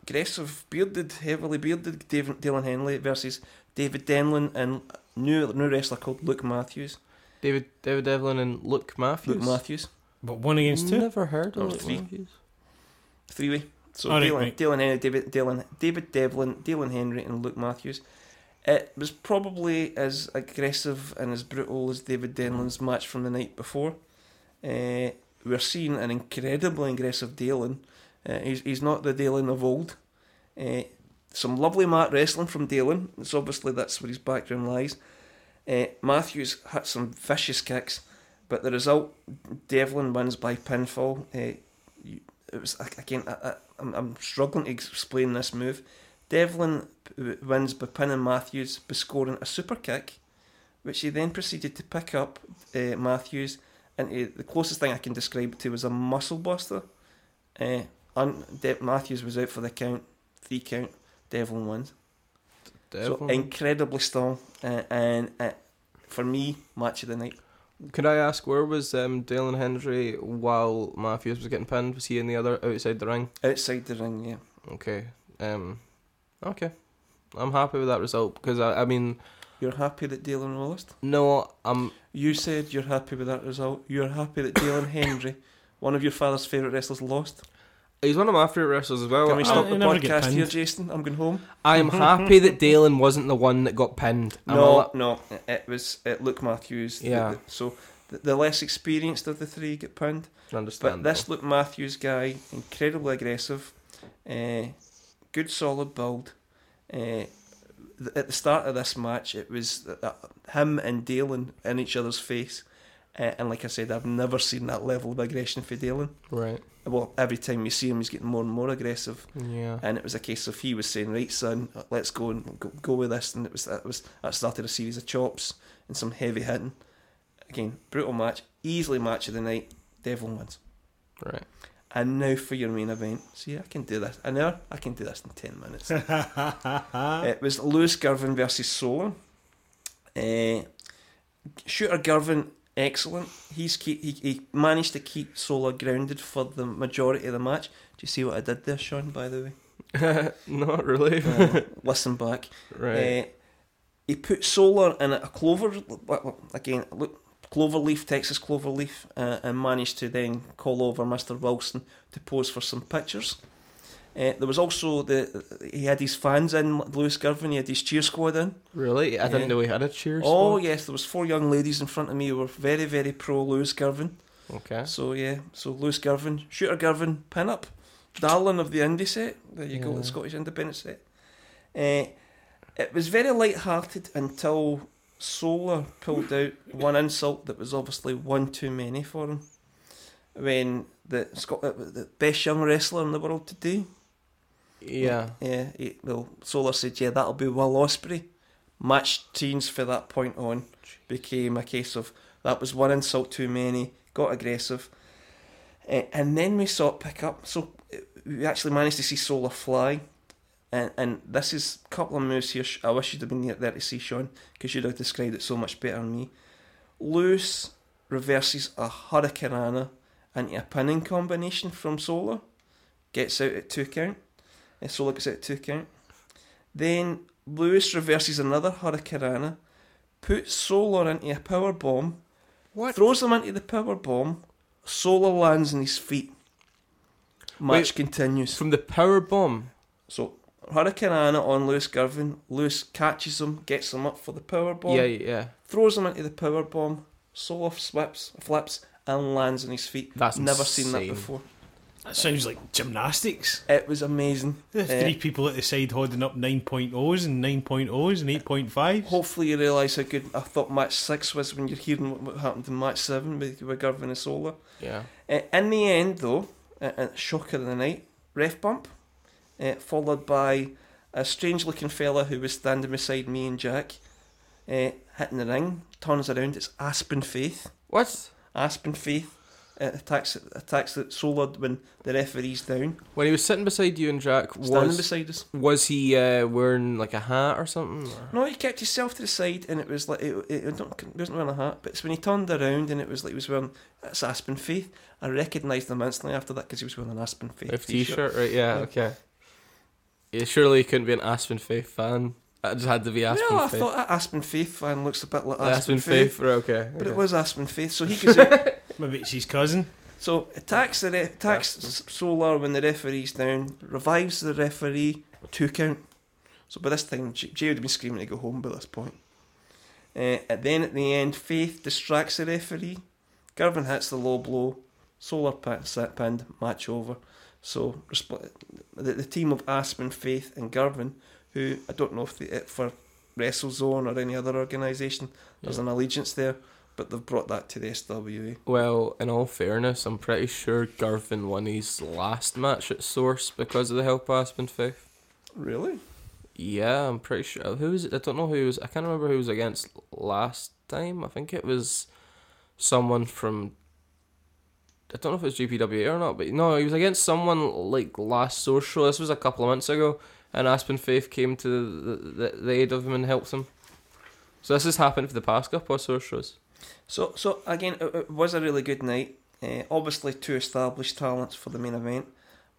Speaker 2: aggressive, bearded, heavily bearded Dav- Dylan Henley versus David Denlin and new new wrestler called Luke Matthews.
Speaker 5: David David Devlin and Luke Matthews.
Speaker 2: Luke Matthews,
Speaker 3: But one against two.
Speaker 5: Never heard
Speaker 2: Or
Speaker 5: of Luke
Speaker 2: three.
Speaker 5: Matthews.
Speaker 2: three way. So
Speaker 3: All right,
Speaker 2: Dylan,
Speaker 3: right.
Speaker 2: Dylan Henry, David Dylan, David Devlin, Dylan Henry, and Luke Matthews. It was probably as aggressive and as brutal as David Denlin's match from the night before. Uh, we're seeing an incredibly aggressive Dylan. Uh, he's, he's not the Dylan of old. Uh, some lovely mat wrestling from Dylan. It's obviously that's where his background lies. Uh, Matthews had some vicious kicks, but the result, Devlin wins by pinfall. Uh, you- it was again. I, I, I'm, I'm struggling to explain this move. Devlin w- wins by pinning Matthews by scoring a super kick, which he then proceeded to pick up uh, Matthews, and he, the closest thing I can describe it to was a muscle buster. Uh, un, De- Matthews was out for the count, three count. Devlin wins. So
Speaker 5: Devlin.
Speaker 2: incredibly strong, uh, and uh, for me, match of the night.
Speaker 5: Could I ask where was um, Dylan Henry while Matthews was getting pinned? Was he in the other outside the ring?
Speaker 2: Outside the ring, yeah.
Speaker 5: Okay. Um. Okay. I'm happy with that result because I, I mean
Speaker 2: You're happy that Dylan lost.
Speaker 5: no I'm
Speaker 2: You said you're happy with that result. You're happy that Dylan Henry, one of your father's favourite wrestlers, lost.
Speaker 5: he's one of my favourite wrestlers as well.
Speaker 2: Can we
Speaker 5: I'm-
Speaker 2: stop
Speaker 3: I
Speaker 2: the
Speaker 3: never get
Speaker 2: podcast here,
Speaker 3: pinned.
Speaker 2: Jason? I'm going home.
Speaker 5: I'm happy that Dalen wasn't the one that got pinned. I'm
Speaker 2: no,
Speaker 5: al-
Speaker 2: no, it- it was it Luke Matthews. the-
Speaker 5: Yeah.
Speaker 2: the- so the, the less experienced of the three get pinned.
Speaker 5: understand.
Speaker 2: But this Luke Matthews guy, incredibly aggressive, uh, good solid build. Uh, th- at the start of this match, it was uh, uh, him and Dalen in each other's face. Uh, and like I said, I've never seen that level of aggression for Dalen.
Speaker 5: right.
Speaker 2: Well, every time you see him, he's getting more and more aggressive.
Speaker 5: Yeah.
Speaker 2: And it was a case of he was saying, "Right, son, let's go and go, go with this." And it was that was that started a series of chops and some heavy hitting. Again, brutal match, easily match of the night. Devlin wins.
Speaker 5: Right.
Speaker 2: And now for your main event. See, I can do this. An hour? I can do this in 10 minutes. it was Lewis Garvin versus Solon. Uh, Shooter Garvin, excellent. He's keep, he, he managed to keep Solar grounded for the majority of the match. Do you see what I did there, Sean, by the way?
Speaker 5: Not really.
Speaker 2: Uh, listen back.
Speaker 5: Right.
Speaker 2: Uh, he put solar in a clover again. Look, cloverleaf, Texas cloverleaf, uh, and managed to then call over Mr. Wilson to pose for some pictures. Uh, there was also the he had his fans in Lewis Garvin. He had his cheer squad in.
Speaker 5: really? I
Speaker 2: yeah.
Speaker 5: didn't know he had a cheer.
Speaker 2: Oh
Speaker 5: squad.
Speaker 2: yes, there was four young ladies in front of me who were very very pro Lewis Garvin.
Speaker 5: Okay.
Speaker 2: So yeah, so Lewis Garvin, Shooter Garvin, pin up, darling of the indie set. There you go,
Speaker 5: Yeah.
Speaker 2: the Scottish independent set. Eh, it was very light-hearted until Solar pulled out one insult that was obviously one too many for him when the Scot- uh, the best young wrestler in the world today.
Speaker 1: Yeah.
Speaker 2: Yeah, he, well, Solar said, yeah, that'll be Will Osprey. Match teens for that point on became a case of that was one insult too many, got aggressive. Eh, and then we saw it pick up. So eh, we actually managed to see Solar fly. And, and this is a couple of moves here. sh- I wish you'd have been there to see Sean because you'd have described it so much better than me. Loose reverses a Hurricanrana into a pinning combination from Solar. Gets out at two count. And Solar gets out at two count. Then Lewis reverses another Hurricanrana. Puts Solar into a power bomb.
Speaker 1: What?
Speaker 2: Throws him into the power bomb. Solar lands on his feet. Match continues.
Speaker 1: From the power bomb.
Speaker 2: So Hurricane Anna on Lewis Garvin. Lewis catches him, gets him up for the power bomb,
Speaker 1: Yeah, yeah.
Speaker 2: throws him into the power bomb. Soloff slips, flips, and lands on his feet.
Speaker 1: That's
Speaker 2: never seen that
Speaker 1: insane.
Speaker 2: before.
Speaker 3: That sounds like gymnastics.
Speaker 2: It was amazing.
Speaker 3: There's
Speaker 2: Eh,
Speaker 3: three people at the side holding up 9.0s and 9.0s and 8.5s.
Speaker 2: hopefully, you realise how good I thought match six was when you're hearing what, what happened in match seven with, with Garvin and Solar.
Speaker 1: Yeah.
Speaker 2: Uh, in the end, though, uh, uh, shocker of the night, ref bump, uh, followed by a strange looking fella who was standing beside me and Jack, uh, hitting the ring, turns around, it's Aspen Faith.
Speaker 1: What?
Speaker 2: Aspen Faith uh, attacks attacks the solar when the referee's down,
Speaker 1: When he was sitting beside you and Jack,
Speaker 2: standing
Speaker 1: was
Speaker 2: beside us.
Speaker 1: was he uh, wearing like a hat or something? or-
Speaker 2: No, he kept himself to the side, and it was like it, it, it don't, he wasn't wearing a hat. But it's when he turned around, and it was like he was wearing it's Aspen Faith. I recognised him instantly after that because he was wearing an Aspen Faith
Speaker 1: With
Speaker 2: t-shirt.
Speaker 1: t-shirt, right? Yeah, okay. Yeah, surely you couldn't be an Aspen Faith fan. That just had to be Aspen
Speaker 2: no, I
Speaker 1: Faith.
Speaker 2: thought that Aspen Faith fan looks a bit like
Speaker 1: Uh, Aspen,
Speaker 2: Aspen,
Speaker 1: Faith,
Speaker 2: Faith,
Speaker 1: right, okay.
Speaker 2: but it
Speaker 1: okay.
Speaker 2: was Aspen Faith. So he goes out,
Speaker 3: Maybe it's his cousin.
Speaker 2: so attacks the re- attacks S- Solar when the referee's down, revives the referee, two count. So by this time, J- Jay would have been screaming to go home by this point. Uh, and then at the end, Faith distracts the referee. Garvin hits the low blow. Solar pin- set pinned. Match over. So resp- the, the team of Aspen, Faith, and Garvin, who I don't know if they, it for WrestleZone or any other organisation, there's an allegiance there, but they've brought that to the SWA.
Speaker 1: Well, in all fairness, I'm pretty sure Garvin won his last match at Source because of the help of Aspen Faith.
Speaker 2: Really?
Speaker 1: Yeah, I'm pretty sure. Who was it? I don't know who he was. I can't remember who he was against last time. I think it was someone from. I don't know if it was GPWA or not, but no, he was against someone like last Source show. This was a couple of months ago, and Aspen Faith came to the, the, the aid of him and helped him. So this has happened for the past couple of Source shows.
Speaker 2: So, so again, it, it was a really good night. Uh, obviously, two established talents for the main event,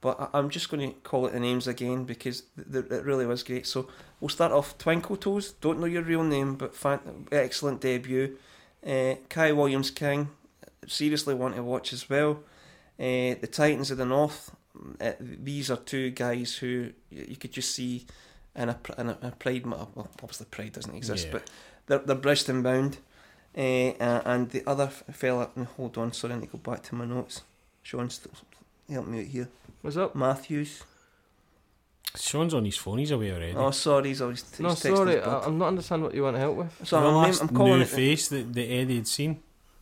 Speaker 2: but I, I'm just going to call it the names again because th- th- it really was great. So, we'll start off Twinkle Toes. Don't know your real name, but fan- excellent debut. Uh, Kai Williams King, seriously want to watch as well. Uh, the Titans of the North. Uh, these are two guys who y- you could just see in a, pr- in a, a pride. ma- Well, obviously, pride doesn't exist,
Speaker 3: Yeah.
Speaker 2: but they're they're Bristol bound. Eh, uh, and the other f- fella, no, hold on, sorry, I need to go back to my notes. Sean, st- help me out here.
Speaker 1: What's up?
Speaker 2: Matthews.
Speaker 3: Sean's on his phone, he's away already.
Speaker 2: Oh, sorry, he's always t-
Speaker 1: No,
Speaker 2: he's texting
Speaker 1: sorry,
Speaker 2: his bud.
Speaker 1: I, I'm not understanding what you want help with.
Speaker 2: So
Speaker 3: the
Speaker 2: I'm, name,
Speaker 3: last
Speaker 2: I'm calling
Speaker 3: new
Speaker 2: it
Speaker 3: face that, that Eddie had seen.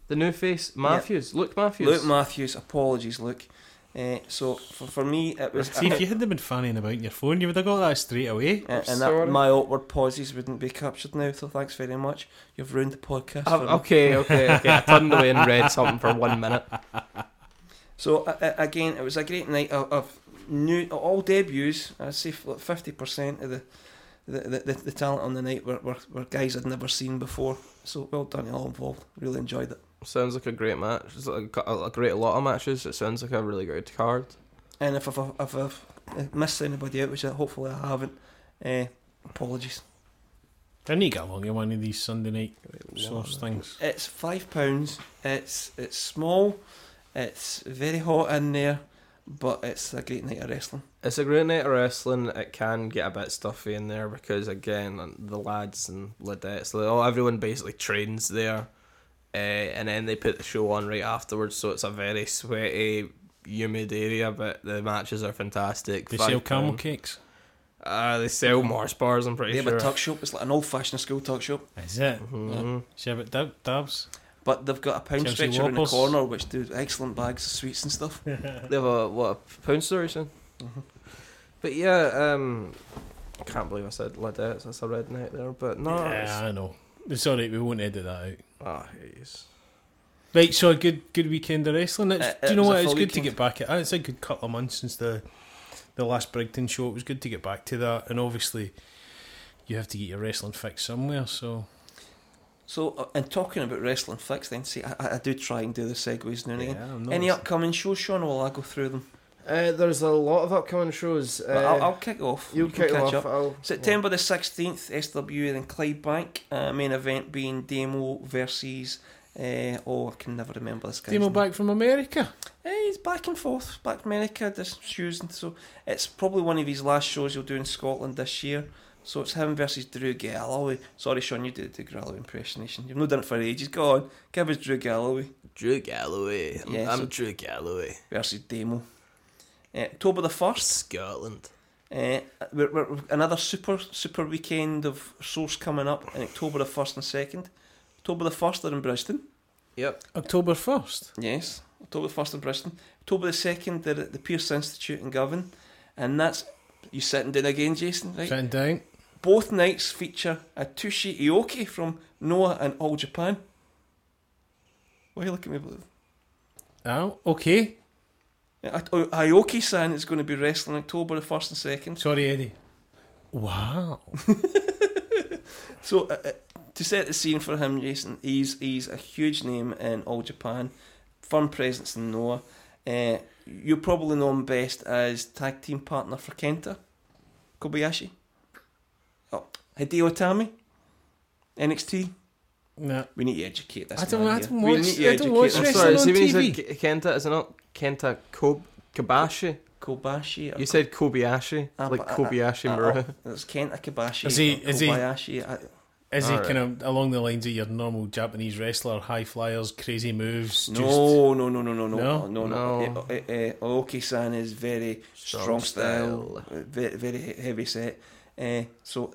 Speaker 1: The new face, Matthews. Luke Matthews.
Speaker 2: Luke Matthews. Apologies, Luke. Eh, so for, for me, it was.
Speaker 3: See, if you hadn't been fanning about in your phone, you would have got that straight away.
Speaker 2: eh, and that,
Speaker 1: Sorry.
Speaker 2: my awkward pauses wouldn't be captured now, so thanks very much. You've ruined the podcast.
Speaker 1: Oh,
Speaker 2: for me.
Speaker 1: okay, okay, okay. I turned away and read something for one minute.
Speaker 2: So uh, uh, again, it was a great night of, of new all debuts. I'd say fifty percent of the the, the, the the talent on the night were, were, were guys I'd never seen before. So well done, to all involved. Really enjoyed it.
Speaker 1: Sounds like a great match. It's like a, a great lot of matches. It sounds like a really good card.
Speaker 2: And if I've, if I've uh, missed anybody out, which I, hopefully I haven't, uh, apologies.
Speaker 3: I need to get along in one of these Sunday night sauce
Speaker 1: Source thing.
Speaker 3: things.
Speaker 2: It's five pounds. It's it's small. It's very hot in there, but it's a great night of wrestling.
Speaker 1: It's a great night of wrestling. It can get a bit stuffy in there because again, the lads and ladettes, like, oh, everyone basically trains there, uh, and then they put the show on right afterwards. So it's a very sweaty, humid area, but the matches are fantastic.
Speaker 3: They
Speaker 1: Five
Speaker 3: sell camel
Speaker 1: pound.
Speaker 3: cakes.
Speaker 6: Uh, they sell Mars bars, I'm pretty
Speaker 2: They have
Speaker 6: sure.
Speaker 2: a tuck shop. It's like an old-fashioned school tuck shop,
Speaker 3: Is it?
Speaker 1: Mhm.
Speaker 3: Shove it dab- dabs.
Speaker 2: but they've got a pound
Speaker 1: E.
Speaker 3: Chelsea
Speaker 2: stretcher in the
Speaker 3: Whoppers.
Speaker 2: corner which do excellent bags of sweets and stuff.
Speaker 1: They have a what a pound store, you said? But yeah, um, I can't believe I said Ladette. That's a redneck there, but no.
Speaker 3: yeah, I know. It's alright, we won't edit that out.
Speaker 1: Ah, he's.
Speaker 3: Right, so a good good weekend of wrestling. It's,
Speaker 2: Uh,
Speaker 3: do
Speaker 2: it
Speaker 3: you know
Speaker 2: was a
Speaker 3: what? It's
Speaker 2: full
Speaker 3: good to
Speaker 2: weekend.
Speaker 3: get back at. It's a good couple of months since the the last Brigton show. It was good to get back to that, and obviously you have to get your wrestling fix somewhere. So
Speaker 2: So, uh, and talking about wrestling flicks, then see, I- I, I do try and do the segues now and again.
Speaker 3: yeah, I'm
Speaker 2: Any
Speaker 3: not-
Speaker 2: upcoming shows, Sean? Will I go through them?
Speaker 1: Uh, there's a lot of upcoming shows. Uh,
Speaker 2: But I'll, I'll kick off.
Speaker 1: you'll
Speaker 2: You can
Speaker 1: kick it
Speaker 2: catch
Speaker 1: off.
Speaker 2: up.
Speaker 1: I'll,
Speaker 2: September the 16th, SWA then Clydebank. Uh, main event being Demo versus. Uh, oh, I can never remember this guy's
Speaker 3: Demo
Speaker 2: name.
Speaker 3: back from America.
Speaker 2: Eh, he's back and forth, back America, just shoes, and so it's probably one of his last shows he'll do in Scotland this year. So it's him versus Drew Galloway. Sorry, Sean, you did the Galloway impersonation. You've not done it for ages. Go on, give us Drew Galloway
Speaker 1: Drew Galloway.
Speaker 2: I'm- Yeah, I'm so-
Speaker 1: Drew Galloway.
Speaker 2: versus Demo. Eh, October the first,
Speaker 1: Scotland.
Speaker 2: uh, we're, we're, another super super weekend of source coming up in October the first and second. October the first they're in Bristol.
Speaker 1: Yep.
Speaker 3: October first.
Speaker 2: Yes, October the first in Bristol. October the second, they're at the Pierce Institute in Govan, and that's you sitting down again, Jason. Right?
Speaker 3: Sitting down.
Speaker 2: Both nights feature Atushi Ioki from Noah and All Japan. Why are you looking at me? like that?
Speaker 3: Ow. Okay.
Speaker 2: Yeah, At- oh, Aoki-san is going to be wrestling October the first and second.
Speaker 3: Sorry, Eddie. Wow.
Speaker 2: So uh, uh, to set the scene for him, Jason, he's he's a huge name in All Japan, firm presence in Noah. Uh, you probably know him best as tag team partner for Kenta Kobayashi. Oh, Hideo Itami, NXT.
Speaker 3: Nah.
Speaker 2: We need to educate this.
Speaker 3: I don't.
Speaker 2: man
Speaker 3: I
Speaker 2: here.
Speaker 3: don't
Speaker 2: We
Speaker 3: watch.
Speaker 2: need to
Speaker 3: I
Speaker 2: educate
Speaker 3: don't watch
Speaker 2: this
Speaker 1: I'm
Speaker 3: wrestling
Speaker 1: sorry,
Speaker 2: man.
Speaker 3: on
Speaker 1: see when you said
Speaker 3: TV.
Speaker 1: K- Kenta, is it not Kenta Kob- Kobashi?
Speaker 2: Kobashi. Or,
Speaker 1: You said Kobayashi,
Speaker 2: Ah,
Speaker 1: like
Speaker 2: but I- I-
Speaker 1: Kobayashi
Speaker 2: I-
Speaker 1: Maru.
Speaker 2: it's Kenta Kobashi.
Speaker 3: Is he-
Speaker 2: or
Speaker 3: is he-
Speaker 2: Kobayashi. I,
Speaker 3: Is he
Speaker 1: Alright.
Speaker 3: kind of along the lines of your normal Japanese wrestler, high flyers, crazy moves? Just,
Speaker 2: No, no, no, no, no, no,
Speaker 3: No?
Speaker 2: no, Eh,
Speaker 1: No.
Speaker 2: no. Oki san is very
Speaker 1: Strong
Speaker 2: strong, style, very, very he- heavy set. Uh, so,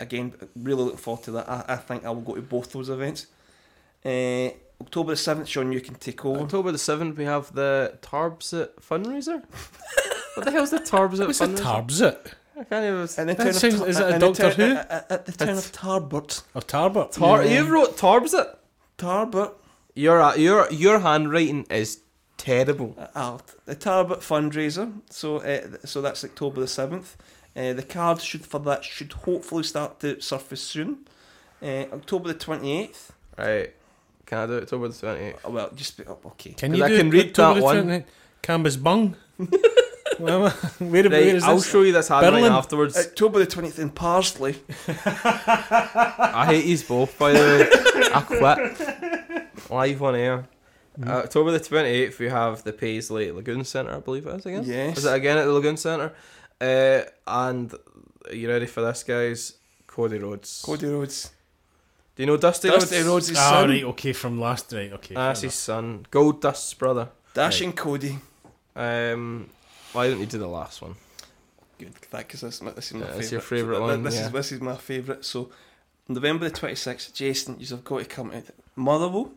Speaker 2: again, really looking forward to that. I, I think I will go to both those events. Uh, October the 7th, Sean, you can take over.
Speaker 1: October the 7th, we have the Tarbset fundraiser. what the hell's the Tarbset
Speaker 3: What's a
Speaker 1: fundraiser?
Speaker 3: Tarbsit?
Speaker 1: I can't even.
Speaker 2: And the
Speaker 3: That
Speaker 2: town of
Speaker 3: sounds-
Speaker 2: Tar-
Speaker 3: is that a
Speaker 2: and the
Speaker 3: Doctor
Speaker 2: town-
Speaker 3: Who?
Speaker 2: uh, uh, At the town of
Speaker 1: That's-
Speaker 2: Tarbert.
Speaker 3: Of Tarbert?
Speaker 1: Tar-
Speaker 2: Yeah.
Speaker 1: You wrote Tarbset.
Speaker 2: Tarbert.
Speaker 1: Your uh, your your handwriting is terrible.
Speaker 2: Uh, I'll- the Tarbert fundraiser. So, uh, th- so that's October the seventh. Uh, the cards should for that should hopefully start to surface soon. Uh, October the twenty eighth.
Speaker 1: Right. Can I do it October the 28th?
Speaker 2: Oh, well, just be up. Okay.
Speaker 3: Can
Speaker 1: 'Cause
Speaker 3: you
Speaker 1: I
Speaker 3: do
Speaker 1: can
Speaker 3: it
Speaker 1: read
Speaker 3: October
Speaker 1: that
Speaker 3: the
Speaker 1: one.
Speaker 3: 29th? Canvas bung. where, am I- where, where
Speaker 1: Right,
Speaker 3: is
Speaker 1: I'll
Speaker 3: this?
Speaker 1: show you this handwriting
Speaker 3: Berlin?
Speaker 1: afterwards.
Speaker 2: Uh, October the twentieth in Parsley.
Speaker 1: I hate these both, by the way. I quit. Live on air. Uh, October the 28th, we have the Paisley Lagoon Centre, I believe it is again.
Speaker 2: Yes.
Speaker 1: Is it again at the Lagoon Centre? Uh, and are you ready for this, guys? Cody Rhodes.
Speaker 2: Cody Rhodes.
Speaker 1: Do you know Dusty,
Speaker 2: Dusty
Speaker 1: Rhodes?
Speaker 2: Rhodes'
Speaker 3: Ah,
Speaker 2: son.
Speaker 3: right, okay, from last night. Okay.
Speaker 1: Ah,
Speaker 3: fair
Speaker 1: That's his son. Gold Dust's brother.
Speaker 2: Dashing Cody.
Speaker 1: Um, why didn't you do the last one?
Speaker 2: Good. That because that's my, this is my
Speaker 1: Yeah,
Speaker 2: favorite.
Speaker 1: that's your favourite one,
Speaker 2: This
Speaker 1: yeah.
Speaker 2: is this is my favorite. So, November the twenty sixth. Jason, you've got to come to Motherwell.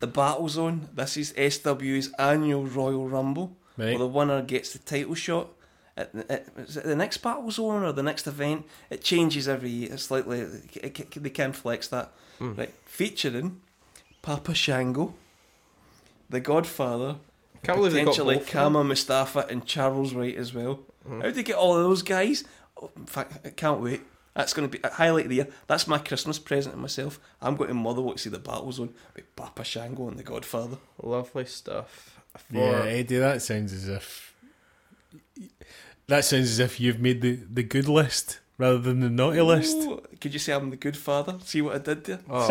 Speaker 2: The Battle Zone. This is SW's annual Royal Rumble.
Speaker 3: enough. Right.
Speaker 2: Or the winner gets the title shot. At the, at, is it the next battle zone or the next event, it changes every year. It's slightly it, ca- they can flex that.
Speaker 1: Mm.
Speaker 2: Right, featuring Papa Shango, The Godfather,
Speaker 1: Can't believe they got
Speaker 2: potentially
Speaker 1: both. of them.
Speaker 2: Kama Mustafa and Charles Wright as well.
Speaker 1: Mhm.
Speaker 2: How do you get all of those guys? Oh, in fact, I can't wait. That's going to be a highlight of the year. That's my Christmas present to myself. I'm going to Motherwell to see the battle zone with Papa Shango and The Godfather.
Speaker 1: Lovely stuff. For
Speaker 3: Yeah, Eddie, that sounds as if that sounds as if you've made the, the good list rather than the naughty list.
Speaker 2: Ooh, could you say I'm the good father? See what I did there?
Speaker 1: Oh,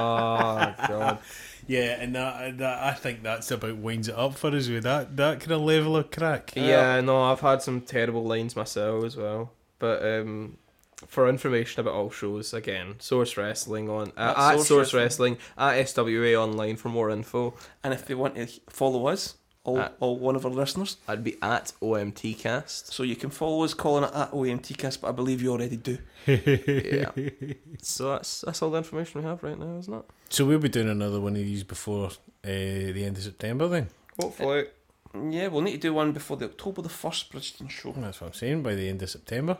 Speaker 1: God.
Speaker 3: Yeah, and that, that I think that's about winds it up for us with that that kind of level of crack.
Speaker 1: Yeah, no, I've had some terrible lines myself as well. But um, for information about all shows, again, Source Wrestling on at,
Speaker 2: At
Speaker 1: at Source,
Speaker 2: Source
Speaker 1: Wrestling. at SWA online for more info.
Speaker 2: And if they want to follow us, all,
Speaker 1: Ah.
Speaker 2: all one of our listeners.
Speaker 1: I'd be at OMT Cast.
Speaker 2: So you can follow us calling it at OMTcast, but I believe you already do.
Speaker 1: yeah. So that's that's all the information we have right now, isn't it?
Speaker 3: So we'll be doing another one of these before uh, the end of September then.
Speaker 7: Hopefully.
Speaker 1: Uh,
Speaker 2: Yeah, we'll need to do one before the October the 1st Bridgeton show.
Speaker 3: That's what I'm saying, by the end of September.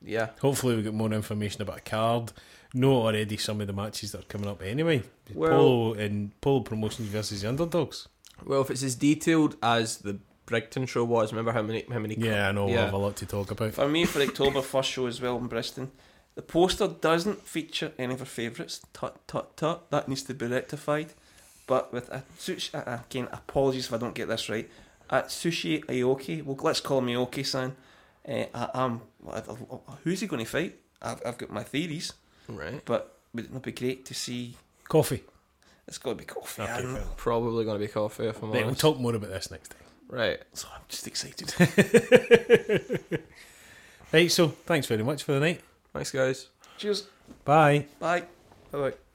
Speaker 1: Yeah.
Speaker 3: Hopefully we get more information about a card. Know already some of the matches that are coming up anyway.
Speaker 7: Well-
Speaker 3: Polo and Polo Promotions versus the Underdogs.
Speaker 1: Well, if it's as detailed as the Brigton show was, remember how many how many?
Speaker 3: Yeah, I know we'll
Speaker 1: yeah.
Speaker 3: have a lot to talk about.
Speaker 2: For me, for the October 1st show as well in Bristol, the poster doesn't feature any of our favourites. Tut, tut, tut. That needs to be rectified. But with a sushi, uh, again, apologies if I don't get this right. At Sushi Aoki, well, let's call him Aoki san. Uh, I, I'm, I, I- who's he going to fight? I've, I've got my theories,
Speaker 1: Right.
Speaker 2: but would not it be great to see?
Speaker 3: Coffee.
Speaker 2: It's got to be coffee.
Speaker 3: Okay,
Speaker 2: I don't
Speaker 3: fair.
Speaker 2: know.
Speaker 1: Probably going to be coffee if I'm
Speaker 3: Right, we'll
Speaker 1: honest.
Speaker 3: talk more about this next time.
Speaker 1: right.
Speaker 2: So I'm just excited.
Speaker 3: Right, so thanks very much for the night.
Speaker 1: Thanks, guys.
Speaker 2: Cheers.
Speaker 3: Bye.
Speaker 2: Bye.
Speaker 7: I like